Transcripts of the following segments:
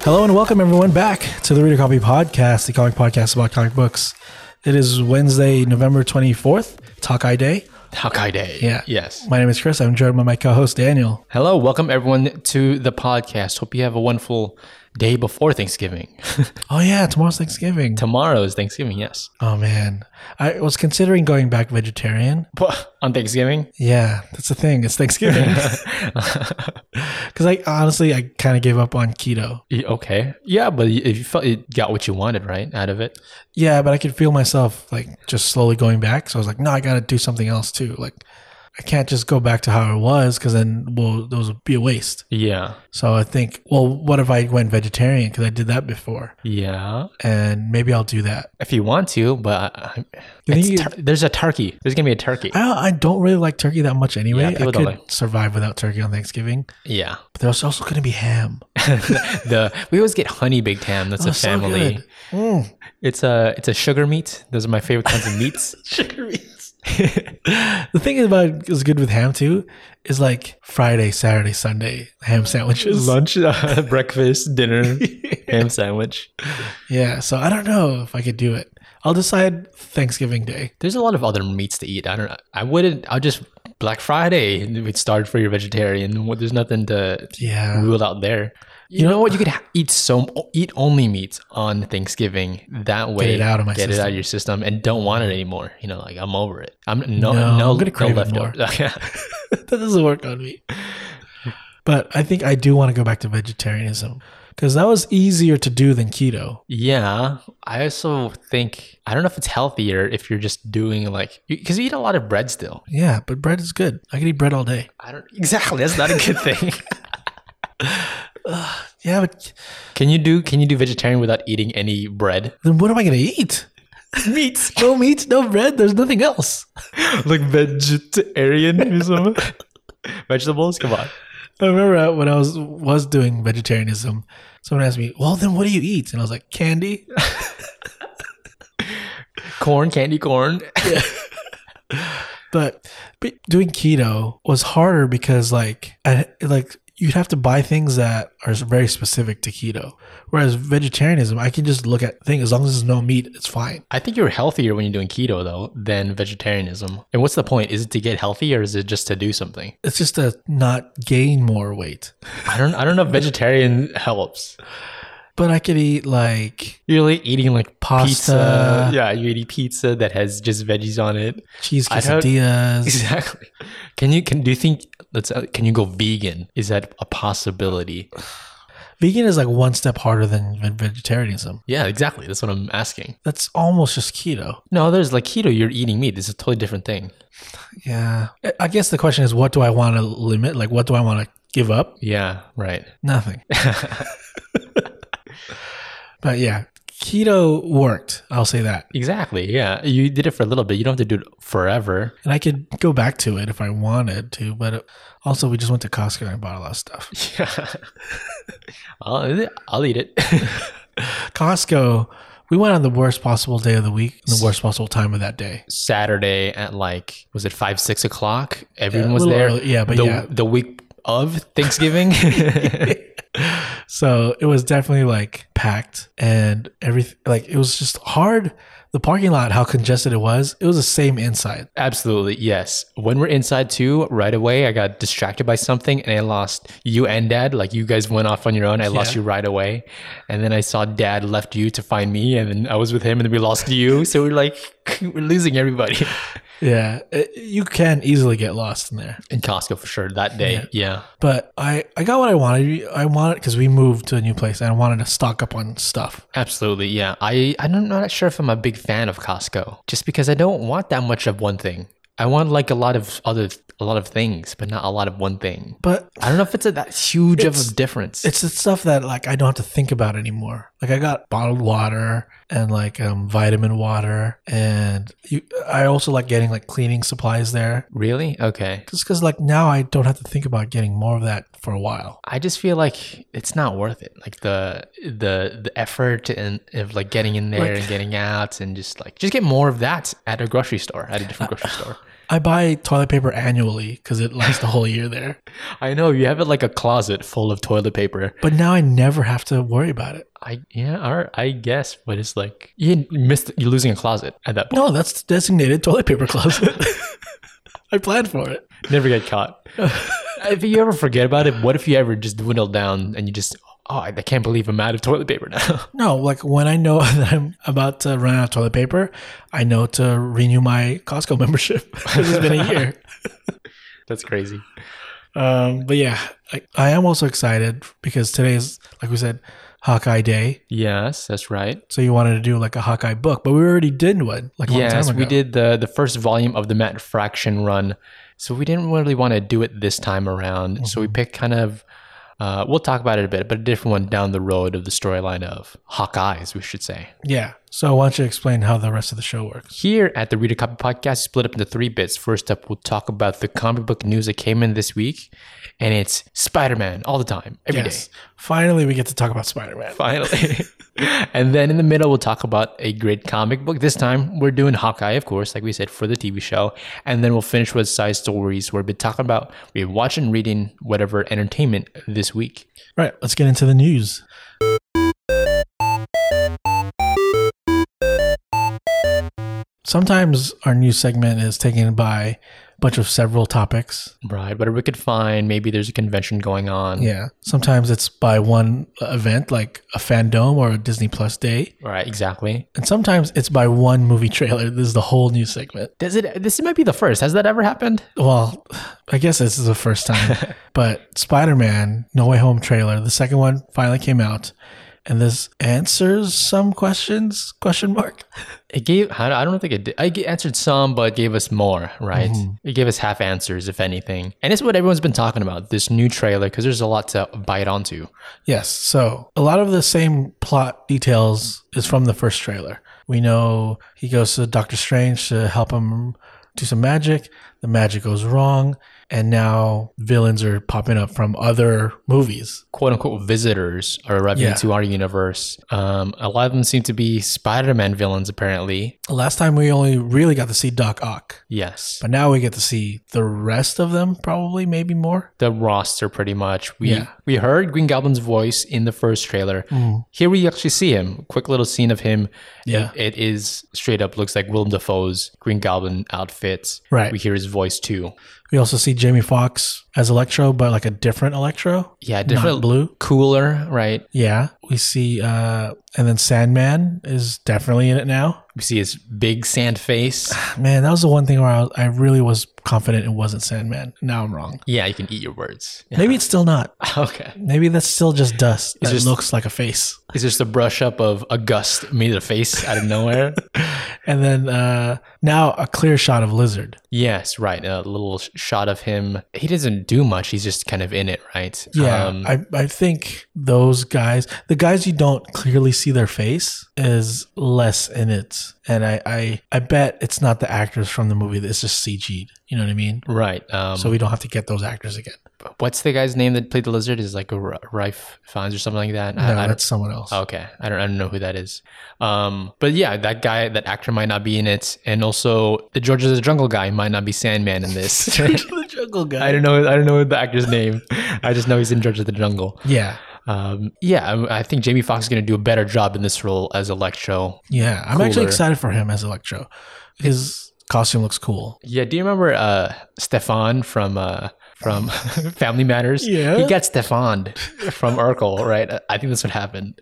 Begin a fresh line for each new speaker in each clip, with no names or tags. Hello and welcome everyone back to the Reader Copy Podcast, the comic podcast about comic books. It is Wednesday, November 24th, Takai Day.
Hakai Day.
Yeah.
Yes.
My name is Chris. I'm joined by my co-host Daniel.
Hello. Welcome everyone to the podcast. Hope you have a wonderful day before Thanksgiving.
Oh yeah, tomorrow's Thanksgiving.
Tomorrow is Thanksgiving. Yes.
Oh man. I was considering going back vegetarian.
But on Thanksgiving.
Yeah, that's the thing. It's Thanksgiving. Cuz I honestly I kind of gave up on keto.
y- Okay. Yeah, but y- if you felt you got what you wanted, right, out of it.
Yeah, but I could feel myself like just slowly going back. So I was like, no, I got to do something else too. Like, I can't just go back to how it was because then well, those would be a waste.
Yeah.
So I think, well, what if I went vegetarian? Because I did that before,
Yeah.
and maybe I'll do that.
If you want to, but I, I-
You think
it's
you-
tur- there's a turkey. There's gonna be a turkey.
I don't, I don't really like turkey that much anyway.
Yeah,
I
people
could
don't like-
survive without turkey on Thanksgiving,
yeah.
but there's also going to be ham.
the we always get honey baked ham. That's a
Oh, so
family.
good. Mm.
it's a it's a sugar meat. Those are my favorite kinds of meats.
Sugar beets. the thing about is good with ham too is like Friday, Saturday, Sunday ham sandwiches.
Lunch, uh, breakfast, dinner, ham sandwich.
Yeah, so I don't know if I could do it. I'll decide Thanksgiving Day.
There's a lot of other meats to eat. I don't. I wouldn't. I'll just Black Friday. We'd start for your vegetarian. Well, There's nothing to
Yeah.
rule out there. You know what? You could ha- eat some eat only meats on Thanksgiving. That way,
it out of my
get it out
system.
of your system, and don't want it anymore. You know, like I'm over it. I'm
No,
no no,
I'm
no,
gonna crave it more.
leftovers.
that doesn't work on me. But I think I do want to go back to vegetarianism because that was easier to do than keto.
yeah, I also think I don't know if it's healthier if you're just doing like because you eat a lot of bread still.
Yeah, but bread is good. I could eat bread all day.
I don't exactly. That's not a good thing.
Yeah, but
Can you do can you do vegetarian without eating any bread?
then what am I going to eat?
Meat.
No meat, no bread. There's nothing else.
like vegetarian or something. Vegetables? Come on.
I remember uh, when I was was doing vegetarianism, someone asked me, "Well, then what do you eat?" And I was like, "Candy."
Corn, candy corn.
but, but doing keto was harder because like I, like you'd have to buy things that are very specific to keto whereas vegetarianism i can just look at things as long as there's no meat it's fine
I think you're healthier when you're doing keto though than vegetarianism. And what's the point? Is it to get healthy or is it just to do something?
it's just to not gain more weight
I don't I don't know if vegetarian helps.
but i could eat like
You're like eating like
Pasta.
pizza. Yeah, you're eating pizza that has just veggies on it.
cheese
I heard-
quesadillas
Exactly. Can you can do you think let's uh, can you go vegan? Is that a possibility?
vegan is like one step harder than ve- vegetarianism
Yeah, exactly. That's what I'm asking.
that's almost just keto
No, there's like keto, you're eating meat. It's a totally different thing.
yeah I- i guess the question is what do i want to limit like what do i want to give up
Yeah, right.
Nothing. but yeah, keto worked. I'll say that.
Exactly. Yeah. You did it for a little bit. You don't have to do it forever.
And I could go back to it if I wanted to, but it- also we just went to Costco and I bought a lot of stuff.
Yeah. I'll, I'll eat it.
Costco, we went on the worst possible day of the week, and the worst possible time of that day.
Saturday at like, was it five, six o'clock? Everyone was
a little
there.
early. Yeah, but
the,
yeah.
The week of Thanksgiving.
So it was definitely like packed and everything. Like it was just hard. The parking lot, how congested it was, it was the same inside.
Absolutely. Yes. When we're inside too, right away, I got distracted by something and I lost you and dad. Like you guys went off on your own. I lost
Yeah.
you right away. And then I saw dad left you to find me and then I was with him and then we lost you. So we're like, we're losing everybody.
Yeah, it- you can easily get lost in there.
in Costco for sure that day. Yeah.
but I, I got what I wanted. I wanted because we moved to a new place and I wanted to stock up on stuff.
Absolutely. Yeah. I, I'm not sure if I'm a big fan of Costco just because I don't want that much of one thing. I want like a lot of other, a lot of things, but not a lot of one thing.
But
I don't know if it's a, that huge of
It's-
a difference.
it's the stuff that like I don't have to think about anymore. Like I got bottled water and like um, vitamin water, and you, I also like getting like cleaning supplies there.
really? Okay.
Just because like now I don't have to think about getting more of that for a while.
I just feel like it's not worth it. Like the the the effort and of like getting in there
Like-
and getting out and just like just get more of that at a grocery store, at a different grocery store.
I buy toilet paper annually because it lasts the whole year there.
I know you have it like a closet full of toilet paper.
But now I never have to worry about it.
I yeah, all right, I guess, but it's like you missed you're losing a closet at that point.
No, that's the designated toilet paper closet. I planned for it.
Never get caught. if you ever forget about it, what if you ever just dwindle down and you just oh I can't believe I'm out of toilet paper now.
No, like when I know that I'm about to run out of toilet paper, I know to renew my Costco membership. 'Cause it's been a year.
That's crazy.
Um, but yeah, I, I am also excited because today is, like we said, Hawkeye Day.
Yes, that's right.
So you wanted to do like a Hawkeye book, but we already did one like a long
Yes,
time ago.
we did the the first volume of the Matt Fraction run, so we didn't really want to do it this time around. So
Mm-hmm.
we picked kind of, uh, we'll talk about it a bit, but a different one down the road of the storyline of Hawkeyes, we should say.
Yeah. So why don't you explain how the rest of the show works?
Here at the Reader Copy Podcast, split up into three bits. First up, we'll talk about the comic book news that came in this week, and it's Spider Man all the time, every day.
Yes. Finally, we get to talk about Spider Man.
finally. and then in the middle, we'll talk about a great comic book. This time, we're doing Hawkeye, of course, like we said, for the TV show. And then we'll finish with side stories where we've been talking about, we've been watching, reading, whatever entertainment this week.
Right. Let's get into the news. Sometimes our news segment is taken by a bunch of several topics.
Right. Whatever we could find. Maybe there's a convention going on.
Yeah. Sometimes it's by one event, like a fandom or a Disney Plus day.
Right. Exactly.
And sometimes it's by one movie trailer. This is the whole news segment.
Does it, this might be the first. Has that ever happened?
Well, I guess this is the first time, but Spider Man No Way Home trailer, the second one finally came out. And this answers some questions? Question mark.
It gave, I don't think it did. I g- answered some, but gave us more, right? It gave us half answers, if anything. And it's what everyone's been talking about this new trailer, because there's a lot to bite onto.
Yes. So a lot of the same plot details is from the first trailer. We know he goes to Doctor Strange to help him do some magic. The magic goes wrong. And now villains are popping up from other movies.
quote unquote visitors are arriving
Yeah.
into our universe. Um, a lot of them seem to be Spider Man villains, apparently.
Last time we only really got to see Doc Ock,
Yes.
but now we get to see the rest of them, probably, maybe more.
the roster, pretty much. We
Yeah. Mm.
we heard Green Goblin's voice in the first trailer. Here we actually see him. Quick little scene of him.
Yeah.
It is straight up looks like Willem Dafoe's Green Goblin outfit.
Right.
We hear his voice too.
We also see Jamie Foxx as Electro, but like a different Electro.
Yeah,
Not
different
blue.
cooler, right?
Yeah. We see, uh, and then Sandman is definitely in it now.
We see his big sand face.
Man, that was the one thing where I, I really was confident it wasn't Sandman. Now I'm wrong.
yeah, you can eat your words.
Maybe it's still not.
okay.
Maybe that's still just dust that
just-
looks like a face.
It's just a brush up of a gust made a face out of nowhere.
And then uh, now a clear shot of Lizard.
Yes, right. A little sh- shot of him. He doesn't do much. He's just kind of in it, right?
Yeah,
Um,
I, I think those guys, the guys you don't clearly see their face, is less in it. And I, I, I bet it's not the actors from the movie. It's just CG'd. You know what I mean?
right. Um,
So
so
we don't have to get those actors again.
what's the guy's name that played the lizard? Is it like a R- Rife Fines or something like that?
No,
I, I don't,
that's someone else.
okay, I don't. I don't know who that is. Um, but yeah, that guy, that actor might not be in it, and also the George of the Jungle guy might not be Sandman in this.
the jungle guy.
I don't know. I don't know the actor's name. I just know he's in George of the Jungle.
yeah.
Um, yeah, I, I think Jamie Foxx is going to do a better job in this role as Electro.
Yeah, I'm actually
cooler.
excited for him as Electro. His costume looks cool.
Yeah, do you remember uh Stefan from uh from Family Matters?
Yeah.
He got Stefan from Urkel, right? I think that's what happened.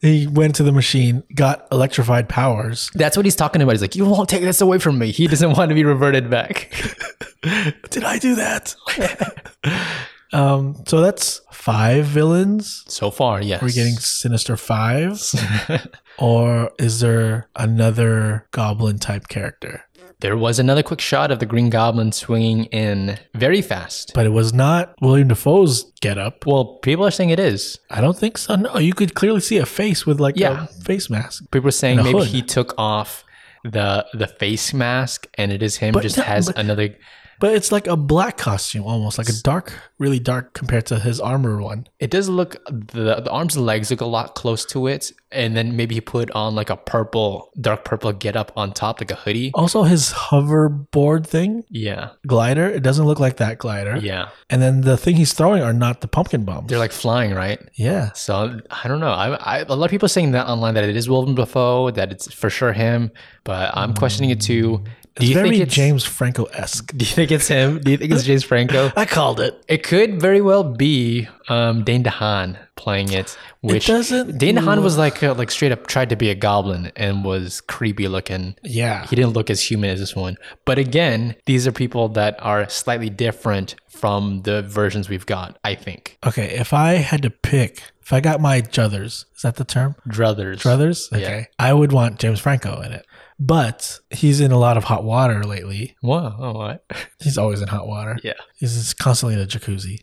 He went to the machine, got electrified powers.
That's what he's talking about. He's like, You won't take this away from me. He doesn't want to be reverted back.
Did I do that? um, so that's five villains.
So far, yes.
Are we getting Sinister Fives? or is there another goblin type character?
there was another quick shot of the Green Goblin swinging in very fast.
But it was not William Defoe's getup.
Well, people are saying it is.
I don't think so. No, you could clearly see a face with like
Yeah.
a face mask.
People are saying
And a
maybe
hood.
he took off the the face mask and it is him
But
just
no-
has
but-
another
But it's like a black costume almost, like a dark, really dark compared to his armor one.
It does look the the arms and legs look a lot close to it, and then maybe he put on like a purple, dark purple getup on top, like a hoodie.
Also, his hoverboard thing,
Yeah,
glider, it doesn't look like that glider.
yeah,
And then the thing he's throwing are not the pumpkin bombs.
they're like flying, right?
yeah.
So I don't know. I, I a lot of people are saying that online that it is Willem Dafoe, that it's for sure him, but I'm questioning it too. Do
It's
you
very
think it's
James Franco esque.
Do you think it's him? Do you think it's James Franco?
I called it.
It could very well be um, Dane DeHaan playing it, which
doesn't
Dane DeHaan was like uh, like straight up tried to be a goblin and was creepy looking.
Yeah.
He didn't look as human as this one. But again, these are people that are slightly different from the versions we've got. I think
Okay, if I had to pick, if I got my druthers, is that the term?
druthers.
Druthers? Okay. I would want James Franco in it. But he's in a lot of hot water lately.
Whoa, oh, what?
He's always in hot water.
yeah.
He's just constantly in a jacuzzi.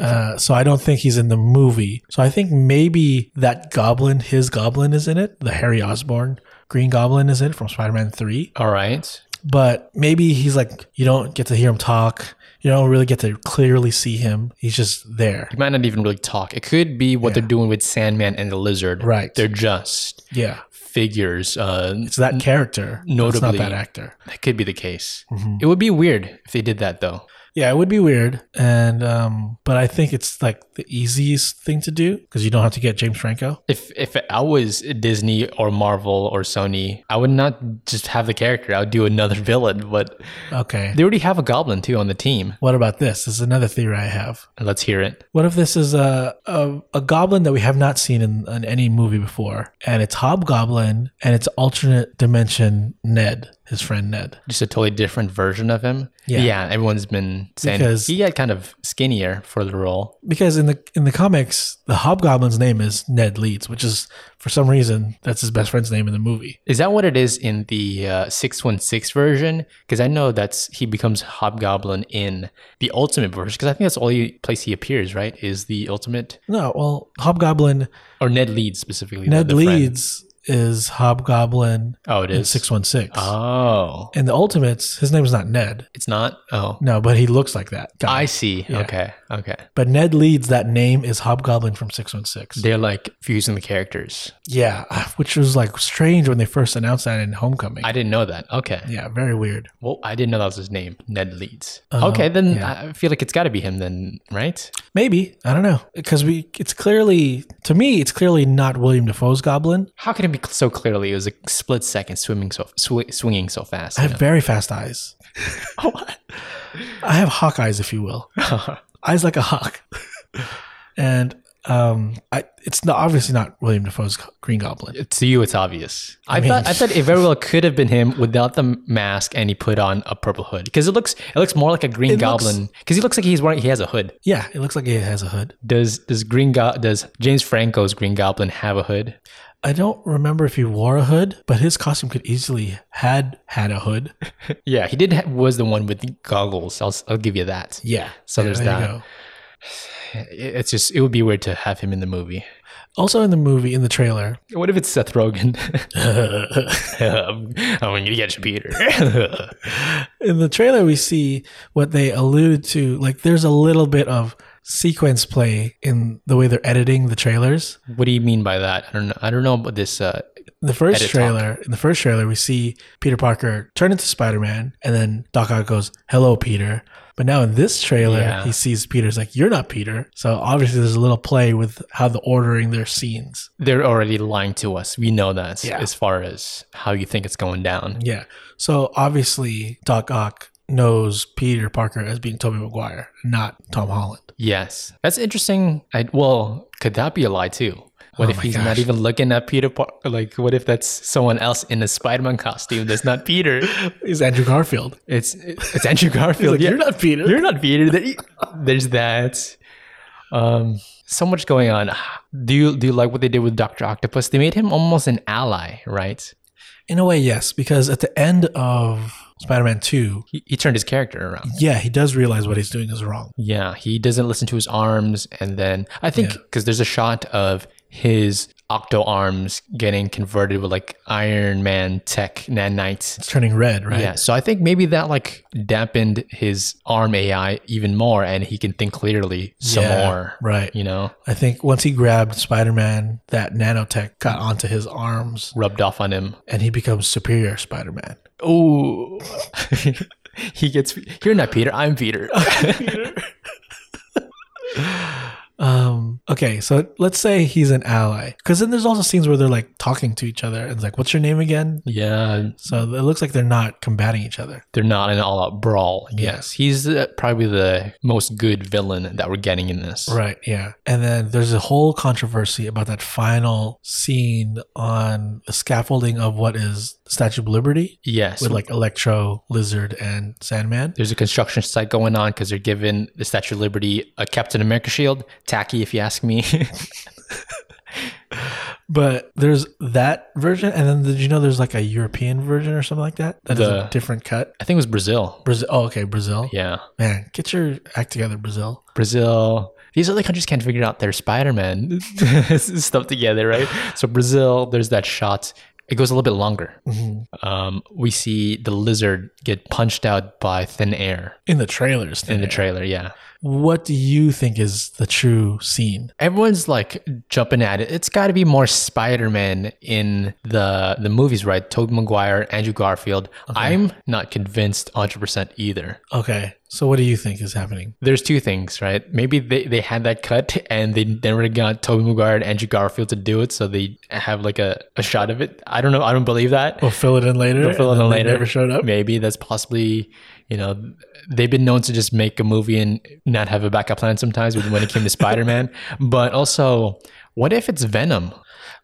Uh, so I don't think he's in the movie. So I think maybe that goblin, his goblin is in it. The Harry Osborn Green Goblin is in it from Spider Man 3.
All right.
But maybe he's like, you don't get to hear him talk. You don't really get to clearly see him. He's just there.
You might not even really talk. It could be what they're doing with Sandman and the Lizard.
Right.
They're just
Yeah.
figures. Uh,
It's that character. It's not
Notably.
that actor.
That could be the case. It would be weird if they did that though.
Yeah, it would be weird, and um, but I think it's like the easiest thing to do because you don't have to get James Franco.
If if I was Disney or Marvel or Sony, I would not just have the character. I would do another villain, but
Okay.
they already have a goblin too on the team.
What about this? This is another theory I have.
Let's hear it.
What if this is a a, a goblin that we have not seen in, in any movie before, and it's Hobgoblin and it's alternate dimension Ned, his friend Ned.
Just a totally different version of him.
Yeah.
everyone's been saying
Because-
he got kind of skinnier for the role.
Because in the in the comics, the Hobgoblin's name is Ned Leeds, which is for some reason that's his best friend's name in the movie.
Is that what it is in the uh, six one six version? Because I know that's he becomes Hobgoblin in the Ultimate version. Because I think that's the only place he appears. Right? Is the Ultimate
No, well, Hobgoblin
or Ned Leeds specifically? the-
Ned
the friend.
Leeds is Hobgoblin
Oh, it
in
is.
616.
Oh,
In the Ultimates, his name is not Ned.
it's not. Oh,
No, but he looks like that. guy.
I see. Okay, okay.
but Ned Leeds, that name is Hobgoblin from 616.
They're like fusing the characters.
Yeah, which was like strange when they first announced that in Homecoming.
I didn't know that. Okay.
yeah, very weird.
Well, I didn't know that was his name, Ned Leeds.
Uh-huh.
okay, then I feel like it's got to be him then, right?
Maybe, I don't know. Because we it's clearly to me it's clearly not William Defoe's Goblin.
How can it be cl- so clearly? It was a split second swimming so sw- swinging so fast.
I have very fast eyes. Oh, I have hawk eyes if you will. eyes like a hawk. and um I it's not obviously not William Defoe's Green Goblin.
to you, it's obvious. I,
mean-
thought I thought it very well could have been him without the mask, and he put on a purple hood because it looks it looks more like a green
It looks-
goblin because he looks like he's wearing he has a hood.
Yeah, it looks like it has a hood.
Does does Green Go- does James Franco's Green Goblin have a hood?
I don't remember if he wore a hood, but his costume could easily had had a hood.
Yeah, he did. Ha- was the one with the goggles. I'll s- I'll give you that.
Yeah.
So there's
there you
that.
go.
It- It's just it would be weird to have him in the movie.
Also in the movie, in the trailer,
What if it's Seth Rogen? I'm, going to get you, Peter.
in the trailer we see what they allude to. Like there's a little bit of sequence play in the way they're editing the trailers.
what do you mean by that? I don't know. I don't know about this. Uh,
In the first
Edit talk.
trailer, in the first trailer, we see Peter Parker turn into Spider Man, and then Doc Ock goes, "Hello, Peter." But now in this trailer,
Yeah.
he sees Peter's like, "You're not Peter." So obviously, there's a little play with how the ordering their scenes.
they're already lying to us. We know that
Yeah.
as far as how you think it's going down.
Yeah. So obviously, Doc Ock knows Peter Parker as being Tobey Maguire, not Tom Holland.
Yes, that's interesting. I, well, could that be a lie too? What
Oh
if
my
he's not
gosh.
even looking at Peter? Par- like, what if that's someone else in a Spider-Man costume that's not Peter?
Is Andrew Garfield?
It's it's Andrew Garfield.
Like,
yeah.
You're not Peter.
You're not Peter. There- There's that. Um, so much going on. Do you do you like what they did with Doctor Octopus? They made him almost an ally, right?
In a way, yes, because at the end of Spider-Man Two,
He, he turned his character around.
yeah, he does realize what he's doing is wrong.
Yeah, he doesn't listen to his arms, and then I think because there's a shot of his octo arms getting converted with like Iron Man tech nanites.
It's turning red, right?
Yeah, so I think maybe that like dampened his arm AI even more, and he can think clearly some
Yeah,
more.
Right.
You know,
I think once he grabbed Spider Man, that nanotech got onto his arms
rubbed off on him.
and he becomes superior Spider Man.
Oh, he gets. You're not Peter. I'm Peter.
Um, okay, so let's say he's an ally. Because then there's also scenes where they're like talking to each other and it's like, what's your name again?
yeah,
So it looks like they're not combating each other.
they're not in an all-out brawl.
Yeah.
Yes, he's uh, probably the most good villain that we're getting in this.
Right, yeah. And then there's a whole controversy about that final scene on the scaffolding of what is Statue of Liberty
Yes.
with like Electro, Lizard, and Sandman.
there's a construction site going on because they're giving the Statue of Liberty a Captain America shield. Tacky, if you ask me.
But there's that version, and then did you know there's like a European version or something like that? That's
The-
a different cut.
I think it was Brazil.
Brazil. Oh, okay, Brazil.
Yeah.
Man, get your act together, Brazil.
Brazil. These other countries can't figure out their Spider-Man stuff together, right? So Brazil, there's that shot. It goes a little bit longer.
Mm-hmm.
Um, we see the lizard get punched out by thin air
In the trailers.
in the
thing.
trailer. Yeah,
what do you think is the true scene?
everyone's like jumping at it. It's got to be more Spider-Man in the the movies, right? Tobey Maguire, Andrew Garfield. I'm not convinced 100 percent either.
Okay, so what do you think is happening?
there's two things, right? Maybe they, they had that cut and they never got Toby Maguire and Andrew Garfield to do it, so they have like a, a shot of it. I don't know. I don't believe that.
We'll fill it in later.
They'll fill
and
it in
then
later.
They never showed up.
Maybe that's possibly, you know, they've been known to just make a movie and not have a backup plan sometimes when it came to Spider Man. But also, what if it's Venom?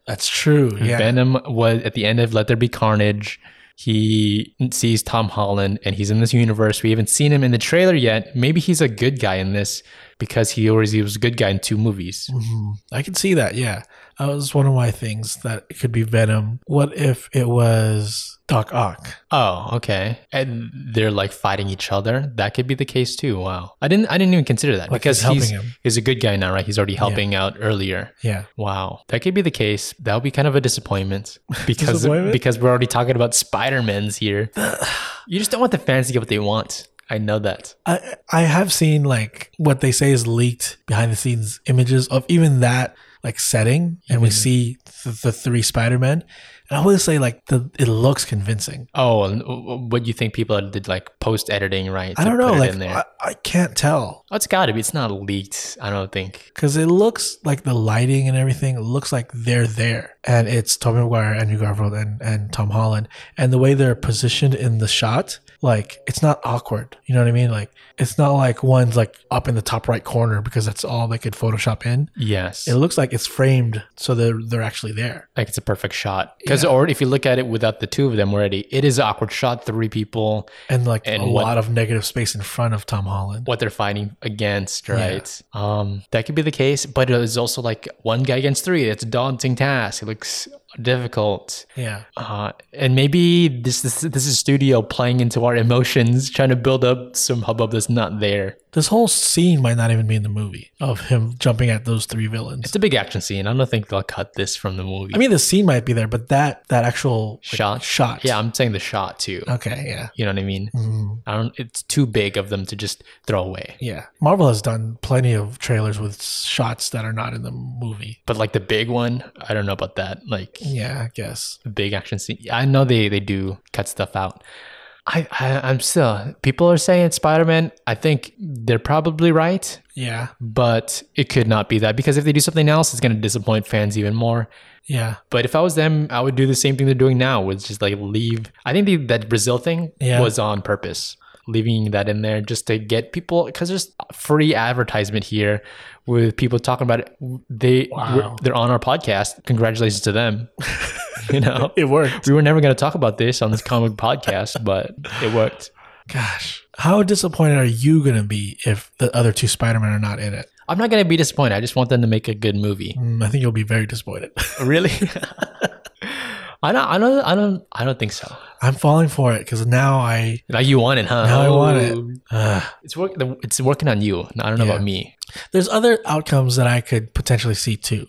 That's true. Yeah.
Venom was at the end of Let There Be Carnage. He sees Tom Holland and he's in this universe. We haven't seen him in the trailer yet. Maybe he's a good guy in this because he always he was a good guy in two movies.
Mhm. I can see that. Yeah, that was one of my things that it could be Venom. What if it was Doc Ock?
Oh, okay. And they're like fighting each other. That could be the case too. Wow. I didn't I didn't even consider that
Like
because
he's helping
he's,
him.
he's a good guy now, right? He's already helping out earlier.
Yeah.
Wow. That could be the case. That would be kind of a disappointment because
Disappointment?
because we're already talking about Spider-Mans here. you just don't want the fans to get what they want. I know that.
I I have seen like what they say is leaked behind the scenes images of even that like setting, and
Mm-hmm.
we see th- the three Spider Men, and I always say like the it looks convincing.
Oh, and w- w- what do you think people did like post editing, right?
I
to
don't know,
put it
like
in there.
I, I can't tell
oh, it's got to be. It's not leaked. I don't think.
because it looks like the lighting and everything looks like they're there, and it's Tobey Maguire, Andrew Garfield, and and Tom Holland, and the way they're positioned in the shot, like it's not awkward. You know what I mean? Like it's not like one's like up in the top right corner because that's all they could Photoshop in.
Yes,
It looks like it's framed so they're they're actually there.
like it's a perfect shot. Because or if you look at it without the two of them already, it is an awkward shot. Three people,
And like
And
a
what-
lot of negative space in front of Tom Holland.
what they're fighting against, right? Um, that could be the case, but it is also like one guy against three. It's a daunting task. It looks difficult.
Yeah.
Uh, and maybe this, this this is studio playing into our emotions, trying to build up some hubbub that's not there.
This whole scene might not even be in the movie of him jumping at those three
It's
villains.
a big action scene. I don't think they'll cut this from the movie.
I mean the scene might be there, but that that actual like,
shot,
shot. Uh,
Yeah, I'm saying the shot too.
Okay, yeah.
You know what I mean?
Mhm.
I don't. It's too big of them to just throw away.
Yeah. Marvel has done plenty of trailers with shots that are not in the movie.
But like the big one, I don't know about that. Like
Yeah, I guess.
the big action scene. I know they they do cut stuff out. I, I I'm still people are saying it's Spider Man. I think they're probably right,
Yeah.
but it could not be that because if they do something else, it's going to disappoint fans even more.
Yeah.
But if I was them, I would do the same thing they're doing now, which is like leave. I think the, that Brazil thing
Yeah.
was on purpose, leaving that in there just to get people because there's free advertisement here with people talking about it. They
Wow.
we're- they're on our podcast. Congratulations to them. you know,
It worked.
we were never going to talk about this on this comic podcast, but it worked.
Gosh. How disappointed are you gonna be if the other two Spider Men are not in it?
I'm not going to be disappointed. I just want them to make a good movie.
Mm, I think you'll be very disappointed.
Really. I don't, I don't, I don't, I don't think so.
I'm falling for it because now I uh,
Like you want it, huh?
now I want
Oh.
it. Ugh.
It's work. the- It's working on you. I don't know
Yeah.
about me.
There's other outcomes that I could potentially see too.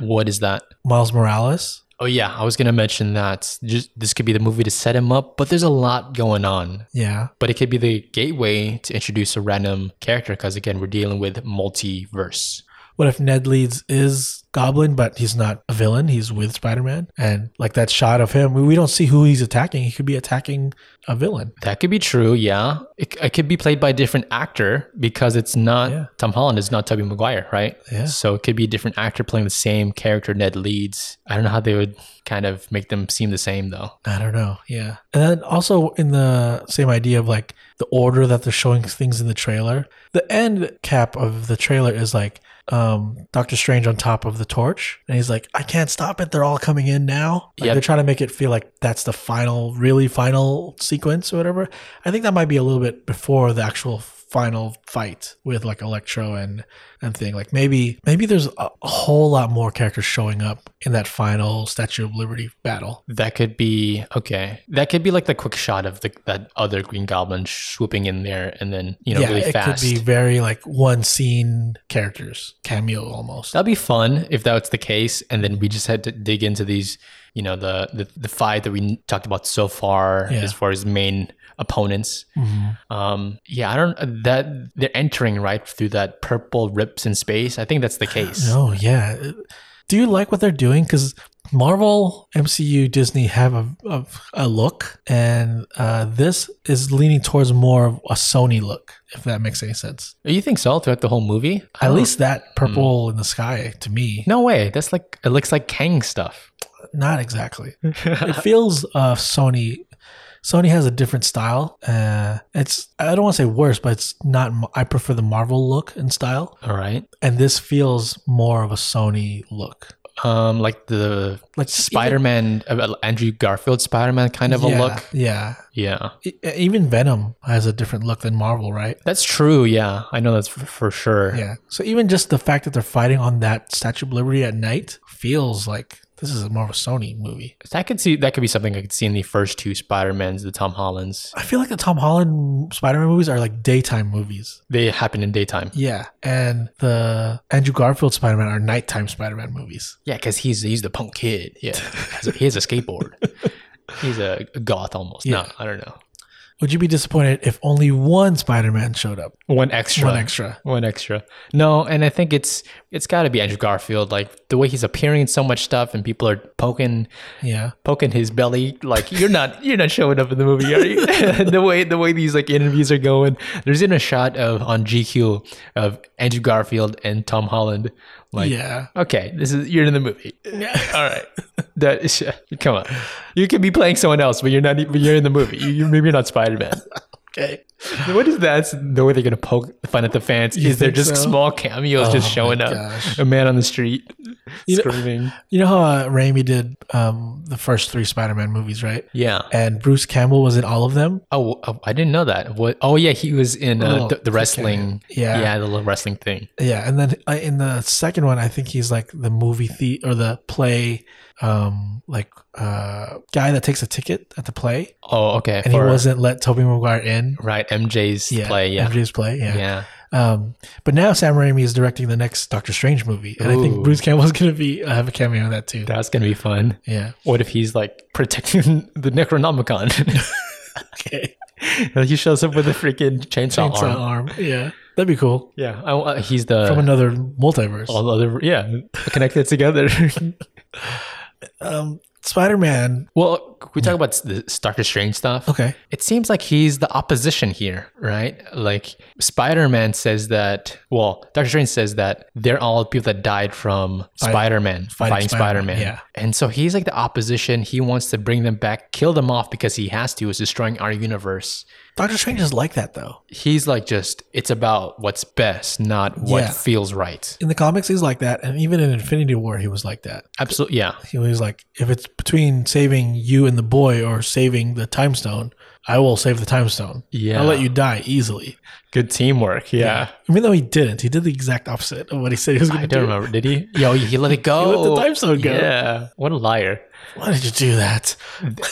What is that?
Miles Morales.
Oh yeah, I was gonna mention that. Just this could be the movie to set him up, but there's a lot going on.
Yeah.
But it could be the gateway to introduce a random character because again, we're dealing with multiverse.
What if Ned Leeds is Goblin, but he's not a villain? He's with Spider Man, and like that shot of him, we, we don't see who he's attacking. He could be attacking a villain.
That could be true. Yeah, it, it could be played by a different actor because it's not
Yeah.
Tom Holland. It's not Tobey Maguire, right?
Yeah.
So it could be a different actor playing the same character Ned Leeds. I don't know how they would kind of make them seem the same though.
I don't know. Yeah. And then also in the same idea of like the order that they're showing things in the trailer, the end cap of the trailer is like um Doctor Strange on top of the torch. And he's like, I can't stop it. They're all coming in now. Like
Yep.
they're trying to make it feel like that's the final, really final sequence or whatever. I think that might be a little bit before the actual final fight with like Electro and and thing. Like maybe maybe there's a a whole lot more characters showing up in that final Statue of Liberty battle.
That could be okay. That could be like the quick shot of the that other Green Goblin swooping in there and then you know really
it
fast.
could be very like one scene characters, cameo almost.
That'd be fun if that's the case, and then we just had to dig into these, you know, the the, the five that we talked about so far
Yeah.
as far as main opponents.
Mm-hmm.
Um, yeah, I don't that they're entering right through that purple rips in space. I think that's the case.
No, Oh, yeah. Do you like what they're doing? Because Marvel, MCU, Disney have a, a, a look, and uh, this is leaning towards more of a Sony look, if that makes any sense.
You think so throughout the whole movie? I
At
don't-
least that
Mm.
purple in the sky to me,
no way. That's like it looks like Kang stuff.
not exactly. it feels uh, Sony. Sony has a different style. Uh, it's I don't want to say worse, but it's not. I prefer the Marvel look and style.
All right.
and this feels more of a Sony look,
Um, like the
like
Spider Man, uh, Andrew Garfield Spider Man kind of
yeah,
a look.
Yeah,
Yeah.
E- even Venom has a different look than Marvel, right?
That's true. Yeah. I know that's for, for sure.
Yeah. So even just the fact that they're fighting on that Statue of Liberty at night feels like this is more of a Sony movie.
So I could see that could be something I could see in the first two Spider-Mans, the Tom Hollands.
I feel like the Tom Holland Spider-Man movies are like daytime movies.
They happen in daytime.
Yeah, and the Andrew Garfield Spider-Man are nighttime Spider-Man movies.
Yeah, because he's he's the punk kid. Yeah, Has a- he has a skateboard. he's a goth almost. No,
Yeah.
I don't know.
Would you be disappointed if only one Spider-Man showed up?
One extra.
One extra.
One extra. No, and I think it's it's got to be Andrew Garfield. Like the way he's appearing in so much stuff, and people are poking
Yeah.
poking his belly. Like you're not you're not showing up in the movie, are you? the way the way these like interviews are going. There's in a shot of on GQ of Andrew Garfield and Tom Holland. Like
yeah.
Okay, this is you're in the movie. All right, that is, come on. You could be playing someone else, but you're not. e- But you're in the movie. You, you maybe you're not Spider Man.
Okay.
What is that? That's The way they're gonna poke fun at the fans is they're
think
just
so?
small cameos just
Oh my
showing up.
gosh.
A man on the street
You know-
screaming.
You know how uh, Raimi did um, the first three Spider-Man movies, right?
Yeah.
And Bruce Campbell was in all of them.
Oh, oh, I didn't know that. What? Oh, yeah, he was in uh,
Oh,
the, the wrestling.
Yeah.
yeah, the little wrestling thing.
Yeah, and then uh, in the second one, I think he's like the movie the or the play, um, like uh, guy that takes a ticket at the play,
Oh, okay.
and
for-
he wasn't let Tobey Maguire in.
right. MJ's
Yeah,
play. Yeah.
MJ's play. Yeah.
yeah.
Um, but now Sam Raimi is directing the next Doctor Strange movie, and I
Ooh.
think Bruce Campbell's gonna be uh, have a cameo in that too.
That's gonna be fun.
Yeah.
What if he's like protecting the Necronomicon?
Okay.
Like, he shows up with a freaking chainsaw,
Chainsaw
arm.
arm. Yeah, that'd be cool.
Yeah, I, uh, he's the
From another multiverse.
all the other yeah connected together.
Um, Spider-Man.
well, we talk about the Doctor Strange stuff.
Okay.
It seems like he's the opposition here, right? Like Spider Man says that. Well, Doctor Strange says that they're all people that died from
Fight-
Spider Man
fighting
fighting Spider
Spider-Man,
Man.
yeah.
and so he's like the opposition. He wants to bring them back, kill them off because he has to. Is destroying our universe.
Doctor Strange is like that though.
He's like just it's about what's best, not what
Yeah.
feels right.
In the comics, he's like that, and even in Infinity War, he was like that.
Absolutely, yeah.
He was like, if it's between saving you and the boy or saving the time stone, I will save the time stone.
Yeah.
I'll let you die easily.
Good teamwork. Yeah.
Even though he didn't, he did the exact opposite of what he said he was going
I
to do.
don't remember. Did he? Yo, he let it go.
He let the time zone go.
Yeah. What a liar.
Why did you do that?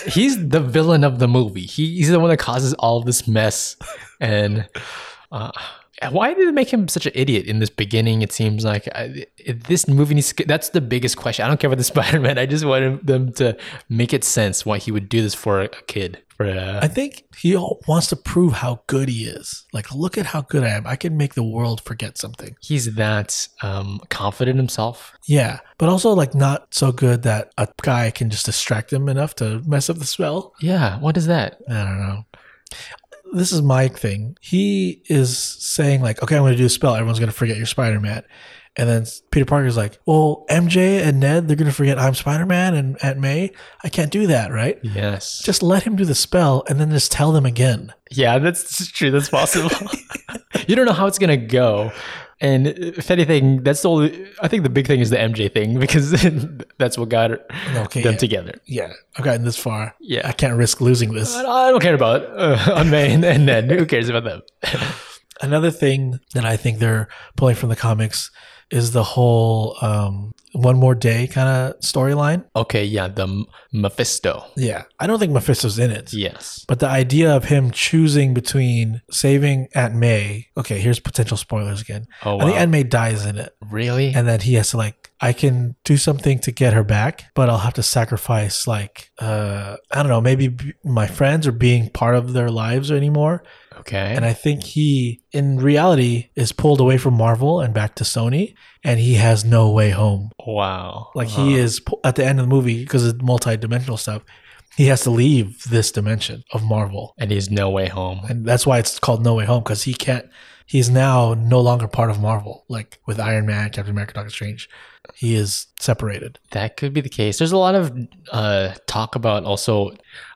He's the villain of the movie. He, he's the one that causes all this mess. And uh, why did it make him such an idiot in this beginning? It seems like I, it, this movie needs. to- That's the biggest question. I don't care about the Spider Man. I just wanted them to make it sense why he would do this for a kid. For uh,
I
a,
think he wants to prove how good he is. Like, look at how good I am. I can make the world forget something.
he's that um, confident in himself.
Yeah, but also like not so good that a guy can just distract him enough to mess up the spell.
Yeah. What is that?
I don't know. This is my thing. He is saying like, okay, I'm going to do a spell. Everyone's going to forget you're Spider-Man. And then Peter Parker's like, well, MJ and Ned, they're going to forget I'm Spider-Man and Aunt May. I can't do that, right?
Yes.
Just let him do the spell and then just tell them again.
Yeah, that's true. That's possible. you don't know how it's gonna go. And if anything, that's the only, I think the big thing is the MJ thing because that's what got
Okay.
them
yeah.
together.
yeah, I've gotten this far.
Yeah.
I can't risk losing this.
I don't, I don't care about uh, on May and, and then who cares about them?
Another thing that I think they're pulling from the comics is the whole um, one more day kind of storyline.
Okay, yeah, the M- Mephisto.
Yeah. I don't think Mephisto's in it.
Yes.
But the idea of him choosing between saving Aunt May, okay, here's potential spoilers again. I
Oh wow.
think Aunt May dies in it.
really?
And then he has to like, I can do something to get her back, but I'll have to sacrifice like, uh, I don't know, maybe b- my friends or being part of their lives anymore.
okay.
And I think he, in reality, is pulled away from Marvel and back to Sony, and he has no way home.
wow.
Like he
Uh,
is pu- at the end of the movie because it's multi-dimensional stuff. He has to leave this dimension of Marvel,
and he's no way home.
and that's why it's called No Way Home because he can't. He's now no longer part of Marvel. Like with Iron Man, Captain America, Doctor Strange, he is separated.
That could be the case. There's a lot of uh, talk about also,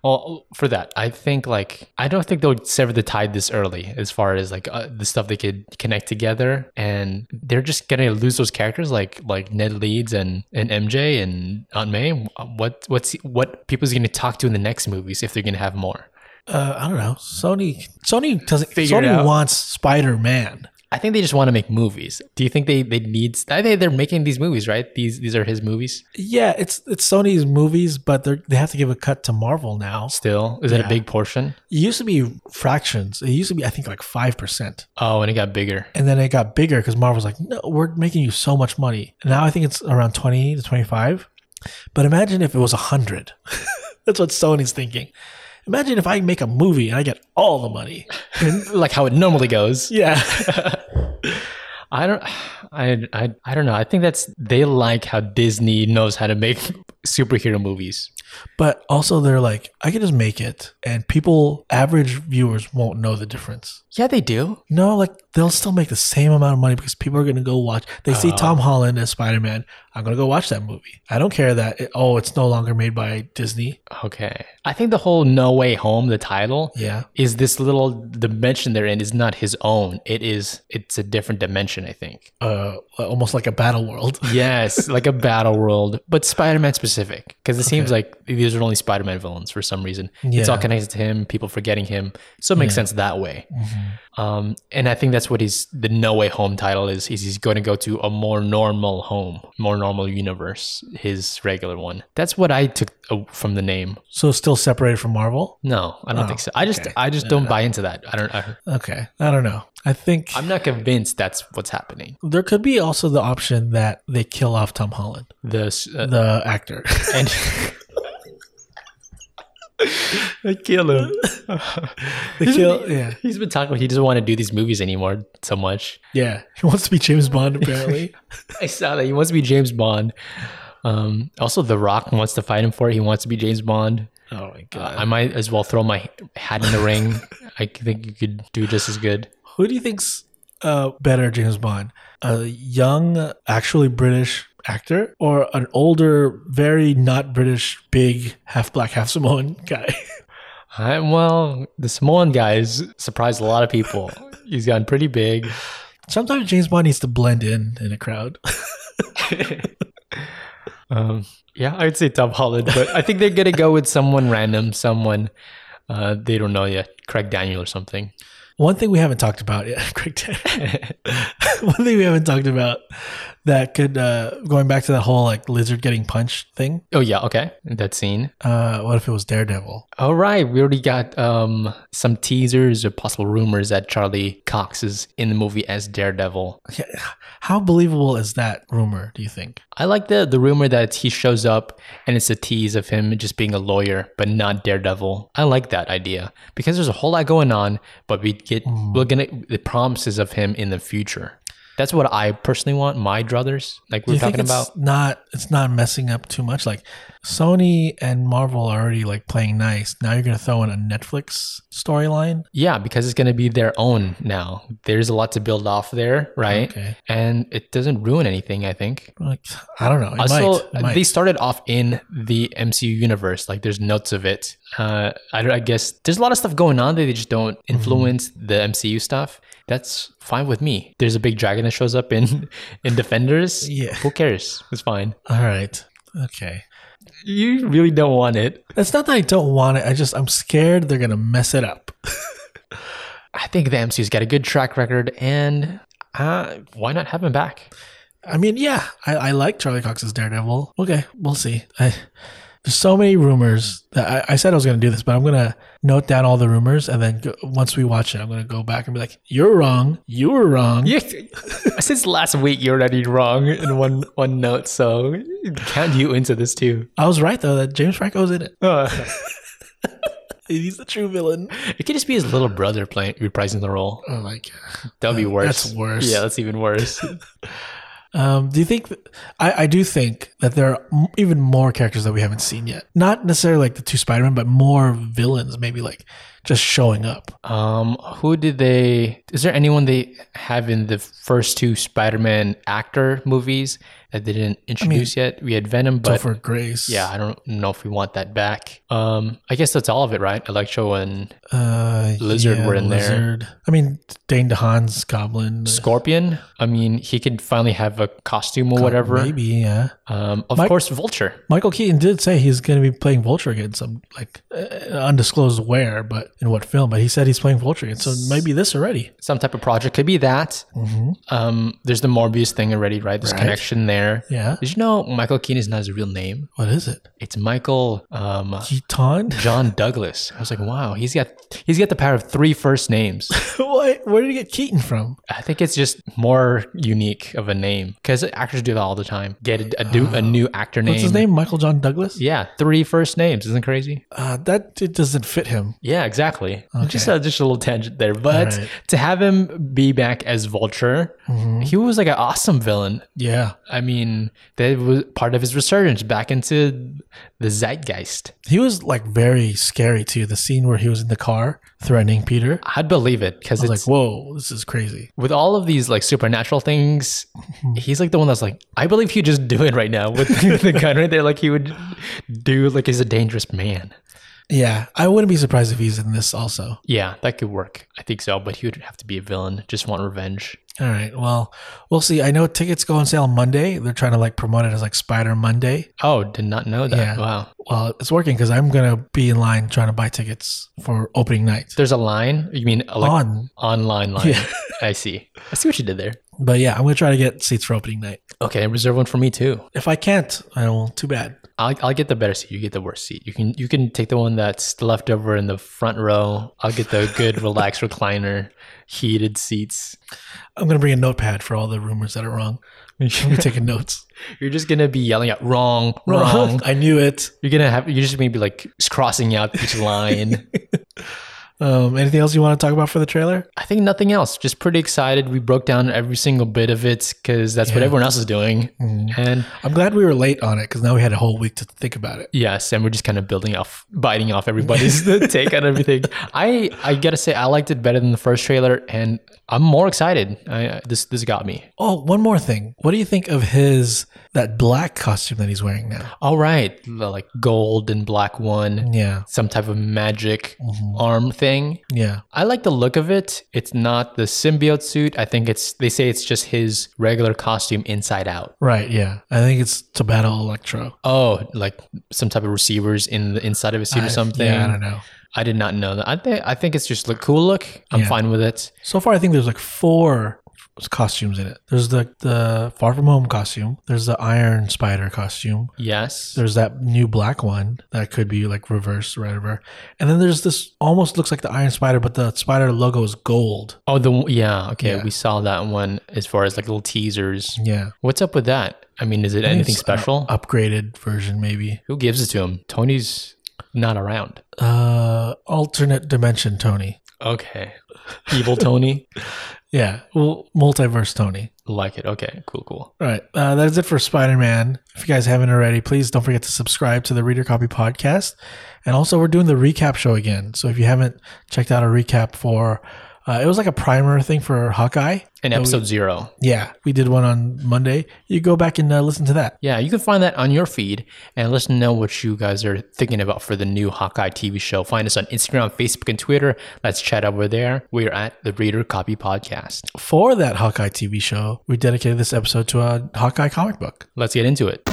well, for that, I think like I don't think they'll sever the tide this early as far as like uh, the stuff they could connect together, and they're just gonna lose those characters like like Ned Leeds and and MJ and Aunt May. What what's what people's gonna talk to in the next movies if they're gonna have more?
Uh, I don't know. Sony, Sony doesn't.
Figure it
Sony
out.
wants Spider Man.
I think they just want to make movies. Do you think they they need? I think they're making these movies, right? These these are his movies
Yeah, it's it's Sony's movies, but they they have to give a cut to Marvel now.
still. Is that
Yeah.
a big portion?
It used to be fractions. It used to be, I think, like 5%.
Oh, and it got bigger.
And then it got bigger because Marvel's like, no, we're making you so much money. Now I think it's around 20 to 25. But imagine if it was 100. That's what Sony's thinking. Imagine if I make a movie and I get all the money.
like how it normally goes.
Yeah.
I don't, I, I, I don't know. I think that's they like how Disney knows how to make superhero movies.
but also, they're like, I can just make it. And people, average viewers, won't know the difference.
Yeah, they do.
No, like they'll still make the same amount of money because people are going to go watch. They see
Oh.
Tom Holland as Spider Man. I'm going to go watch that movie. I don't care that it, oh, it's no longer made by Disney.
Okay, I think the whole "No Way Home" the title
Yeah,
is this little dimension they're in is not his own. It is. It's a different dimension. I think.
uh, almost like a battle world.
Yes, like a battle world, but Spider-Man specific because it seems like these are only Spider-Man villains for some reason. It's
Yeah.
all connected to him. People forgetting him, so it makes sense that way.
Mm-hmm.
Um, and I think that's what he's the No Way Home title is. Is he's going to go to a more normal home, more normal universe, his regular one. That's what I took uh, from the name.
So still separated from Marvel.
No, I don't
Oh,
think so. I just,
okay.
I just don't buy into that. I don't. I,
Okay, I don't know. I think
I'm not convinced that's what's happening.
there could be also the option that they kill off Tom Holland,
The s- uh,
the actor.
and I kill him.
they kill. Yeah,
He's been talking. He doesn't want to do these movies anymore so much.
yeah. He wants to be James Bond apparently.
I saw that he wants to be James Bond. Um, also, The Rock wants to fight him for it. He wants to be James Bond.
oh my
Uh, I might as well throw my hat in the ring. I think you could do just as good.
Who do you think's uh, better, James Bond? A young, actually British actor, or an older, very not British, big, half black, half Samoan guy?
I, well, the Samoan guys surprised a lot of people. He's gotten pretty big.
Sometimes James Bond needs to blend in in a crowd.
Um, yeah, I'd say Tom Holland, but I think they're gonna go with someone random, someone uh, they don't know yet, Craig Daniel or something.
One thing we haven't talked about yet, quick tip. One thing we haven't talked about that could uh, going back to that whole like lizard getting punched thing.
Oh yeah, okay. That scene.
Uh, what if it was Daredevil?
All right, we already got um some teasers or possible rumors that Charlie Cox is in the movie as Daredevil.
Yeah, How believable is that rumor? Do you think?
I like the the rumor that he shows up and it's a tease of him just being a lawyer, but not Daredevil. I like that idea because there's a whole lot going on, but we get
Mm.
we're gonna the promises of him in the future. That's what I personally want. My druthers, like
Do
we're
you
talking
think it's
about.
not it's not messing up too much. Like Sony and Marvel are already like playing nice. Now you're gonna throw in a Netflix storyline.
Yeah, because it's going to be their own now. There's a lot to build off there, right?
Okay.
And it doesn't ruin anything, I think.
Like I don't know. It
also,
might. It might.
they started off in the MCU universe. Like, there's notes of it. Uh, I, don't- I guess there's a lot of stuff going on that they just don't
Mm-hmm.
influence the MCU stuff. That's fine with me. There's a big dragon that shows up in in Defenders.
Yeah.
Who cares? It's fine.
All right. Okay.
You really don't want it.
It's not that I don't want it. I just I'm scared they're gonna mess it up.
I think the MCU's got a good track record, and uh, why not have him back?
I mean, yeah, I, I like Charlie Cox's Daredevil. Okay, we'll see. I, there's so many rumors that I, I said I was going to do this, but I'm going to note down all the rumors and then go, once we watch it, I'm going to go back and be like, "You're wrong. You were wrong."
Yeah, since last week you're already wrong in one one note, so count you into this too.
I was right though that James Franco's in it.
Uh,
He's the true villain.
it could just be his little brother playing reprising the role.
Oh my god.
That'd be worse.
that's worse.
Yeah, that's even worse.
Um, do you think? I, I do think that there are m- even more characters that we haven't seen yet. Not necessarily like the two Spider-Man, but more villains. Maybe like just showing up.
um, who did they? Is there anyone they have in the first two Spider-Man actor movies that they didn't introduce yet? We had Venom, but
for Grace.
yeah, I don't know if we want that back. Um, I guess that's all of it, right? Electro and
Uh,
Lizard were in there.
there. I mean, Dane DeHaan's Goblin.
Scorpion. I mean, he could finally have a costume or whatever.
Maybe, yeah.
Um, of course, Vulture.
Michael Keaton did say he's going to be playing Vulture again, some like uh, undisclosed where, but in what film? But he said he's playing Vulture again, so maybe this already.
Some type of project could be that.
Mm-hmm.
Um, there's the Morbius thing already, right? There's connection there.
Yeah.
Did you know Michael Keaton is not his real name?
What is it?
It's Michael um,
Keaton?
John Douglas. I was like, wow, he's got he's got the power of three first names.
Why- Where did he get Keaton from?
I think it's just more unique of a name because actors do that all the time. Get a, a, du- a new actor
Oh.
name.
What's his name? Michael John Douglas?
Yeah, three first names. Isn't it crazy?
Uh, that it doesn't fit him.
Yeah, exactly. Just, a, just a little tangent there. But
All right. Mm-hmm.
to have him be back as Vulture, he was like an awesome villain.
Yeah.
I mean, that was part of his resurgence back into the zeitgeist.
He was like very scary too. The scene where he was in the car threatening Peter.
I'd believe it because
I
it's
was like, whoa, this is crazy.
with all of these like supernatural things,
Mm-hmm.
he's like the one that's like, I believe he'd just do it right now with the gun right there. Like he would do like he's a dangerous man.
Yeah. I wouldn't be surprised if he's in this also.
Yeah, that could work. I think so. But he would have to be a villain. Just want revenge.
All right. Well, we'll see. I know tickets go on sale Monday. They're trying to like promote it as like Spider Monday.
Oh, did not know that.
Yeah.
Wow.
Well, it's working because I'm gonna be in line trying to buy tickets for opening night
There's a line. You mean a, like,
on.
online line?
Yeah.
I see. I see what you did there.
But yeah, I'm gonna try to get seats for opening night.
Okay, reserve one for me too.
If I can't, I will. Too bad.
I'll, I'll get the better seat. You get the worst seat. You can you can take the one that's left over in the front row. I'll get the good relaxed recliner, heated seats.
I'm gonna bring a notepad for all the rumors that are wrong. I'm gonna be taking notes.
You're just gonna be yelling out wrong, wrong.
I knew it.
You're gonna have you're just gonna be like crossing out each line.
Um, anything else you want to talk about for the trailer?
I think nothing else. Just pretty excited. We broke down every single bit of it because that's what everyone else is doing. And
I'm glad we were late on it because now we had a whole week to think about it.
Yes, and we're just kind of building off, biting off everybody's take on everything. I I gotta say, I liked it better than the first trailer, and I'm more excited. I, uh, this this got me.
Oh, one more thing. What do you think of his that black costume that he's wearing now?
All right, the, like gold and black one,
Yeah.
some type of magic arm thing.
Yeah.
I like the look of it. It's not the symbiote suit. I think it's they say it's just his regular costume inside out.
Right. Yeah. I think it's to battle Electro.
Oh, like some type of receivers in the inside of his suit
I-
or something.
Yeah, I don't know.
I did not know that. I think I think it's just look cool look. I'm
Yeah.
fine with it.
So far, I think there's like four costumes in it. There's the the Far From Home costume. There's the Iron Spider costume.
Yes.
There's that new black one that could be like reverse, whatever. And then there's this almost looks like the Iron Spider, but the spider logo is gold.
oh, the yeah. Okay,
Yeah.
we saw that one as far as like little teasers.
Yeah.
What's up with that? I mean, is it anything
It's an
special?
upgraded version, maybe.
Who gives it to him? Tony's not around.
Uh, alternate dimension Tony.
Okay. Evil Tony.
Yeah. Well, multiverse Tony.
like it. Okay. Cool. Cool.
All right. Uh, that is it for Spider Man. If you guys haven't already, please don't forget to subscribe to the Reader Copy podcast. And also, we're doing the recap show again. So if you haven't checked out a recap for, uh, it was like a primer thing for Hawkeye.
In
That we-
episode zero.
Yeah, we did one on Monday. You go back and uh, listen to that.
Yeah, you can find that on your feed and let us know what you guys are thinking about for the new Hawkeye TV show. Find us on Instagram, Facebook, and Twitter. Let's chat over there. We're at the Reader Copy Podcast.
For that Hawkeye TV show, we dedicated this episode to a Hawkeye comic book.
Let's get into it.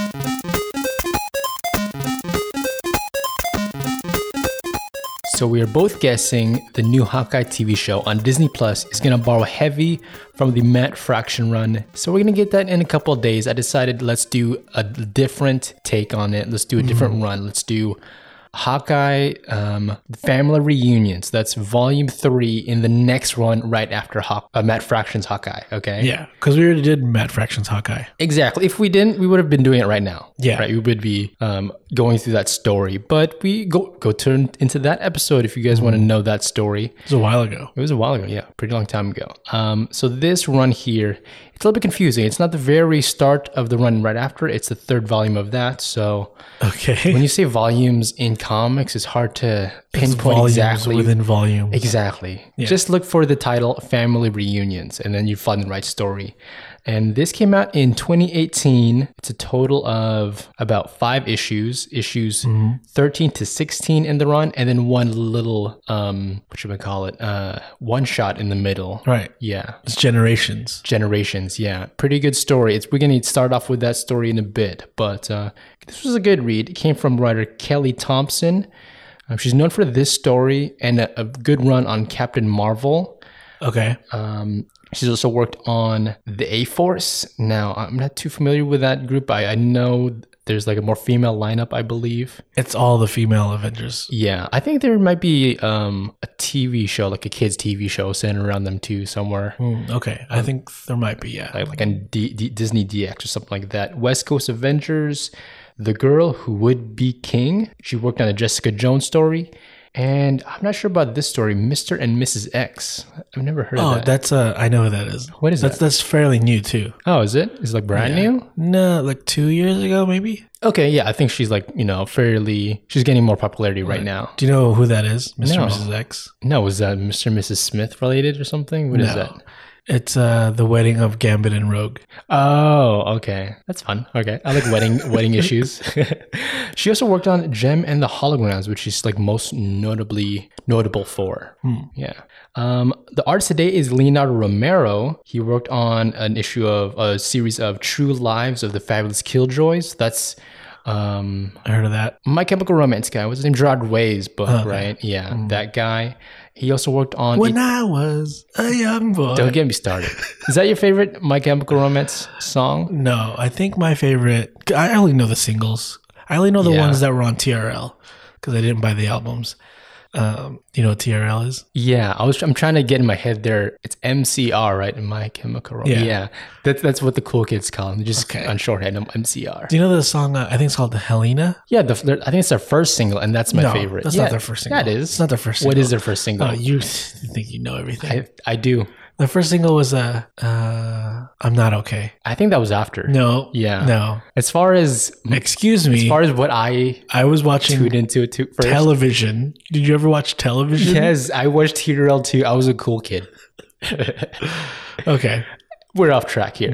So we are both guessing the new Hawkeye TV show on Disney Plus is going to borrow heavy from the Matt Fraction run. So we're going to get that in a couple of days. I decided let's do a different take on it. Let's do a different run. Let's do Hawkeye um, Family Reunions. That's volume three in the next run right after Haw- uh, Matt Fraction's Hawkeye. Okay.
Yeah, because we already did Matt Fraction's Hawkeye.
Exactly. If we didn't, we would have been doing it right now.
Yeah.
Right. We would be um, going through that story. But we go go turn into that episode if you guys want to know that story.
It was a while ago.
It was a while ago, yeah, pretty long time ago. Um, so this run here, it's a little bit confusing. It's not the very start of the run right after. It's the third volume of that. So
Okay.
when you say volumes in comics, it's hard to
It's
pinpoint exactly.
within volumes.
Exactly. Just look for the title Family Reunions and then you find the right story. And this came out in 2018. It's a total of about five issues, issues 13 to 16 in the run, and then one little, um, what should I call it? Uh, one shot in the middle.
Right.
Yeah.
It's generations.
Generations. Yeah. Pretty good story. It's, we're going to start off with that story in a bit, but uh, this was a good read. It came from writer Kelly Thompson. Um, she's known for this story and a, a good run on Captain Marvel.
Okay.
Um, she's also worked on the A Force. Now, I'm not too familiar with that group. I, I know there's like a more female lineup, I believe.
It's all the female Avengers.
Yeah, I think there might be um, a TV show, like a kids' TV show, centered around them too somewhere.
Mm, okay. I think there might be, yeah.
like like a D- D- Disney DX or something like that. West Coast Avengers, the girl who would be king. She worked on a Jessica Jones story, and I'm not sure about this story, Mister and Mrs X. I've never heard
Oh,
of that.
that's uh I know who that is.
What is
that's that's fairly new too.
Oh, is it? Is it like brand new?
No, like two years ago maybe.
Okay, yeah, I think she's like you know fairly. She's getting more popularity right, now.
Do you know who that is, Mr.
No.
and Mrs. X?
No, was that Mister and Mrs Smith related or something? What is
No.
that?
It's uh the wedding of Gambit and Rogue.
Oh, okay. That's fun. Okay. I like wedding wedding issues. she also worked on Gem and the Holograms, which she's like most notably notable for. Yeah. Um, the artist today is Leonardo Romero. He worked on an issue of a series of True Lives of the Fabulous Killjoys. That's um,
I heard of that.
my Chemical Romance guy. What's his name? Gerard Way's book, right? Yeah, that guy. He also worked on.
When I was a young boy.
don't get me started. Is that your favorite My Chemical Romance song?
no, I think my favorite I only know the singles. I only know the
Yeah.
ones that were on TRL because I didn't buy the albums. Um, you know what TRL is?
Yeah, I was. I'm trying to get in my head there. It's MCR, right? My Chemical Romance.
Yeah.
Yeah, that's that's what the cool kids call them. Just
Okay.
on shorthand, um, MCR.
Do you know the song? Uh, I think it's called Helena.
yeah, the, the- I think it's their first single, and that's my
No,
favorite.
that's
yeah,
not their first
Yeah,
single.
it is.
It's not their first
What
single.
is their first single?
Oh, you, you think you know everything?
I, I do.
the first single was uh, uh, "I'm Not Okay."
I think that was after.
No,
Yeah.
no.
As far as as
Excuse me.
far as what I
I was watching
tuned into it to first.
television. Did you ever watch television?
yes, I watched TRL too. I was a cool kid.
Okay.
we're off track here.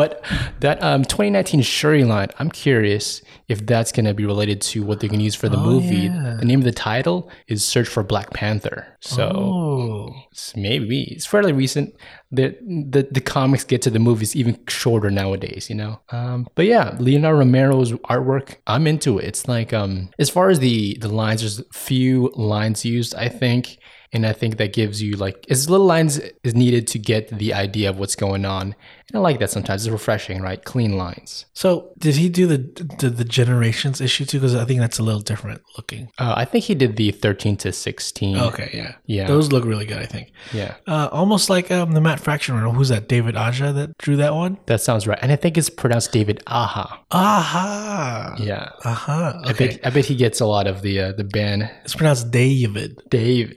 but that um, 2019 Shuri line, I'm curious if that's going to be related to what they're going to use for the
Oh,
movie.
yeah.
The name of the title is Search for Black Panther. So
Oh.
it's maybe it's fairly recent. The, the the comics get to the movies even shorter nowadays, you know. Um, but yeah, Leonardo Romero's artwork, I'm into it. It's like um, as far as the the lines, there's few lines used, I think. And I think that gives you like as little lines is needed to get the idea of what's going on. And I like that sometimes. It's refreshing, right? Clean lines.
So did he do the the, the generations issue too? Because I think that's a little different looking.
Uh, I think he did the 13 to 16.
Okay, yeah,
Yeah.
Those look really good. I think
Yeah.
uh, almost like um, the Matt Fraction one. Who's that? David Aja that drew that one.
That sounds right. And I think it's pronounced David Aha.
Aha.
Yeah.
Aha.
I
Okay.
bet, I bet he gets a lot of the uh, the ban
It's pronounced David.
Dave.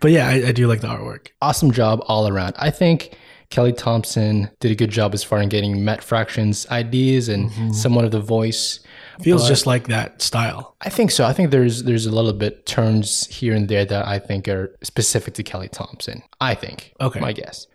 But yeah, I, I do like the artwork.
awesome job all around. I think Kelly Thompson did a good job as far in getting Matt Fraction's ideas and somewhat of the voice.
Feels just like that style.
I think so. I think there's there's a little bit turns here and there that I think are specific to Kelly Thompson. I think.
Okay.
My guess.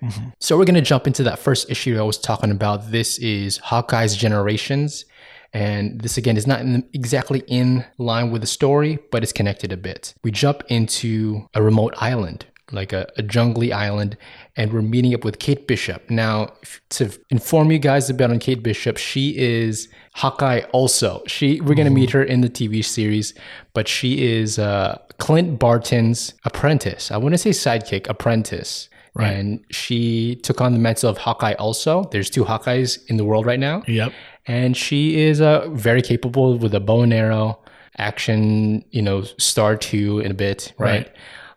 So we're gonna jump into that first issue I was talking about. This is Hawkeye's Generations. And this again is not in, exactly in line with the story, but it's connected a bit. We jump into a remote island, like a, a jungly island, and we're meeting up with Kate Bishop. Now, if- to inform you guys about on Kate Bishop, she is Hawkeye. Also, she we're gonna meet her in the TV series, but she is uh, Clint Barton's apprentice. I want to say sidekick, apprentice. Right. And she took on the mantle of Hawkeye also. There's two Hawkeyes in the world right now
Yep.
and she is uh, very capable with a bow and arrow action you know star two in a bit right,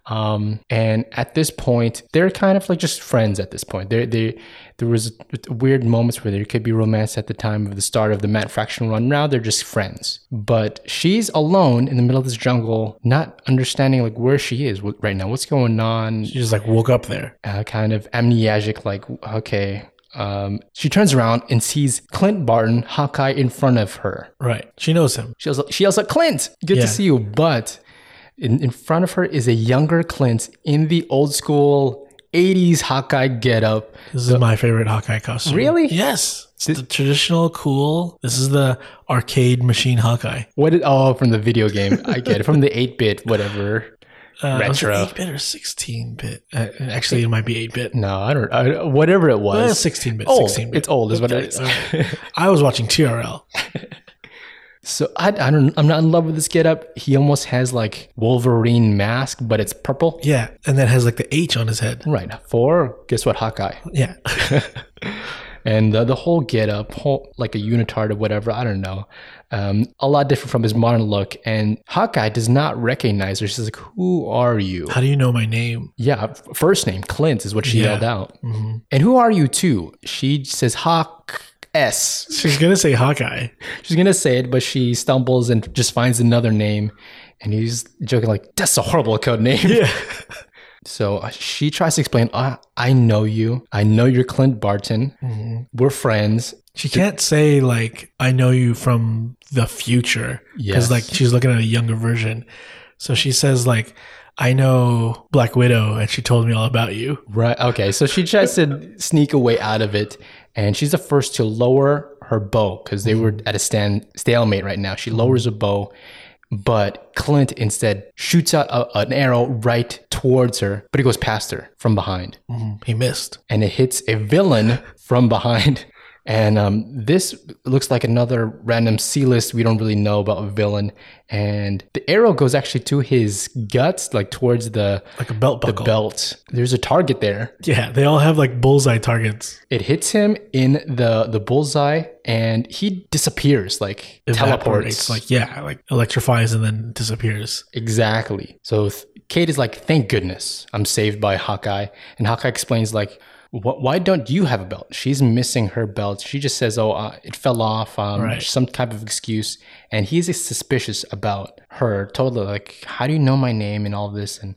Um, and at this point they're kind of like just friends at this point there they there was weird moments where there could be romance at the time of the start of the matt fraction run now they're just friends but she's alone in the middle of this jungle not understanding like where she is wh- right now what's going on
She just like woke up there.
uh, kind of amnesiac, like, okay. Um, she turns around and sees Clint Barton, Hawkeye, in front of her.
Right. She knows him.
She yells, she yells like, Clint, good
Yeah.
to see you. But in, in front of her is a younger Clint in the old school 80s Hawkeye getup.
This is my favorite Hawkeye costume.
Really?
Yes. It's the traditional cool. This is the arcade machine Hawkeye.
What did, oh, from the video game. I get it. From the 8 bit, whatever.
Uh,
Retro.
Eight bit or sixteen bit? Uh, actually, it might be eight bit.
No, I don't, I, whatever it
Uh,
was.
sixteen bit.
old.
Sixteen bit.
It's old, is what it is.
I was watching TRL.
So I, I don't, I'm not in love with this getup. He almost has like Wolverine mask, but it's purple.
Yeah, and that has like the H on his head.
Right. For guess what, Hawkeye,
Yeah,
and uh, the whole get up, whole, like a unitard or whatever. I don't know. Um, a lot different from his modern look, and Hawkeye does not recognize her. She's like, "Who are you?"
how do you know my name?
Yeah, f- first name Clint is what she
Yeah.
yelled out, and who are you too? She says Hawk S.
She's gonna say Hawkeye.
She's gonna say it, but she stumbles and just finds another name, and he's joking like, "That's a horrible code name."
Yeah,
So uh, she tries to explain, I, I know you. I know you're Clint Barton. We're friends.
she can't say like I know you from the future because
Yes.
like she's looking at a younger version. So she says like I know Black Widow, and she told me all about you.
Right. Okay. So she tries to sneak away out of it. And she's the first to lower her bow because they were at a stand, stalemate right now. She lowers a bow, but Clint instead shoots out a, an arrow right towards her, but it goes past her from behind.
He missed.
and it hits a villain from behind. And um, this looks like another random C list we don't really know about villain. And the arrow goes actually to his guts, like towards the
Like a belt buckle.
belt. There's a target there.
Yeah, they all have like bullseye targets.
It hits him in the the bullseye, and he disappears, like
Evaporates,
teleports,
Like yeah, like electrifies and then disappears.
Exactly. So th- Kate is like, "Thank goodness, I'm saved by Hawkeye." And Hawkeye explains like, "Wh- "Why don't you have a belt?" She's missing her belt. She just says, "Oh, uh, it fell off." Um,
Right.
Some type of excuse. And he's suspicious about her. Totally like, "How do you know my name and all this?" And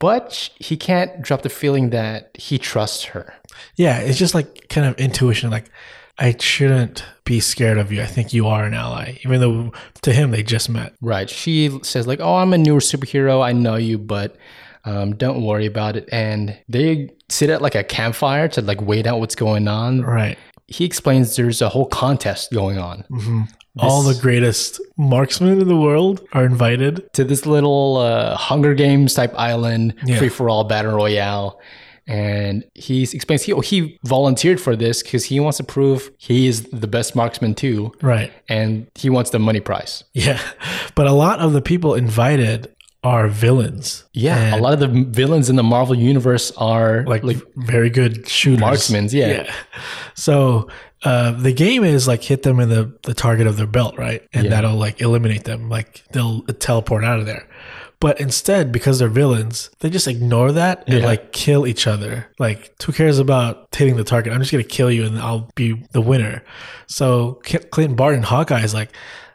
but sh- he can't drop the feeling that he trusts her.
Yeah, it's just like kind of intuition. Like, I shouldn't be scared of you. I think you are an ally, even though to him they just met.
Right. She says like, "Oh, I'm a newer superhero. I know you, but um, don't worry about it." And they sit at like a campfire to like wait out what's going on.
Right.
He explains there's a whole contest going on
Mm-hmm. All the greatest marksmen in the world are invited.
to this little uh, Hunger Games type island,
Yeah.
free for all battle royale. And he explains he, oh, he volunteered for this because he wants to prove he is the best marksman too.
Right.
And he wants the money prize.
Yeah. But a lot of the people invited are villains.
Yeah, a lot of the m- villains in the Marvel universe are
like,
like,
very good shooters.
marksmen. Yeah.
Yeah. So uh, the game is like hit them in the, the target of their belt, right? And
Yeah.
that'll like eliminate them. Like they'll teleport out of there. But instead, because they're villains, they just ignore that and
Yeah.
like kill each other. Like, who cares about hitting the target? I'm just going to kill you and I'll be the winner. So Cl- Clinton Barton, Hawkeye, is like,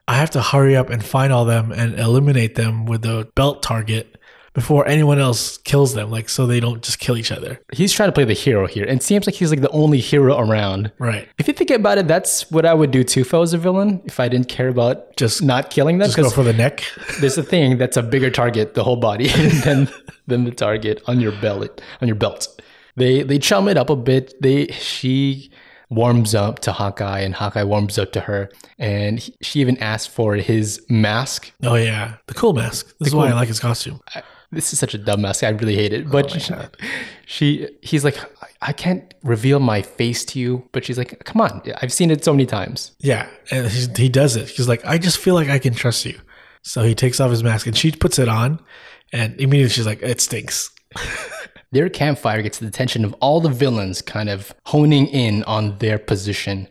I have to hurry up and find all them and eliminate them with the belt target before anyone else kills them. Like, so they don't just kill each other.
He's trying to play the hero here, and it seems like he's like the only hero around.
Right.
If you think about it, that's what I would do too if I was a villain. If I didn't care about
Just-
just not killing them,
Just go
because
for the neck.
there's a thing that's a bigger target, the whole body, than than the target on your belt. On your belt, they they chum it up a bit. They she warms up to Hawkeye, and Hawkeye warms up to her, and he, she even asks for his mask.
Oh yeah, the cool mask. This is why I like his costume.
this is such a dumb mask. I really hate it. But she, he's like, "I- I can't reveal my face to you. But she's like, come on, I've seen it so many times.
Yeah, and he, he does it. He's like, I just feel like I can trust you. So he takes off his mask and she puts it on, and immediately she's like, it stinks.
Their campfire gets the attention of all the villains, kind of honing in on their position.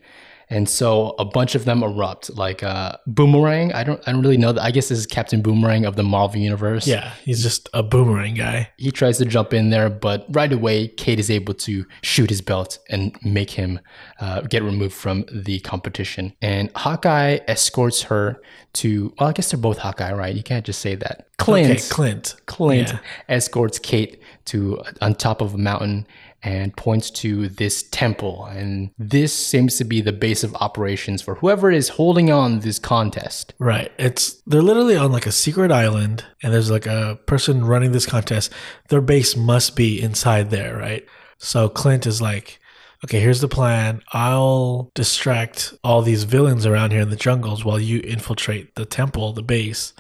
And so a bunch of them erupt, like uh, Boomerang. I don't, I don't really know. That. I guess this is Captain Boomerang of the Marvel Universe.
Yeah, he's just a boomerang guy.
He tries to jump in there, but right away, Kate is able to shoot his belt and make him uh, get removed from the competition. And Hawkeye escorts her to, well, I guess they're both Hawkeye, right? You can't just say that. Clint,
Okay, Clint.
Clint escorts Kate to uh, on top of a mountain and points to this temple. And this seems to be the base of operations for whoever is holding on this contest.
Right. It's they're literally on like a secret island, and there's like a person running this contest. Their base must be inside there, right? So Clint is like, okay, here's the plan. I'll distract all these villains around here in the jungles while you infiltrate the temple, the base,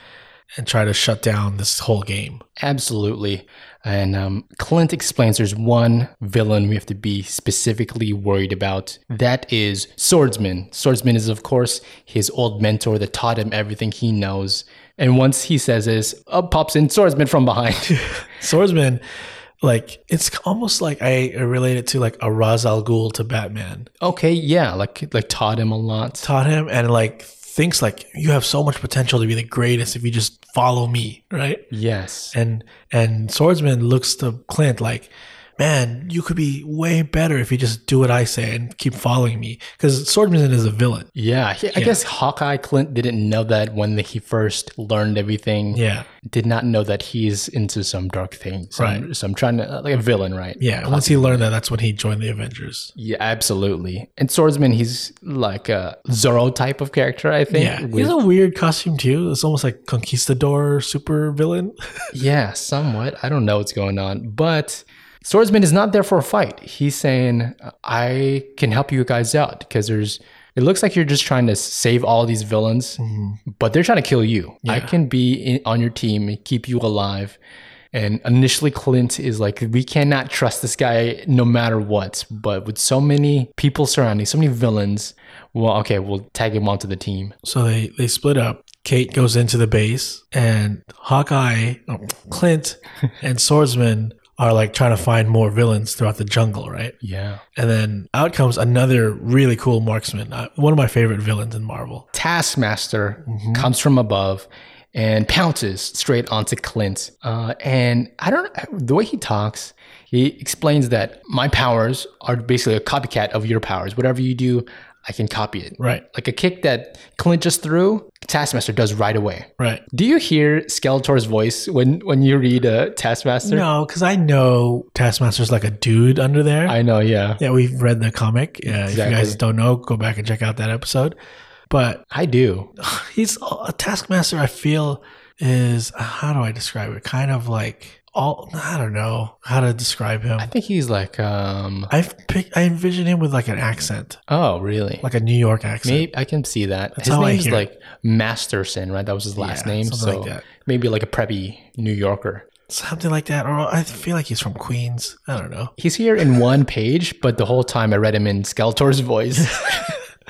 and try to shut down this whole game.
Absolutely. And um, Clint explains there's one villain we have to be specifically worried about. That is Swordsman. Swordsman is, of course, his old mentor that taught him everything he knows. And once he says this, up pops in Swordsman from behind.
Swordsman, like it's almost like I relate it to like a Ra's al Ghul to Batman.
okay, yeah, like like taught him a lot.
taught him and like thinks like you have so much potential to be the greatest if you just follow me right
Yes.
and and swordsman looks to clint like man you could be way better if you just do what i say and keep following me because swordsman is a villain
Yeah, he- I guess Hawkeye Clint didn't know that when he first learned everything.
yeah
Did not know that he's into some dark thing. Some,
Right.
Some trying to, like a villain, right?
yeah and once he learned that that's when he joined the avengers
Yeah, absolutely. And Swordsman, he's like a Zorro type of character, I think.
yeah
with-
he's a weird costume too it's almost like conquistador super villain
yeah, somewhat. I don't know what's going on. But Swordsman is not there for a fight. He's saying, I can help you guys out because there's, it looks like you're just trying to save all these villains, but they're trying to kill you. I can be in, on your team and keep you alive. And initially, Clint is like, we cannot trust this guy no matter what. But with so many people surrounding, so many villains, well, okay, we'll tag him onto the team.
So they they split up. Kate goes into the base, and Hawkeye, no, Clint, and Swordsman are like trying to find more villains throughout the jungle, right?
Yeah.
And then out comes another really cool marksman, uh, one of my favorite villains in Marvel.
Taskmaster
Mm-hmm.
comes from above and pounces straight onto Clint. Uh, and I don't the way he talks. He explains that my powers are basically a copycat of your powers. Whatever you do, I can copy it.
Right,
Like a kick that Clint just threw, Taskmaster does right away.
right.
Do you hear Skeletor's voice when when you read uh, Taskmaster?
No, because I know Taskmaster's like a dude under there.
I know, yeah.
yeah, we've read the comic. Yeah, if you
Exactly.
guys don't know, go back and check out that episode. But
I do.
uh, he's a taskmaster i feel is how do i describe it kind of like all I don't know how to describe him.
I think he's like, um,
I pick I envision him with like an accent,
oh, really?
like a New York accent.
Maybe I can see that.
That's
his
how I
name's
hear
like Masterson, right? That was his last
Yeah,
name.
something
So
like that.
maybe like a preppy New Yorker.
Something like that. Or I feel like he's from Queens. I don't know.
He's here in one page, but the whole time I read him in Skeletor's voice.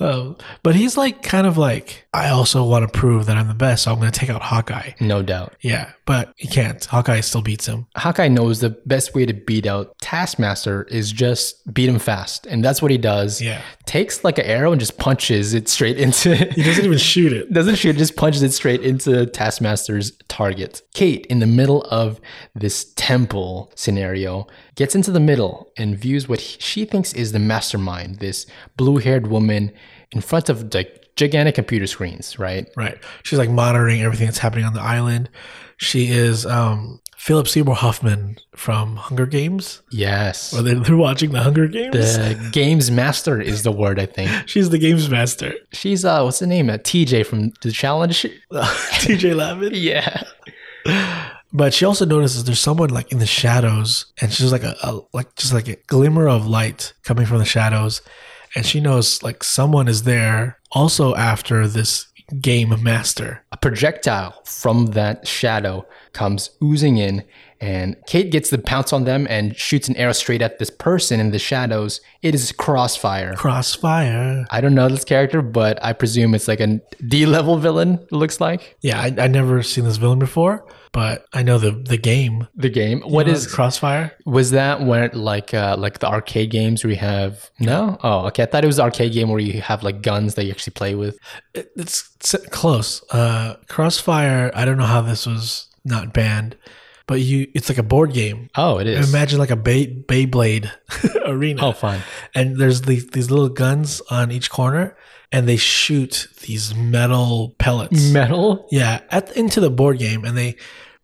Um, but he's like kind of like I also want to prove that I'm the best, so I'm going to take out Hawkeye.
no doubt.
Yeah, but he can't. Hawkeye still beats him.
Hawkeye knows the best way to beat out Taskmaster is just beat him fast. And that's what he does.
Yeah.
Takes like an arrow and just punches it straight into
He doesn't even shoot it.
doesn't shoot, just punches it straight into Taskmaster's target. Kate, in the middle of this temple scenario, gets into the middle and views what he- she thinks is the mastermind, this blue haired woman in front of like gigantic computer screens, right?
Right. She's like monitoring everything that's happening on the island. She is um Philip Seymour Hoffman from Hunger Games.
Yes.
Or they're, they're watching the Hunger Games.
The game's master is the word, I think.
She's the games master.
She's, uh, what's the name? Uh, TJ from The Challenge?
TJ Lavin.
Yeah.
But she also notices there's someone like in the shadows and she's like a, a like just like a glimmer of light coming from the shadows. And she knows like someone is there also after this game master.
A projectile from that shadow comes oozing in, and Kate gets the pounce on them and shoots an arrow straight at this person in the shadows. It is crossfire.
Crossfire.
I don't know this character, but I presume it's like a D level villain, it looks like
Yeah, I, I never seen this villain before, but I know the the game. Uh,
the game. What is
Crossfire?
was that where like uh like the arcade games where you have no? Oh, okay. I thought it was the arcade game where you have like guns that you actually play with.
It, it's, s- close. Uh, Crossfire. I don't know how this was not banned, but you it's like a board game.
Oh, it is.
Imagine like a Bay Beyblade arena,
Oh, fun.
and there's these these little guns on each corner, and they shoot these metal pellets.
Metal.
yeah, at into the board game, and they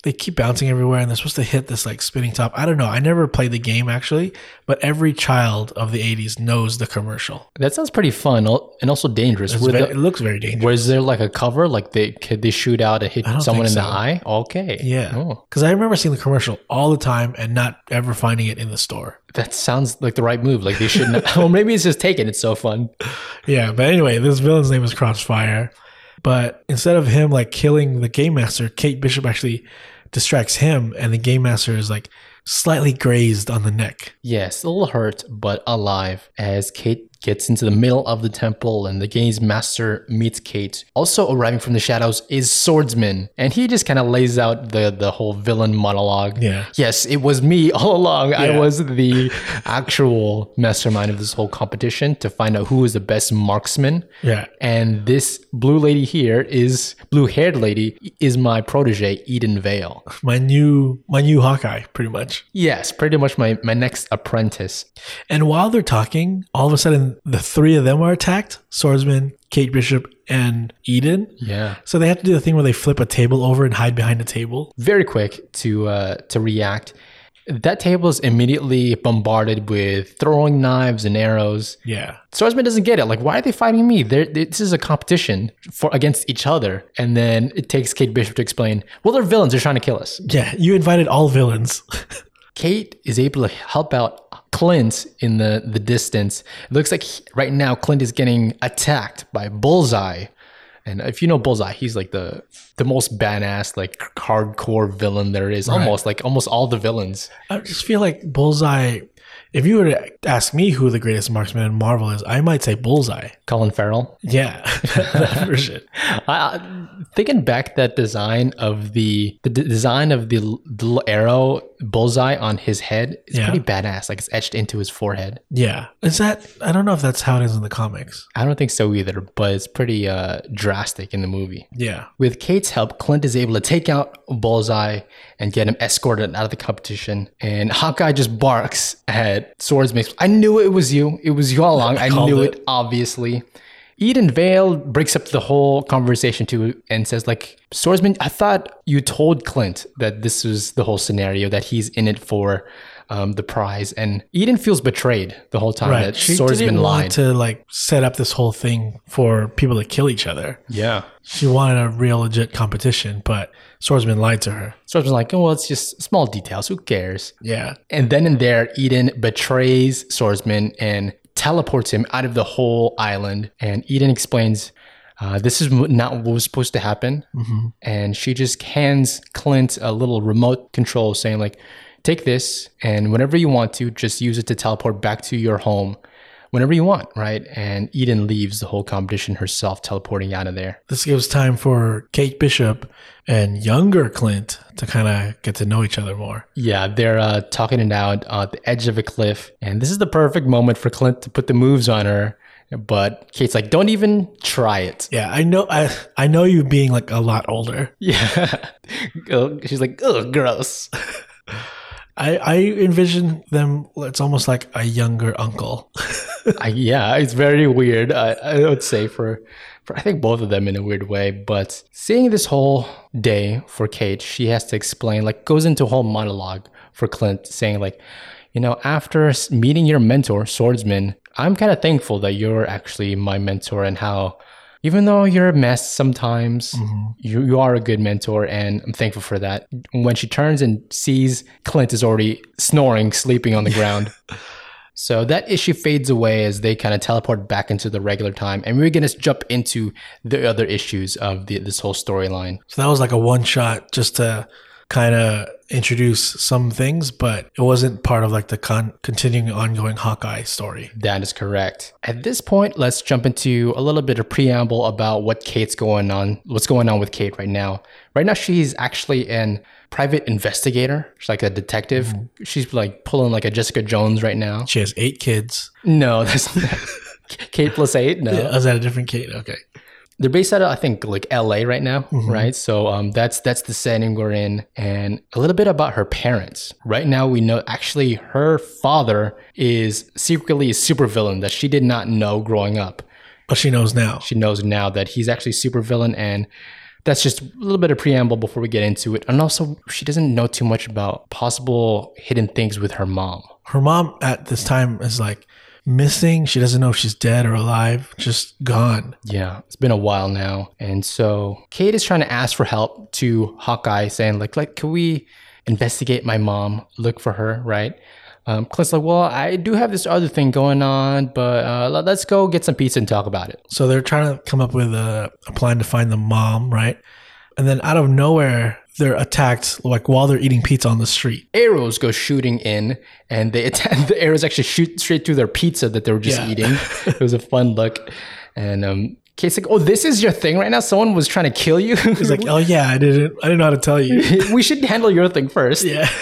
they keep bouncing everywhere, and they're supposed to hit this like spinning top. I don't know. I never played the game actually, but every child of the '80s knows the commercial.
That sounds pretty fun al- and also dangerous.
It's
Were
ve-
the-
it looks very dangerous.
Was there like a cover? Like they could they shoot out and hit
don't
someone in
think
the
so.
eye? Okay.
Yeah.
Oh,
Because I remember seeing the commercial all the time and not ever finding it in the store.
that sounds like the right move. Like they should not. well, maybe it's just taken. It's so fun.
Yeah, but anyway, this villain's name is Crossfire. But instead of him like killing the game master, Kate Bishop actually distracts him, and the game master is like slightly grazed on the neck.
Yes, a little hurt but alive as Kate gets into the middle of the temple and the game's master meets Kate. Also arriving from the shadows is Swordsman, and he just kind of lays out the the whole villain monologue.
Yeah.
Yes, it was me all along. I
Yeah.
was the actual mastermind of this whole competition to find out who is the best marksman.
Yeah.
And this blue lady here is blue haired lady is my protege, Eden Vale.
My new my new Hawkeye, pretty much.
Yes, pretty much my, my next apprentice.
And while they're talking, all of a sudden the three of them are attacked: Swordsman, Kate Bishop, and Eden.
Yeah.
So they have to do the thing where they flip a table over and hide behind a table.
Very quick to uh, to react. That table is immediately bombarded with throwing knives and arrows.
Yeah.
Swordsman doesn't get it. Like, why are they fighting me? They're, they- this is a competition for against each other. And then it takes Kate Bishop to explain, well, they're villains. They're trying to kill us.
Yeah, you invited all villains.
Kate is able to help out Clint in the, the distance. It looks like he- right now Clint is getting attacked by Bullseye. And if you know Bullseye, he's like the the most badass, like hardcore villain there is. Almost like almost all the villains.
I just feel like Bullseye. If you were to ask me who the greatest marksman in Marvel is, I might say Bullseye.
Colin Farrell.
Yeah, that version.
I, I, thinking back, that design of the the d- design of the, l- the little arrow Bullseye on his head is
Yeah.
pretty badass. Like it's etched into his forehead.
Yeah, is that? I don't know if that's how it is in the comics.
I don't think so either, but it's pretty uh, drastic in the movie.
Yeah,
With Kate's help, Clint is able to take out Bullseye and get him escorted out of the competition. And Hawkeye just barks at Swordsman. I knew it was you. It was you all along. I
Called
knew
it.
it, obviously. Eden Vale breaks up the whole conversation too and says, like, Swordsman, I thought you told Clint that this was the whole scenario, that he's in it for um, the prize. And Eden feels betrayed the whole time
Right.
that
She
Swordsman
didn't want
lied.
to like set up this whole thing for people to kill each other.
yeah.
She wanted a real legit competition, but Swordsman lied to her.
Swordsman's like, oh, well, it's just small details. Who cares?
Yeah.
And then and there, Eden betrays Swordsman and teleports him out of the whole island. And Eden explains, uh, this is m- not what was supposed to happen. And she just hands Clint a little remote control saying, like, take this and whenever you want to, just use it to teleport back to your home whenever you want, right? And Eden leaves the whole competition herself, teleporting out of there.
This gives time for Kate Bishop and younger Clint to kind of get to know each other more.
Yeah, they're uh, talking it out uh, at the edge of a cliff, and this is the perfect moment for Clint to put the moves on her. But Kate's like, "Don't even try it."
Yeah, I know. I I know you being like a lot older.
Yeah, Ugh. she's like, "Ugh, gross."
I I envision them. It's almost like a younger uncle.
I, yeah, it's very weird. I, I would say for, for I think both of them in a weird way. But seeing this whole day for Kate, she has to explain, like, goes into a whole monologue for Clint, saying like, you know, after s- meeting your mentor, Swordsman, I'm kind of thankful that you're actually my mentor and how. Even though you're a mess sometimes, you, you are a good mentor, and I'm thankful for that. When she turns and sees Clint is already snoring, sleeping on the ground, so that issue fades away as they kind of teleport back into the regular time, and we're gonna jump into the other issues of the, this whole storyline.
So that was like a one shot just to kind of introduce some things, but it wasn't part of like the con- continuing ongoing Hawkeye story.
That is correct. At this point, let's jump into a little bit of preamble about what Kate's going on, what's going on with Kate right now. Right now, she's actually an private investigator. She's like a detective. She's like pulling like a Jessica Jones right now.
She has eight kids.
No, that's Kate plus eight. No,
Oh, Is that a different Kate? Okay.
they're based out of I think like L.A. right now, right? So um, that's that's the setting we're in, and a little bit about her parents. Right now, we know actually her father is secretly a supervillain that she did not know growing up.
But she knows now.
She knows now that he's actually a supervillain, and that's just a little bit of preamble before we get into it. And also, she doesn't know too much about possible hidden things with her mom.
Her mom at this time is like missing. She doesn't know if she's dead or alive, just gone.
Yeah, it's been a while now, and so Kate is trying to ask for help to Hawkeye, saying like, like, can we investigate my mom, look for her, right? Um, Clint's like, well, I do have this other thing going on, but uh, let- let's go get some pizza and talk about it.
So they're trying to come up with a, a plan to find the mom, right? And then out of nowhere, they're attacked like while they're eating pizza on the street.
Arrows go shooting in, and they attack, the arrows actually shoot straight through their pizza that they were just
Yeah.
eating. it was a fun look, and um, Kate's like, oh, this is your thing right now. Someone was trying to kill you.
It's like, oh yeah, I didn't, I didn't know how to tell you.
we should handle your thing first.
Yeah.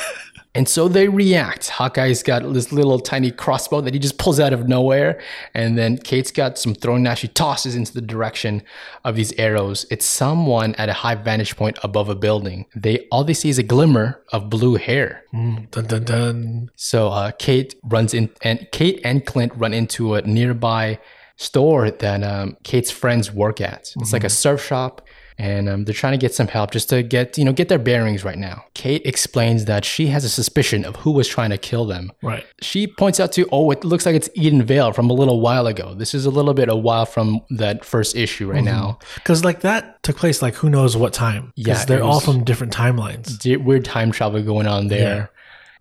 And so they react. Hawkeye's got this little tiny crossbow that he just pulls out of nowhere. And then Kate's got some thrown now. She tosses into the direction of these arrows. It's someone at a high vantage point above a building. They all they see is a glimmer of blue hair.
Mm, dun dun dun.
So uh, Kate runs in, and Kate and Clint run into a nearby store that um, Kate's friends work at. It's like a surf shop, and um, they're trying to get some help just to get you know get their bearings right now. Kate explains that she has a suspicion of who was trying to kill them.
Right.
She points out to oh, it looks like it's Eden Vale from a little while ago. This is a little bit a while from that first issue right now.
Because like that took place like who knows what time.
Yeah,
Because they're
it
all
was-
from different timelines.
di- weird time travel going on there.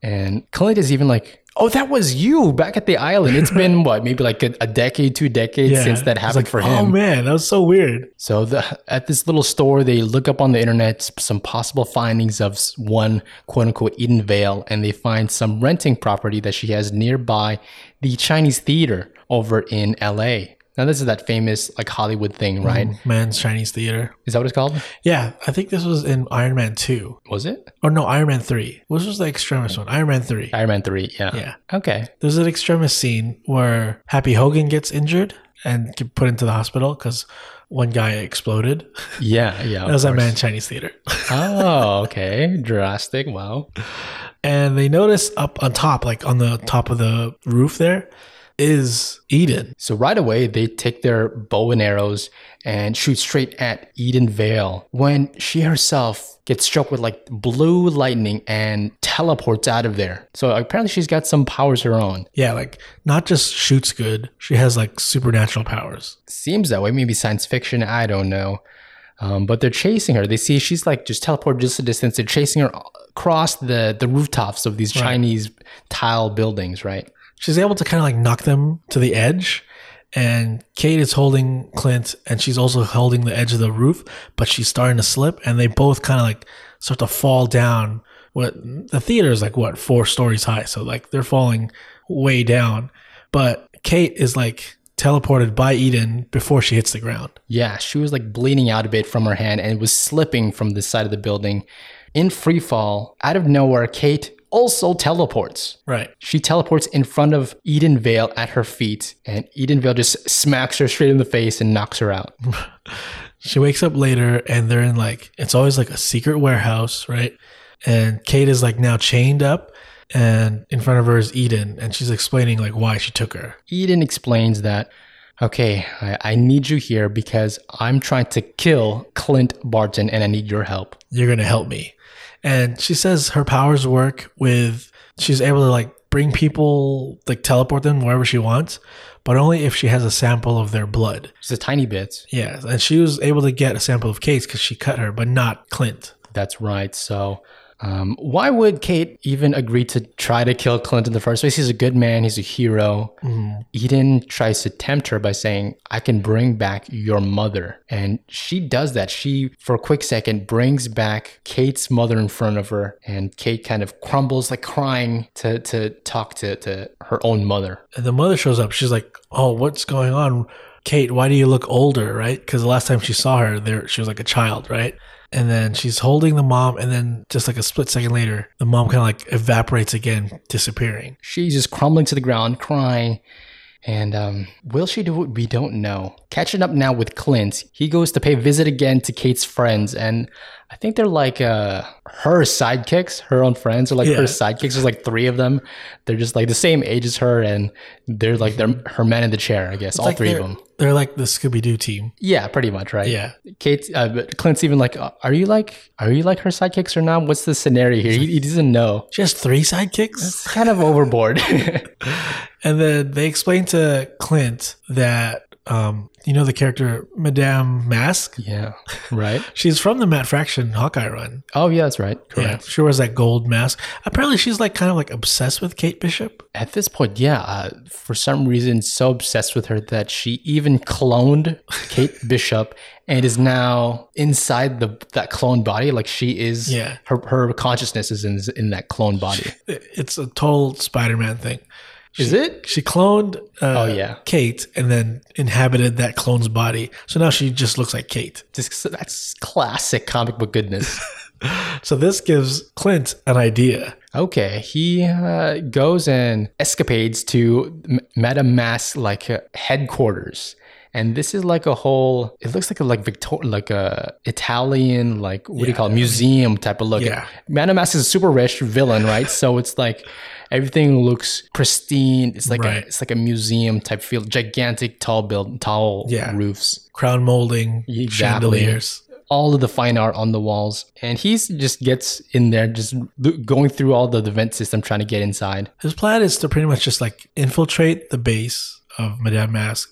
And Clint is even like, oh, that was you back at the island. It's been what, maybe like a, a decade, two decades
Yeah.
since that
It's
happened
like,
for
Oh
him.
man, that was so weird.
so the, at this little store, they look up on the internet s- some possible findings of s- one quote unquote Eden Vale, and they find some renting property that she has nearby the Chinese theater over in LA. Now this is that famous like Hollywood thing,
Mm-hmm.
right?
Man's Chinese theater.
Is that what it's called?
Yeah, I think this was in Iron Man two
Was it
or no Iron Man three. Which was the extremist one? Iron Man three.
Iron Man three? Yeah.
Yeah.
Okay.
There's an extremist scene where Happy Hogan gets injured and get put into the hospital because one guy exploded.
Yeah. Yeah.
That was at Man Chinese Theater.
oh, okay. Drastic. Wow.
and they notice up on top, like on the top of the roof there, is Eden.
So right away, they take their bow and arrows and shoot straight at Eden Vale when she herself gets struck with like blue lightning and teleports out of there. So apparently, she's got some powers her own.
Yeah, like not just shoots good, she has like supernatural powers.
Seems that way. Maybe science fiction. I don't know. Um, but they're chasing her. They see she's like just teleported just a distance. They're chasing her across the, the rooftops of these Chinese tile buildings, right?
She's able to kind of like knock them to the edge. And Kate is holding Clint and she's also holding the edge of the roof, but she's starting to slip and they both kind of like start to fall down. What the theater is like, what, four stories high. So like they're falling way down. But Kate is like teleported by Eden before she hits the ground.
Yeah, she was like bleeding out a bit from her hand and was slipping from the side of the building. In free fall, out of nowhere, Kate also teleports.
Right.
She teleports in front of Eden Vale at her feet, and Eden Vale just smacks her straight in the face and knocks her out.
She wakes up later and they're in like it's always like a secret warehouse, right? And Kate is like now chained up and in front of her is Eden and she's explaining like why she took her.
Eden explains that, okay, I, I need you here because I'm trying to kill Clint Barton and I need your help.
You're going to help me. And she says her powers work with she's able to like bring people like teleport them wherever she wants, but only if she has a sample of their blood.
Just a tiny bit.
Yeah, and she was able to get a sample of Kate's cuz she cut her, but not Clint.
That's right. So, um, why would Kate even agree to try to kill Clint in the first place? He's a good man. He's a hero. Eden tries to tempt her by saying, "I can bring back your mother," and she does that. She, for a quick second, brings back Kate's mother in front of her, and Kate kind of crumbles, like crying, to to talk to to her own mother.
And the mother shows up. She's like, "Oh, what's going on, Kate? Why do you look older, right? Because the last time she saw her, there she was like a child, right?" And then she's holding the mom, and then just like a split second later, the mom kind of like evaporates again, disappearing.
She's just crumbling to the ground, crying. And um, will she do it? We don't know. Catching up now with Clint, he goes to pay visit again to Kate's friends, and I think they're like uh, her sidekicks, her own friends, or like her
Yeah.
sidekicks. There's like three of them. They're just like the same age as her, and they're like they're her man in the chair. I guess all
Like,
three of
they're-
them.
They're like the Scooby Doo team.
Yeah, pretty much, right?
Yeah.
Kate, uh, but Clint's even like, "Uh, are you like, are you like her sidekicks or not? What's the scenario here? He, he doesn't know.
She has three sidekicks.
It's kind of overboard.
And then they explain to Clint that, um, you know, the character Madame Mask?
yeah, right.
She's from the Matt Fraction Hawkeye run.
Oh yeah, that's right. Correct.
Yeah. She wears that gold mask. Apparently, she's like kind of like obsessed with Kate Bishop.
At this point, yeah, uh, for some reason, so obsessed with her that she even cloned Kate Bishop and is now inside the that clone body. Like she is,
Yeah.
her her consciousness is in in that clone body.
It's a total Spider-Man thing.
Is it?
She cloned uh,
Oh, yeah.
Kate and then inhabited that clone's body. So now she just looks like Kate.
Just, that's classic comic book goodness.
So this gives Clint an idea.
Okay, he uh, goes and escapades to M- Madame Mask's like uh, headquarters, and this is like a whole. It looks like a like Victor, like a Italian like what do you call it, museum type of look.
Yeah.
Madame Mask is a super rich villain, right? so it's like everything looks pristine. It's like
Right.
a, it's like a museum type feel. Gigantic tall build, tall
Yeah.
roofs
Crown molding,
Exactly.
chandeliers.
all of the fine art on the walls and he's just gets in there just lo- going through all the, the vent system trying to get inside
His plan is to pretty much just like infiltrate the base of Madame Mask,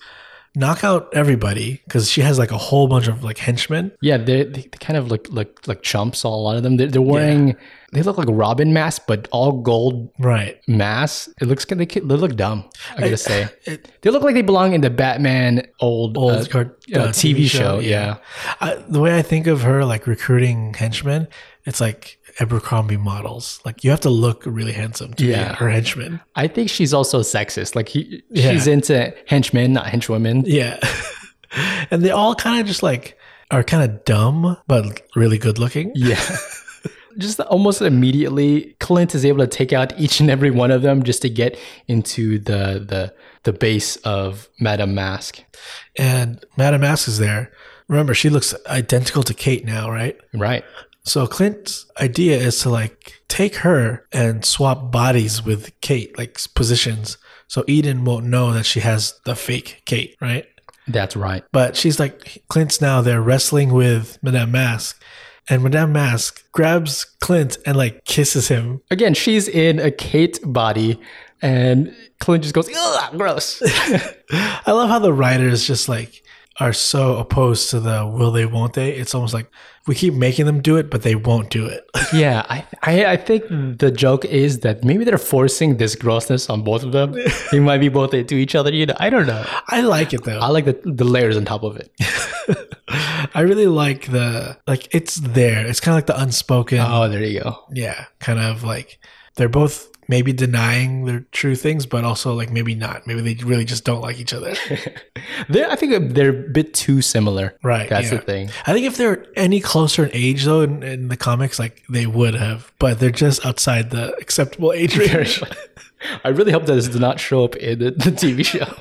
knock out everybody because she has like a whole bunch of like henchmen.
yeah they they kind of look like like chumps a lot of them they're, they're wearing they look like robin masks but all gold
Right.
masks it looks they, ki- they look dumb i gotta say
It-
they look like they belong in the batman old,
old
uh,
cart-
uh,
uh,
tv, show, yeah.
I, the way I think of her, like recruiting henchmen, it's like Abercrombie models. Like you have to look really handsome to
Yeah.
be her henchman.
i think she's also sexist like he,
Yeah.
she's into henchmen not henchwomen
Yeah, and they all kind of just like are kind of dumb but really good looking.
Yeah. just almost immediately, Clint is able to take out each and every one of them just to get into the the the base of Madame Mask.
And Madame Mask is there. Remember, she looks identical to Kate now, right?
Right.
So Clint's idea is to like take her and swap bodies with Kate, like s- positions, So Eden won't know that she has the fake Kate, right?
That's right.
But she's like, Clint's now there wrestling with Madame Mask. And Madame Mask grabs Clint and like kisses him.
Again, she's in a Kate body, and Clint just goes, "Ugh, gross."
I love how the writers just like are so opposed to the will they won't they. It's almost like we keep making them do it, but they won't do it.
yeah, I, I I think the joke is that maybe they're forcing this grossness on both of them. they might be both into each other. You know, I don't know.
I like it though.
I like the the layers on top of it.
I really like the like it's there. It's kind of like the unspoken,
Oh, there you go.
yeah, kind of like they're both maybe denying their true things, but also like maybe not. Maybe they really just don't like each other.
They're, I think they're a bit too similar.
Right,
That's
yeah.
the thing.
I think if they're any closer in age, though, in, in the comics, like they would have, but they're just outside the acceptable age range.
I really hope that this does not show up in the, the TV show.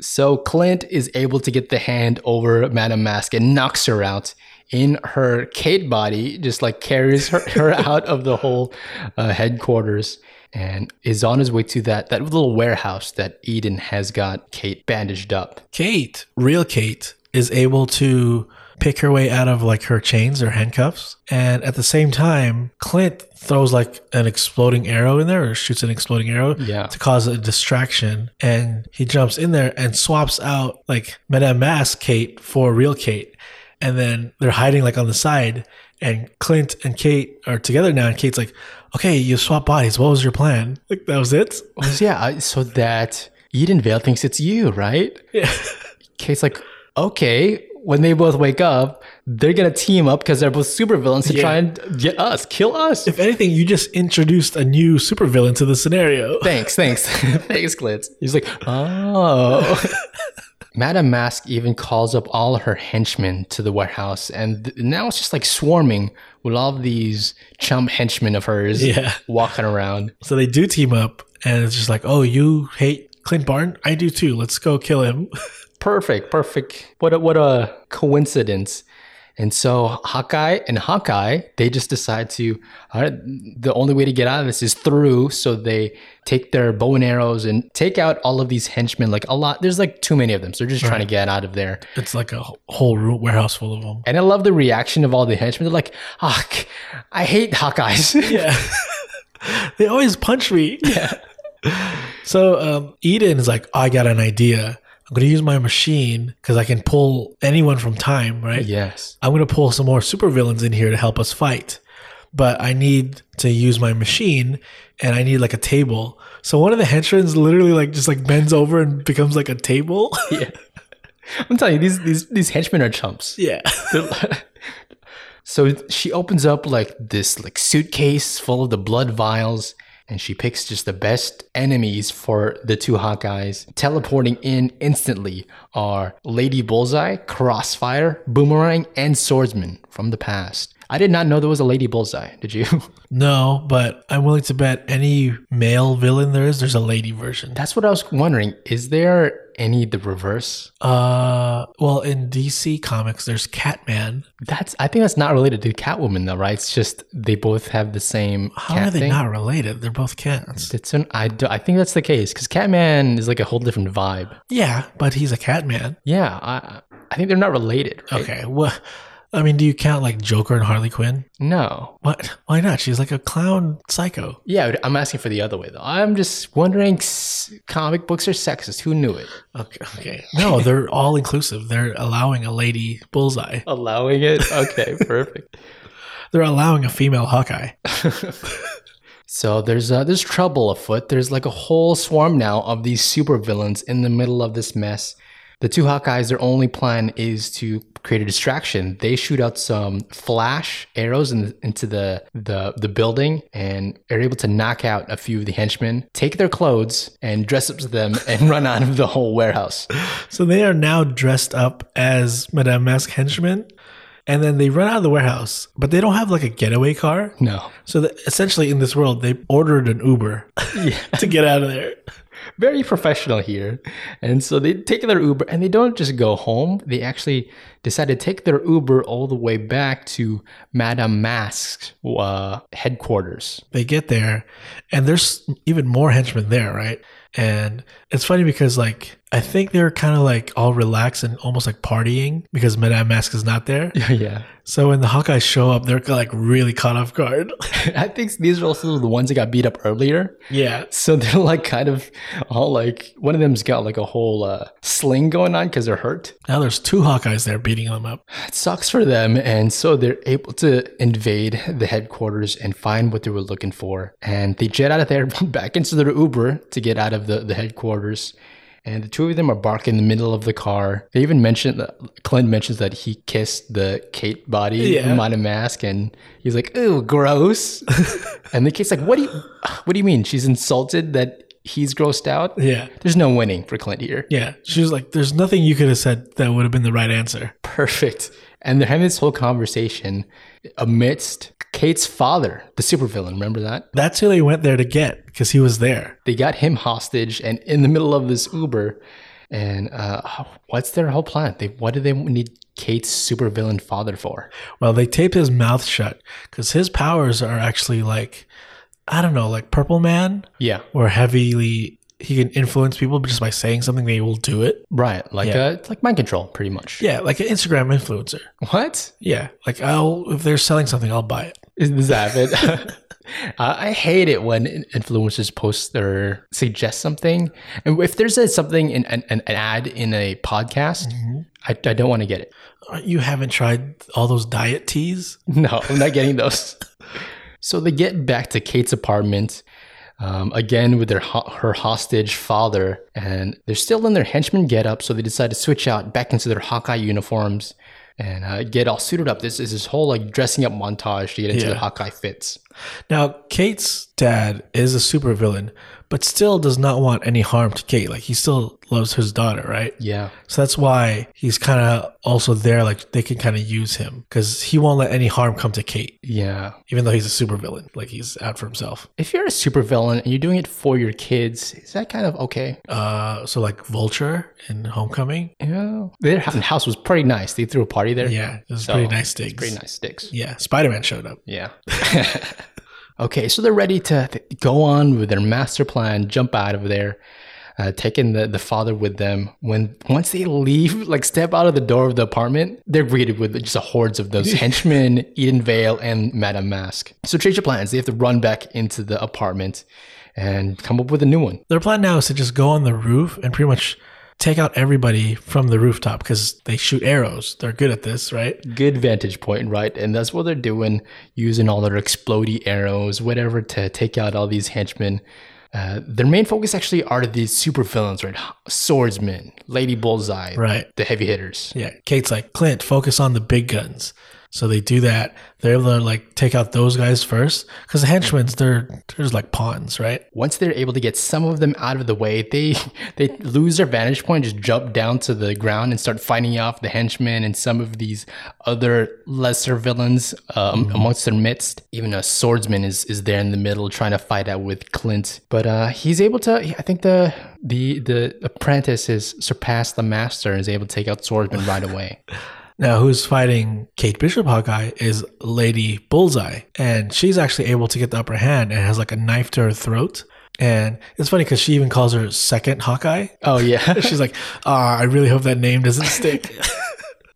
So Clint is able to get the hand over Madame Mask and knocks her out in her Kate body, just like carries her, her out of the whole uh, headquarters and is on his way to that, that little warehouse that Eden has got Kate bandaged up.
Kate, real Kate, is able to pick her way out of like her chains or handcuffs. And at the same time, Clint throws like an exploding arrow in there or shoots an exploding arrow
Yeah.
to cause a distraction. And he jumps in there and swaps out like Madame Mask Kate for real Kate. And then they're hiding like on the side. And Clint and Kate are together now. And Kate's like, okay, you swap bodies. What was your plan? Like, that was it?
So yeah, I- so that Eden Vale thinks it's you, right?
Yeah.
Kate's like, okay, when they both wake up, they're gonna team up because they're both supervillains to
Yeah.
try and get us, kill us.
If anything, you just introduced a new supervillain to the scenario.
thanks, thanks, thanks, Clint. He's like, oh. Madame Mask even calls up all her henchmen to the warehouse, and th- now it's just like swarming with all these chump henchmen of hers
Yeah.
walking around.
So they do team up, and it's just like, oh, you hate Clint Barton? I do too. Let's go kill him.
Perfect, perfect. What a, what a coincidence. And so Hawkeye and Hawkeye, they just decide to, all right, the only way to get out of this is through. So they take their bow and arrows and take out all of these henchmen. Like a lot, there's like too many of them. So they're just trying to get out of there.
It's like a wh- whole room, warehouse full of them.
And I love the reaction of all the henchmen. They're like, ah, k- I hate Hawkeyes.
Yeah. they always punch me. Yeah. so um, Eden is like, I got an idea. I'm going to use my machine because I can pull anyone from time, right?
yes.
I'm going to pull some more supervillains in here to help us fight. But I need to use my machine and I need like a table. So one of the henchmen's literally like just like bends over and becomes like a table.
Yeah. I'm telling you, these, these, these henchmen are chumps.
yeah.
so she opens up like this like suitcase full of the blood vials and she picks just the best enemies for the two Hawkeyes. Teleporting in instantly are Lady Bullseye, Crossfire, Boomerang, and Swordsman from the past. I did not know there was a Lady Bullseye. Did you?
No, but I'm willing to bet any male villain there is, there's a lady version.
That's what I was wondering. Is there any the reverse?
Uh, well, in DC comics, there's Catman.
That's I think that's not related to Catwoman though, right? It's just they both have the same.
How
cat
are they
thing.
not related? They're both cats.
It's an, I, do, I think that's the case because Catman is like a whole different vibe.
Yeah, but he's a Catman.
Yeah, I, I think they're not related. Right?
Okay. Well, I mean, do you count like Joker and Harley Quinn?
No.
What? Why not? She's like a clown psycho.
Yeah, I'm asking for the other way though. I'm just wondering, s- comic books are sexist. Who knew it?
Okay. Okay. No, they're all inclusive. They're allowing a lady bullseye.
Allowing it? Okay, perfect.
They're allowing a female Hawkeye.
So there's uh, there's trouble afoot. There's like a whole swarm now of these supervillains in the middle of this mess. The two Hawkeyes, their only plan is to create a distraction. They shoot out some flash arrows in into the, the the building and are able to knock out a few of the henchmen, take their clothes, and dress up to them and run out of the whole warehouse.
So they are now dressed up as Madame Mask henchmen, and then they run out of the warehouse, but they don't have like a getaway car.
No.
So that essentially, in this world, they ordered an Uber
Yeah.
to get out of there.
very professional here. And so they take their Uber and they don't just go home. They actually decide to take their Uber all the way back to Madame Mask's uh, headquarters.
They get there, and there's even more henchmen there, right? And it's funny because like I think they're kind of like all relaxed and almost like partying because Madame Mask is not there.
yeah.
So when the Hawkeyes show up, they're like really caught off guard.
I think these are also the ones that got beat up earlier.
yeah.
So they're like kind of all like one of them's got like a whole uh, sling going on because they're hurt.
Now there's two Hawkeyes there beating them up.
It sucks for them, and so they're able to invade the headquarters and find what they were looking for. And they jet out of there back into their Uber to get out of the, the headquarters. And the two of them are barking in the middle of the car. They even mentioned that Clint mentions that he kissed the Kate body
Yeah.
on a mask, and he's like, "Ooh, gross." and the Kate's like, "What do you, what do you mean?" She's insulted that he's grossed out.
Yeah.
There's no winning for Clint here.
Yeah. She was like, there's nothing you could have said that would have been the right answer.
Perfect. And they're having this whole conversation amidst Kate's father, the supervillain. Remember that?
That's who they went there to get because he was there.
They got him hostage and in the middle of this Uber. And uh, what's their whole plan? They, what do they need Kate's supervillain father for?
Well, they taped his mouth shut because his powers are actually like, I don't know, like Purple Man
Yeah,
or heavily, he can influence people just by saying something, they will do it.
right. Like
Yeah.
uh, it's like mind control, pretty much.
Yeah. Like an Instagram influencer.
What?
Yeah. Like, I'll, if they're selling something, I'll buy it.
Is this happened? Uh, I I hate it when in- influencers post or suggest something. And if there's a, something in an, an ad in a podcast,
Mm-hmm.
I, I don't want to get it.
Uh, You haven't tried all those diet teas?
No, I'm not getting those. so they get back to Kate's apartment um, again with their ho- her hostage father, and they're still in their henchman getup. So they decide to switch out back into their Hawkeye uniforms and uh, get all suited up. This is this whole like dressing up montage to get into
Yeah.
the Hawkeye fits.
Now, Kate's dad is a supervillain, but still does not want any harm to Kate. Like, he still loves his daughter, right?
Yeah,
So that's why he's kind of also there. Like, they can kind of use him because he won't let any harm come to Kate,
yeah.
even though he's a supervillain. Like, he's out for himself.
If you're a supervillain and you're doing it for your kids, is that kind of okay?
Uh, so, like, Vulture in Homecoming.
Yeah. Their hou- house was pretty nice. They threw a party there.
Yeah, it was
So,
pretty nice digs.
Pretty nice sticks.
Yeah, Spider Man showed up.
Yeah. okay, so they're ready to th- go on with their master plan, jump out of there, uh, taking the, the father with them. When once they leave, like step out of the door of the apartment, they're greeted with just a hordes of those henchmen, Eden Vale, and Madame Mask. So change your plans. They have to run back into the apartment and come up with a new one.
Their plan now is to just go on the roof and pretty much take out everybody from the rooftop because they shoot arrows. They're good at this, right?
Good vantage point, right? And that's what they're doing, using all their explodey arrows, whatever, to take out all these henchmen. Uh, their main focus actually are these super villains, right? Swordsmen, Lady Bullseye,
Right.
the heavy hitters.
Yeah, Kate's like, Clint, focus on the big guns. So they do that. They're able to like take out those guys first because the henchmen's they're they're just like pawns, right?
Once they're able to get some of them out of the way, they they lose their vantage point, just jump down to the ground and start fighting off the henchmen and some of these other lesser villains um, amongst their midst. Even a swordsman is, is there in the middle trying to fight out with Clint, but uh, he's able to. I think the the the apprentice has surpassed the master and is able to take out swordsman right away.
Now, who's fighting Kate Bishop Hawkeye is Lady Bullseye, and she's actually able to get the upper hand and has like a knife to her throat. And it's funny because she even calls her second Hawkeye.
Oh yeah.
She's like, ah, I really hope that name doesn't stick.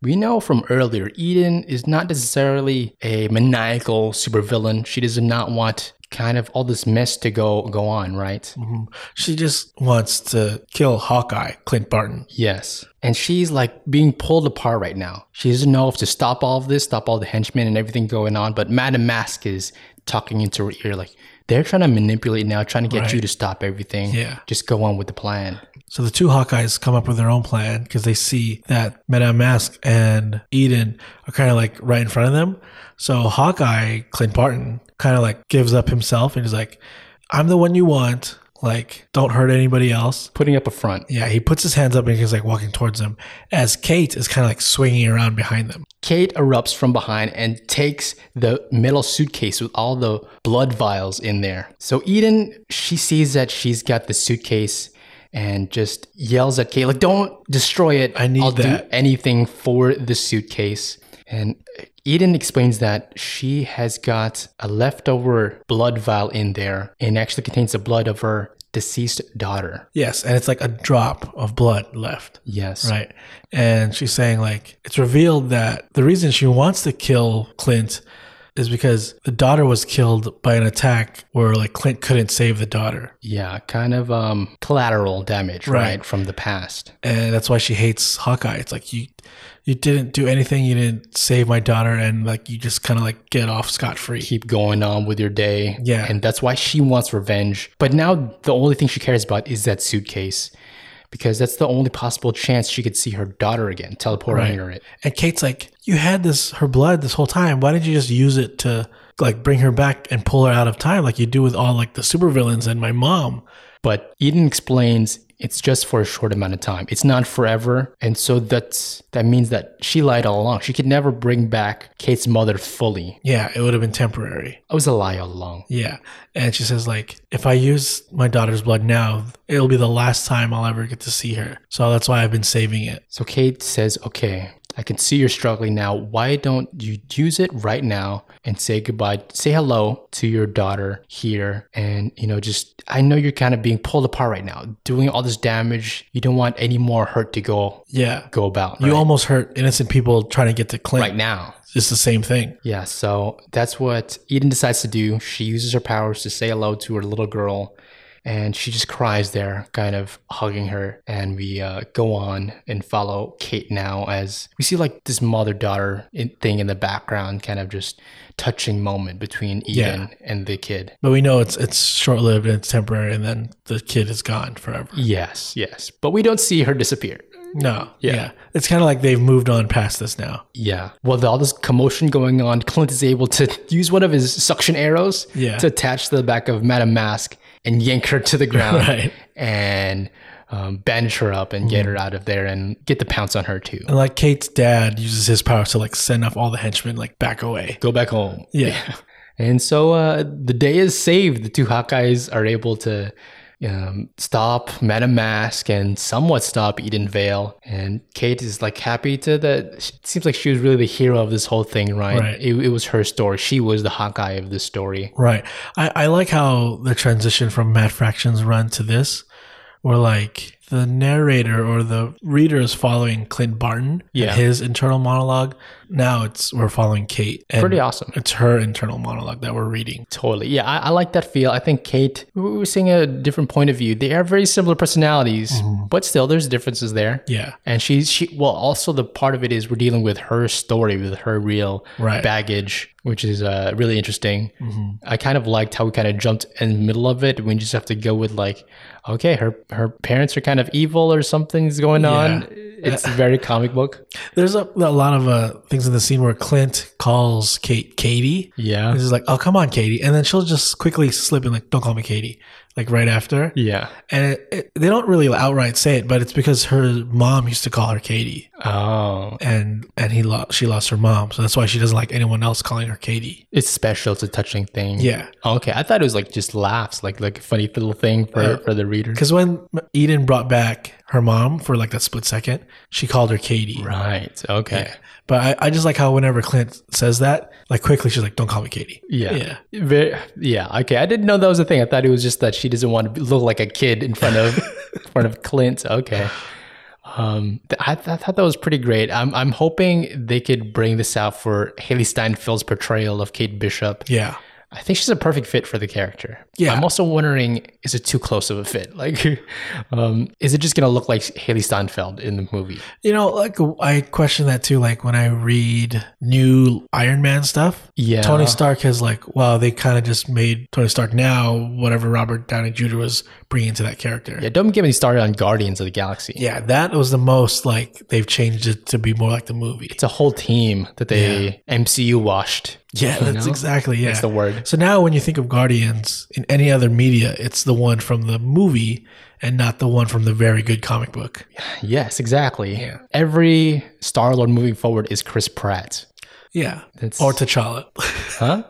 We know from earlier, Eden is not necessarily a maniacal supervillain. She does not want kind of all this mess to go go on, right?
she just wants to kill Hawkeye, Clint Barton.
Yes. And she's like being pulled apart right now. She doesn't know if to stop all of this, stop all the henchmen and everything going on, but Madame Mask is talking into her ear like they're trying to manipulate now, trying to get you to stop everything.
Yeah.
Just go on with the plan.
So the two Hawkeyes come up with their own plan because they see that Madame Mask and Eden are kind of like right in front of them. So Hawkeye, Clint Barton, kind of like gives up himself and he's like, I'm the one you want. Like, don't hurt anybody else.
Putting up a front.
Yeah, he puts his hands up and he's like walking towards them as Kate is kind of like swinging around behind them.
Kate erupts from behind and takes the metal suitcase with all the blood vials in there. So Eden, she sees that she's got the suitcase and just yells at Kate, like, don't destroy it.
I need
I'll
that."
do anything for the suitcase. And Eden explains that she has got a leftover blood vial in there and actually contains the blood of her deceased daughter.
Yes, and it's like a drop of blood left.
Yes.
Right. And she's saying like it's revealed that the reason she wants to kill Clint is because the daughter was killed by an attack where like Clint couldn't save the daughter.
Yeah, kind of um collateral damage, right,
Right.
from the past.
And that's why she hates Hawkeye. It's like you you didn't do anything, you didn't save my daughter and like you just kind of like get off scot free.
Keep going on with your day.
Yeah.
And that's why she wants revenge. But now the only thing she cares about is that suitcase because that's the only possible chance she could see her daughter again, teleport
Right.
under it.
And Kate's like, "You had this her blood this whole time. Why didn't you just use it to like bring her back and pull her out of time like you do with all like the supervillains and my mom?"
But Eden explains it's just for a short amount of time. It's not forever. And so that's that means that she lied all along. She could never bring back Kate's mother fully.
Yeah, it would have been temporary.
It was a lie all along.
Yeah. And she says, like, if I use my daughter's blood now, it'll be the last time I'll ever get to see her. So that's why I've been saving it.
So Kate says, Okay, I can see you're struggling now. Why don't you use it right now and say goodbye, say hello to your daughter here? And, you know, just, I know you're kind of being pulled apart right now, doing all this damage. You don't want any more hurt to go
Yeah.
go about
You
right,
almost hurt innocent people trying to get to Clint.
right now.
It's the same thing.
Yeah, so that's what Eden decides to do. She uses her powers to say hello to her little girl, and she just cries there, kind of hugging her. And we uh, go on and follow Kate now as we see like this mother daughter thing in the background, kind of just touching moment between Eden and the kid.
But we know it's it's short lived and it's temporary and then the kid is gone forever.
Yes, yes. But we don't see her disappear.
No.
Yeah.
Yeah. It's kinda like they've moved on past this now.
Yeah. Well, with all this commotion going on, Clint is able to use one of his suction arrows
Yeah.
to attach to the back of Madame Mask and yank her to the ground
Right.
and um, bandage her up and get her out of there and get the pounce on her too.
And like Kate's dad uses his power to like send off all the henchmen like back away.
Go back home.
Yeah.
And so uh, the day is saved. The two Hawkeyes are able to um, stop Madame Mask and somewhat stop Eden Vale. And Kate is like happy to that. It seems like she was really the hero of this whole thing, right?
Right.
It, it was her story. She was the Hawkeye of this story.
Right. I, I like how the transition from Matt Fraction's run to this, where like the narrator or the reader is following Clint Barton
Yeah.
and his internal monologue. Now it's we're following Kate. And
Pretty awesome.
It's her internal monologue that we're reading.
Totally. Yeah, I, I like that feel. I think Kate, we we were seeing a different point of view. They are very similar personalities, but still, there's differences there.
Yeah.
And she's she well also the part of it is we're dealing with her story with her real
Right. Mm-hmm.
baggage, which is uh, really interesting. I kind of liked how we kind of jumped in the middle of it. We just have to go with like, okay, her her parents are kind of evil or something's going on. It's very comic book.
There's a, a lot of uh, things in the scene where Clint calls Kate Katie.
Yeah.
This is like, oh, come on, Katie. And then she'll just quickly slip in, like, don't call me Katie, like right after.
Yeah.
And it, it, they don't really outright say it, but it's because her mom used to call her Katie.
Oh.
and and he lost she lost her mom so that's why she doesn't like anyone else calling her katie
It's special. It's a touching thing.
yeah
Okay, I thought it was like just laughs, like like a funny little thing for
Uh,
for the reader.
because when eden brought back her mom for like that split second she called her katie
Right. Okay.
Yeah. but I, I just like how whenever clint says that like quickly she's like don't call me katie
Yeah.
yeah
Very, yeah. Okay. I didn't know that was a thing. I thought it was just that she doesn't want to be- look like a kid in front of in front of Clint. Okay. Um, th- I, th- I thought that was pretty great. I'm I'm hoping they could bring this out for Haley Steinfeld's portrayal of Kate Bishop.
yeah
I think she's a perfect fit for the character.
Yeah.
I'm also wondering, is it too close of a fit? Like, um, is it just gonna look like Haley Steinfeld in the movie?
you know like i question that too like when i read new iron man stuff
Yeah.
Tony Stark has like, wow, they kind of just made Tony Stark now whatever Robert Downey Jr. was bringing to that character.
Yeah, don't get me started on Guardians of the Galaxy.
Yeah, that was the most like they've changed it to be more like the movie.
It's a whole team that they MCU washed.
Yeah,
You
that's
know?
exactly yeah.
That's the word.
so now when you think of Guardians in any other media, it's the one from the movie and not the one from the very good comic book.
Yes, exactly. Every Star Lord moving forward is Chris Pratt.
Yeah.
That's-
or T'Challa.
Huh?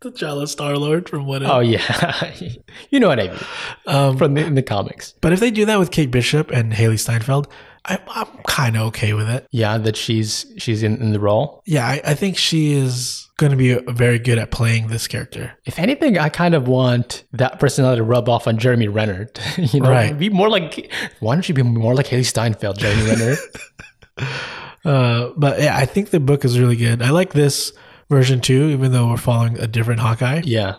T'Challa Star Lord from what
Oh yeah. you know what I mean.
um
From the, in the comics.
But if they do that with Kate Bishop and Haley Steinfeld, I, I'm kind of okay with it.
Yeah, that she's she's in, in the role.
Yeah, I, I think she is going to be very good at playing this character.
If anything, I kind of want that personality to rub off on Jeremy Renner. you know,
Right.
be more like. Why don't you be more like Haley Steinfeld, Jeremy Renner?
Uh, but yeah, I think the book is really good. I like this version too, even though we're following a different Hawkeye.
yeah,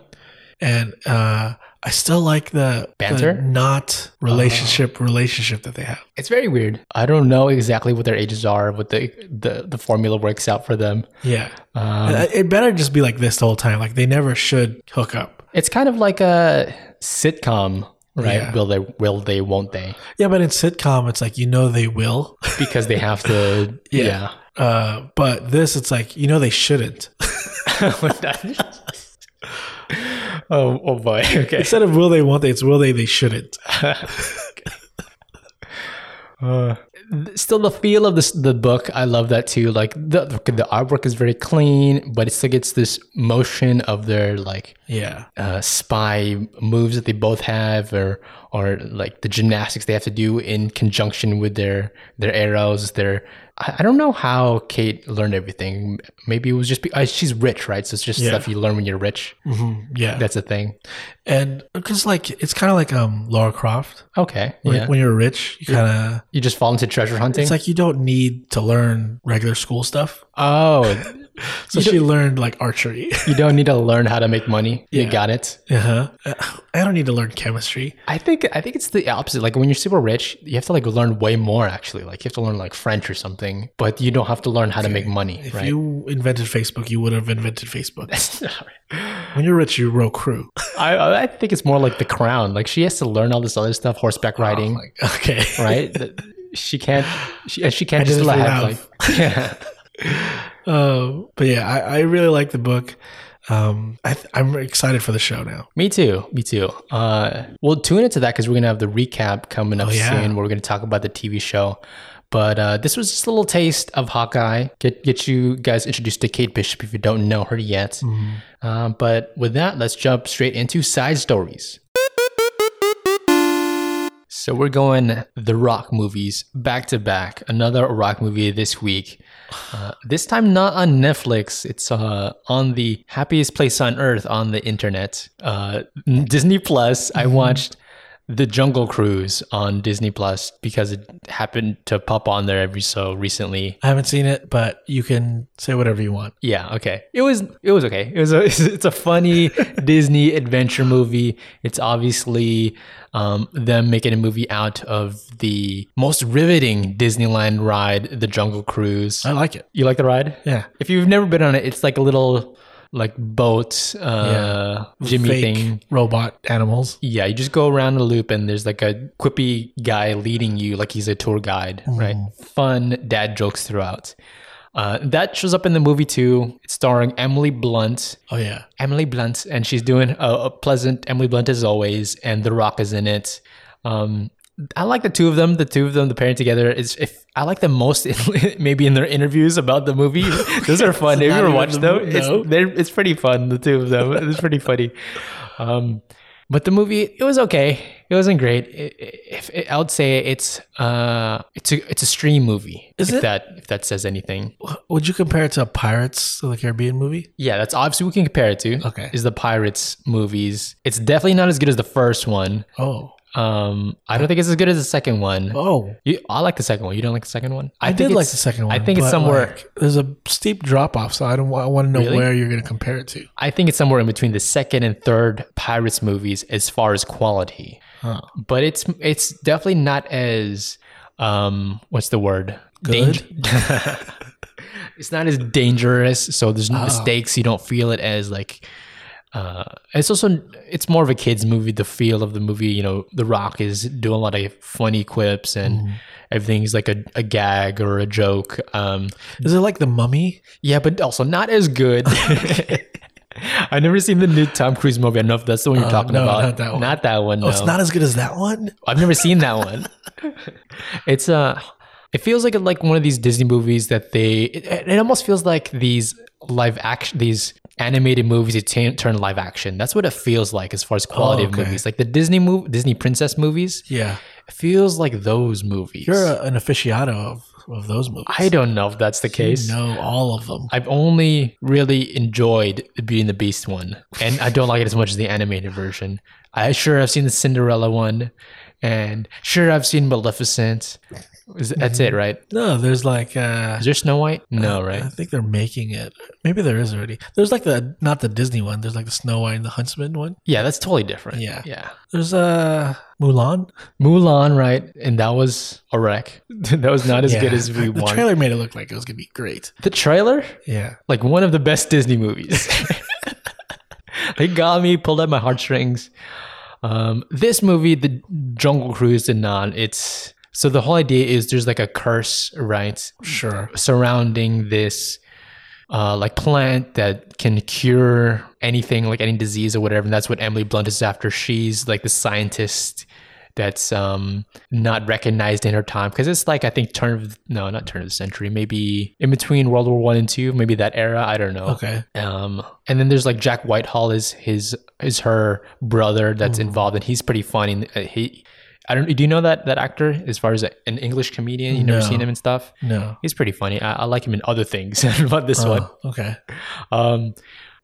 And uh, I still like the the
Banter?
not relationship relationship that they have.
it's very weird. I don't know exactly what their ages are, what the the, the formula works out for them.
Yeah,
Um,
Uh, it better just be like this the whole time. Like they never should hook up.
It's kind of like a sitcom, right?
Yeah.
Will they? Will they? Won't they?
Yeah, but in sitcom, it's like you know they will.
Because they have to. yeah.
Uh, but this, it's like you know they shouldn't.
oh, oh boy. Okay.
Instead of will they, won't they? It's will they, they shouldn't.
Still, the feel of this the book, I love that too. Like the the artwork is very clean, but it still gets this motion of their like
Yeah,
uh, spy moves that they both have, or or like the gymnastics they have to do in conjunction with their their arrows. Their I I don't know how Kate learned everything. Maybe it was just be, uh, she's rich, right? So it's just stuff you learn when you're rich.
yeah.
That's a thing.
and because like it's kind of like um Laura Croft.
Okay,
When,
yeah.
when you're rich, you kind of
You just fall into treasure hunting.
it's like you don't need to learn regular school stuff.
oh,
So she learned like archery.
you don't need to learn how to make money. You got it.
uh-huh. Uh, I don't need to learn chemistry.
I think I think it's the opposite. Like when you're super rich, you have to like learn way more actually. Like you have to learn like French or something, but you don't have to learn how to make money,
If
right?
you invented Facebook, you would have invented Facebook. When you're rich, you row crew.
I I think it's more like the crown. Like she has to learn all this other stuff, horseback riding,
Okay.
right? That- She can't she, and she can't
just
just live
laugh.
like yeah.
Um, but yeah, I, I really like the book. Um, I th- I'm excited for the show now.
Me too. Me too. Uh, we'll tune into that because we're gonna have the recap coming up
yeah.
soon, where we're gonna talk about the TV show. But uh, this was just a little taste of Hawkeye. Get get you guys introduced to Kate Bishop if you don't know her yet. Um, but with that, let's jump straight into side stories. So we're going the Rock movies back to back. Another Rock movie this week. Uh, this time not on Netflix. It's uh, on the happiest place on earth on the internet, uh, Disney Plus. I watched The Jungle Cruise on Disney Plus because it happened to pop on there every so recently.
I haven't seen it, but you can say whatever you want.
Yeah, okay. It was it was okay. It was a, it's a funny Disney adventure movie. It's obviously um, them making a movie out of the most riveting Disneyland ride, The Jungle Cruise.
I like it.
You like the ride?
Yeah.
If you've never been on it, it's like a little like boat uh jimmy
Fake
thing.
robot animals.
Yeah, you just go around the loop and there's like a quippy guy leading you like he's a tour guide, right? Fun dad jokes throughout. Uh, that shows up in the movie too. It's starring Emily Blunt.
Oh yeah.
Emily Blunt, and she's doing a, a pleasant Emily Blunt as always, and The Rock is in it. Um, I like the two of them. The two of them, the pairing together is. If I like them most, maybe in their interviews about the movie. Those are fun. Have you
not
ever
even
watched
the
them?
movie,
It's-
no.
they're- It's pretty fun. The two of them. It's pretty funny. Um, but the movie, it was okay. It wasn't great. It- it- if I would say it's uh, it's a it's a stream movie.
Is
if
it?
that if that says anything?
Would you compare it to a Pirates of the Caribbean movie?
Yeah, that's obviously we can compare it to.
Okay.
is the Pirates movies? It's definitely not as good as the first one.
Oh.
Um, I don't think it's as good as the second one.
Oh.
You, I like the second one. You don't like the second one?
I,
think
did like
it's-
the second one.
I think it's
but,
somewhere.
like, there's a steep drop off, so I don't. wa- I want to know
Really?
where you're going to compare it to.
I think it's somewhere in between the second and third Pirates movies as far as quality. But it's it's definitely not as um what's the word?
Good?
Dang- it's not as dangerous, so there's no mistakes. You don't feel it as like uh, it's also it's more of a kids movie. The feel of the movie, you know, The Rock is doing a lot of funny quips and everything's like a, a gag or a joke. Um,
Is it like the Mummy?
yeah, but also not as good. I've never seen the new Tom Cruise movie. I don't know if that's the one you're talking
Uh, no,
about.
not that one. Oh,
Not that one. No.
It's not as good as that one.
I've never seen that one. it's uh it feels like like one of these Disney movies that they it, it almost feels like these live action these animated movies that turn- turn live action. That's what it feels like as far as quality
Oh, okay.
of movies. Like the Disney move Disney princess movies.
Yeah.
It feels like those movies.
You're a, uh, an aficionado of, of those movies.
I don't know if that's the case.
You know all of them.
I've only really enjoyed the Beauty and the Beast one, and I don't like it as much as the animated version. I sure I've seen the Cinderella one, and sure I've seen Maleficent. Is- That's it, right?
No, there's like Mm-hmm. uh,
Is there Snow White? No, right?
I think they're making it. Maybe there is already. There's like the not the Disney one. There's like the Snow White and the Huntsman one.
Yeah, that's totally different.
Yeah.
yeah.
There's uh Mulan.
Mulan, right? And that was a wreck. that was not as good as we
the
wanted.
trailer made it look like it was gonna be great.
the trailer,
Yeah,
like one of the best Disney movies. they got me, pulled at my heartstrings. Um, this movie, The Jungle Cruise, did not. It's so the whole idea is there's like a curse, right,
sure.
surrounding this. Uh, like plant that can cure anything, like any disease or whatever, and that's what Emily Blunt is after. She's like the scientist that's um not recognized in her time because it's like I think turn of no, not turn of the century, maybe in between World War One and Two, maybe that era. I don't know.
Okay,
Um, and then there's like Jack Whitehall is his is her brother that's
Mm-hmm.
involved, and he's pretty funny. And, uh, He, I don't. Do you know that that actor as far as a, an English comedian? You've never
No.
seen him and stuff.
no.
He's pretty funny. I, I like him in other things, but this one.
Oh, okay.
Um,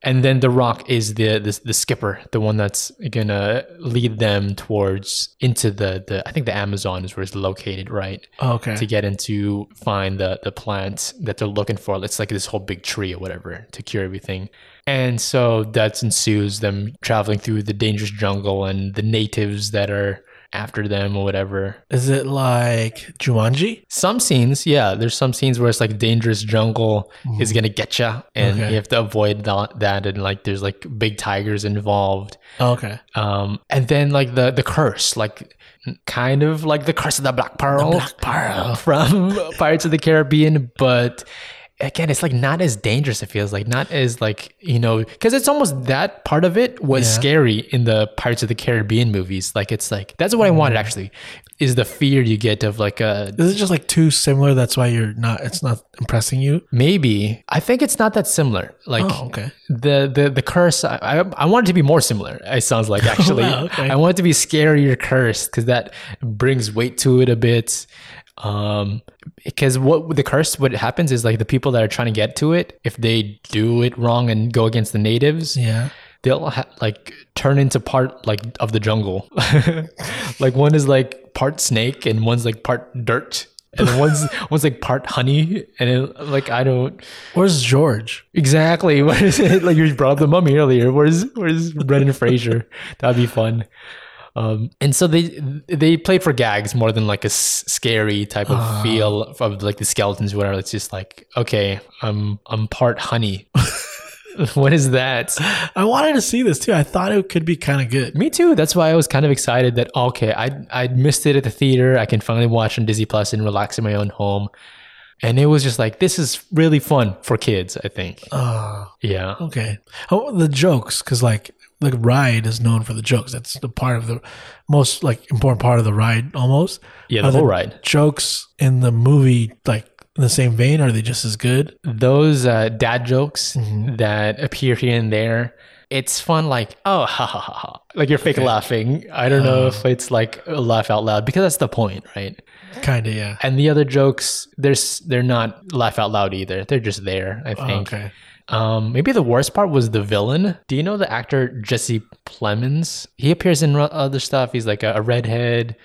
and then The Rock is the, the the skipper, the one that's gonna lead them towards into the the I think the Amazon is where it's located, right?
Oh, okay.
to get into find the the plant that they're looking for. It's like this whole big tree or whatever to cure everything. And so that ensues them traveling through the dangerous jungle and the natives that are after them or whatever.
Is it like Jumanji?
Some scenes, yeah, there's some scenes where it's like dangerous jungle is gonna get ya, and
Mm-hmm. Okay.
you have to avoid that, that. And like there's like big tigers involved.
Oh, okay.
Um, and then like the the curse, like kind of like the curse of the black pearl,
Black Pearl.
from Pirates of the Caribbean, but again, it's like not as dangerous. It feels like not as like you know because it's almost that part of it was
Yeah.
scary in the Pirates of the Caribbean movies. Like it's like that's
Mm-hmm.
what I wanted actually is the fear you get of like a
Is it just like too similar? That's why you're not. It's not impressing you.
maybe I think it's not that similar. Like
Oh, okay.
the the the curse I, I I want it to be more similar it sounds like actually
wow, okay.
i want it to be scarier cursed because that brings weight to it a bit um because what the curse what happens is like the people that are trying to get to it if they do it wrong and go against the natives
Yeah.
they'll ha- like turn into part like of the jungle like one is like part snake and one's like part dirt and then one's one's like part honey and it, like i don't
Where's George?
Exactly. What is it? Like you brought up the mummy earlier. Where's where's Brendan Fraser? That'd be fun. Um, and so they they play for gags more than like a s- scary type of
Ah.
feel of, like the skeletons or whatever. It's just like okay, I'm I'm part honey. what is that?
I wanted to see this too. I thought it could be kind of good.
Me too. That's why I was kind of excited that okay, I I missed it at the theater. I can finally watch on Disney Plus and relax in my own home. And it was just like this is really fun for kids. I think.
Oh,
Yeah.
Okay. Oh, the jokes, because like the ride is known for the jokes. That's the part of the most like important part of the ride, almost.
Yeah. The
Are
whole ride.
Jokes in the movie, like in the same vein, are they just as good?
those uh, dad jokes that appear here and there it's fun like oh ha ha ha, ha like you're fake laughing i don't know if it's like a laugh out loud because that's the point right
Kind of, yeah.
and the other jokes there's they're not laugh out loud either they're just there i think
Oh, Okay.
um maybe the worst part was the villain do you know the actor jesse plemons he appears in ro- other stuff he's like a, a redhead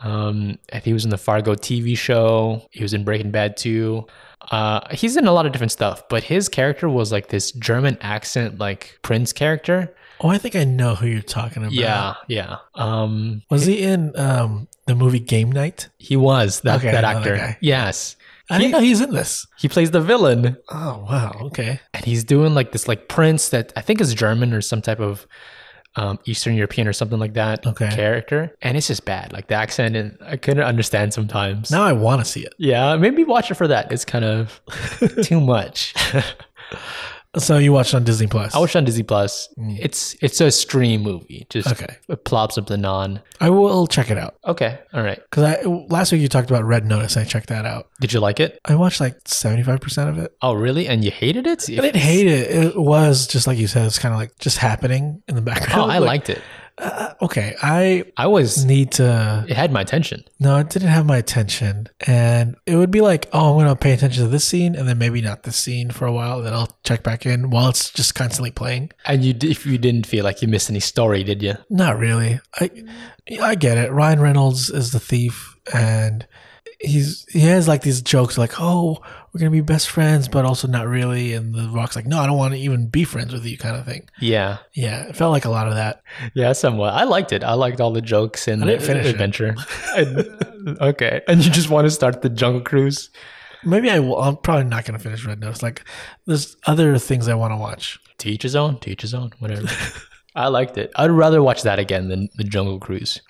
um i think he was in the fargo tv show he was in breaking bad too uh he's in a lot of different stuff but his character was like this german accent like prince character
Oh, I think I know who you're talking about.
yeah yeah um
Was he in um the movie Game Night?
he was that,
Okay,
that
I know that
actor
guy.
yes
I didn't know he's in this.
he plays the villain
Oh wow. Okay.
and he's doing like this like prince that I think is German or some type of um, Eastern European or something like that
Okay.
character, and it's just bad. Like the accent, and I couldn't understand sometimes.
Now I want to see it.
Yeah, maybe watch it for that. It's kind of too much.
So you watched on Disney Plus.
I watched on Disney Plus. It's it's a stream movie. Just
Mm. Okay.
it plops something on.
I will check it out
Okay, all right.
because I last week you talked about Red Notice. I checked that out.
Did you like it?
I watched like seventy five percent of it.
Oh, really? And you hated it?
I didn't hate it. It was just like you said. It's kind of like just happening in the
Oh,
background.
I
Like,
liked it.
uh, okay, I
I was
need to.
it had my attention.
No, it didn't have my attention, and it would be like, oh, I'm gonna pay attention to this scene, and then maybe not this scene for a while. Then I'll check back in while it's just constantly playing.
And you, d- if you didn't feel like you missed any story, did you?
Not really. I I get it. Ryan Reynolds is the thief and he's he has like these jokes like, "Oh, we're going to be best friends, but also not really." And the rock's like, "No, I don't want to even be friends with you" kind of thing.
Yeah,
Yeah, it felt like a lot of that.
yeah, somewhat. I liked it. I liked all the jokes and
I didn't
the
finish it.
adventure. And- okay, and you just want to start the jungle cruise.
Maybe I will I'm probably not going to finish Red Notice. Like there's other things I want to watch.
To each his own. To each his own. Whatever. I liked it. I'd rather watch that again than the Jungle Cruise.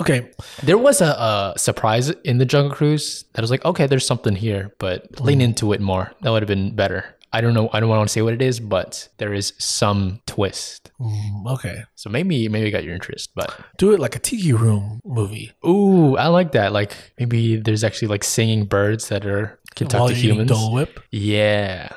Okay,
There was a, a surprise in the Jungle Cruise that was like, okay, there's something here, but
Hmm.
lean into it more. That would have been better. I don't know. I don't want to say what it is, but there is some twist.
Mm, okay.
So maybe maybe it got your interest, but
Do it like a Tiki Room movie.
ooh, I like that. Like maybe there's actually like singing birds that are can talk
while
to
you're eating
humans.
Dole Whip.
Yeah.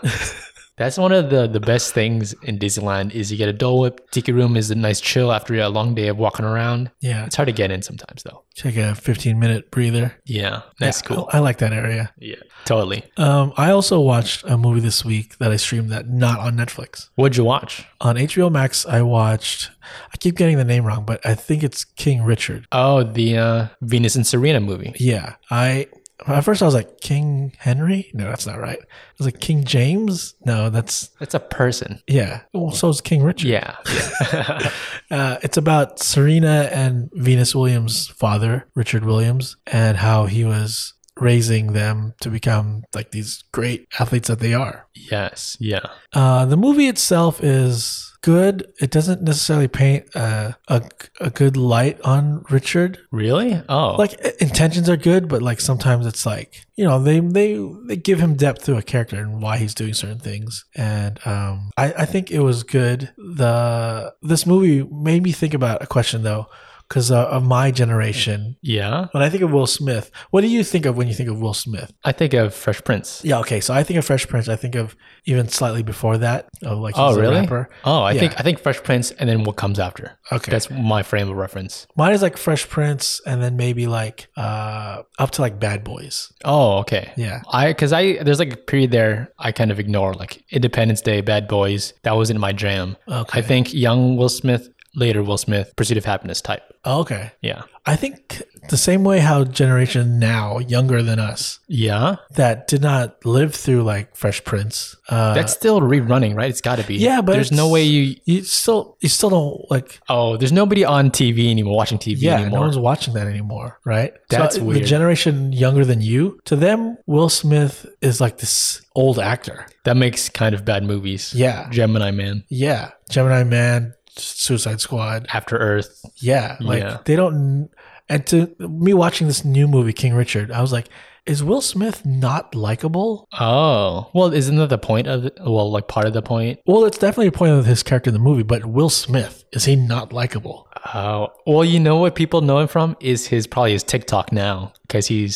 That's one of the, the best things in Disneyland is you get a Dole Whip. Tiki Room is a nice chill after a long day of walking around.
Yeah,
It's hard to get in sometimes though.
take a 15-minute breather.
Yeah, that's
Yeah,
cool.
I I like that area.
Yeah, totally.
Um, I also watched a movie this week that I streamed that not on Netflix.
What'd you watch?
On HBO Max, I watched. I keep getting the name wrong, but I think it's King Richard.
Oh, the uh, Venus and Serena movie.
Yeah, I at first I was like King Henry. No, that's not right. I was like King James. No, that's
That's a person.
yeah. Well, so is King Richard.
Yeah. yeah.
Uh, it's about Serena and Venus Williams' father, Richard Williams, and how he was raising them to become like these great athletes that they are.
yes. Yeah.
Uh, the movie itself is good. It doesn't necessarily paint a, a a good light on Richard.
Really? Oh.
Like i- intentions are good, but like sometimes it's like you know they they they give him depth to a character and why he's doing certain things. And um, I I think it was good. The this movie made me think about a question though, because uh, of my generation.
yeah.
When I think of Will Smith, what do you think of when you think of Will Smith?
I think of Fresh Prince.
Yeah, okay. So I think of Fresh Prince. I think of even slightly before that. Oh, like he's
Oh,
a
really?
rapper.
Oh, I
Yeah.
think I think Fresh Prince, and then what comes after.
Okay.
That's my frame of reference.
Mine is like Fresh Prince, and then maybe like uh up to like Bad Boys.
Oh, okay.
Yeah.
I because I there's like a period there I kind of ignore like Independence Day, Bad Boys. That wasn't my jam.
Okay.
I think young Will Smith, later Will Smith, Pursuit of Happiness type.
Oh, Okay.
Yeah.
I think the same way how generation now younger than us
Yeah.
that did not live through like Fresh Prince. Uh,
That's still rerunning, right? It's got to be.
Yeah, but
there's no
it's-
way you.
you still you still don't like.
Oh, there's nobody on TV anymore watching TV
Yeah, no
anymore.
one's watching that anymore, right?
That's
The
weird.
generation younger than you, to them, Will Smith is like this old actor.
that makes kind of bad movies.
Yeah,
Gemini Man,
yeah. Gemini Man, Suicide Squad.
After Earth.
Yeah, like
Yeah.
they don't. And to me watching this new movie, King Richard, I was like, is Will Smith not likable?
Oh, well, isn't that the point of? it? Well, like part of the point.
Well, it's definitely a point of his character in the movie, but Will Smith is he not likable?
Oh, well, you know what people know him from is his probably his TikTok now because he's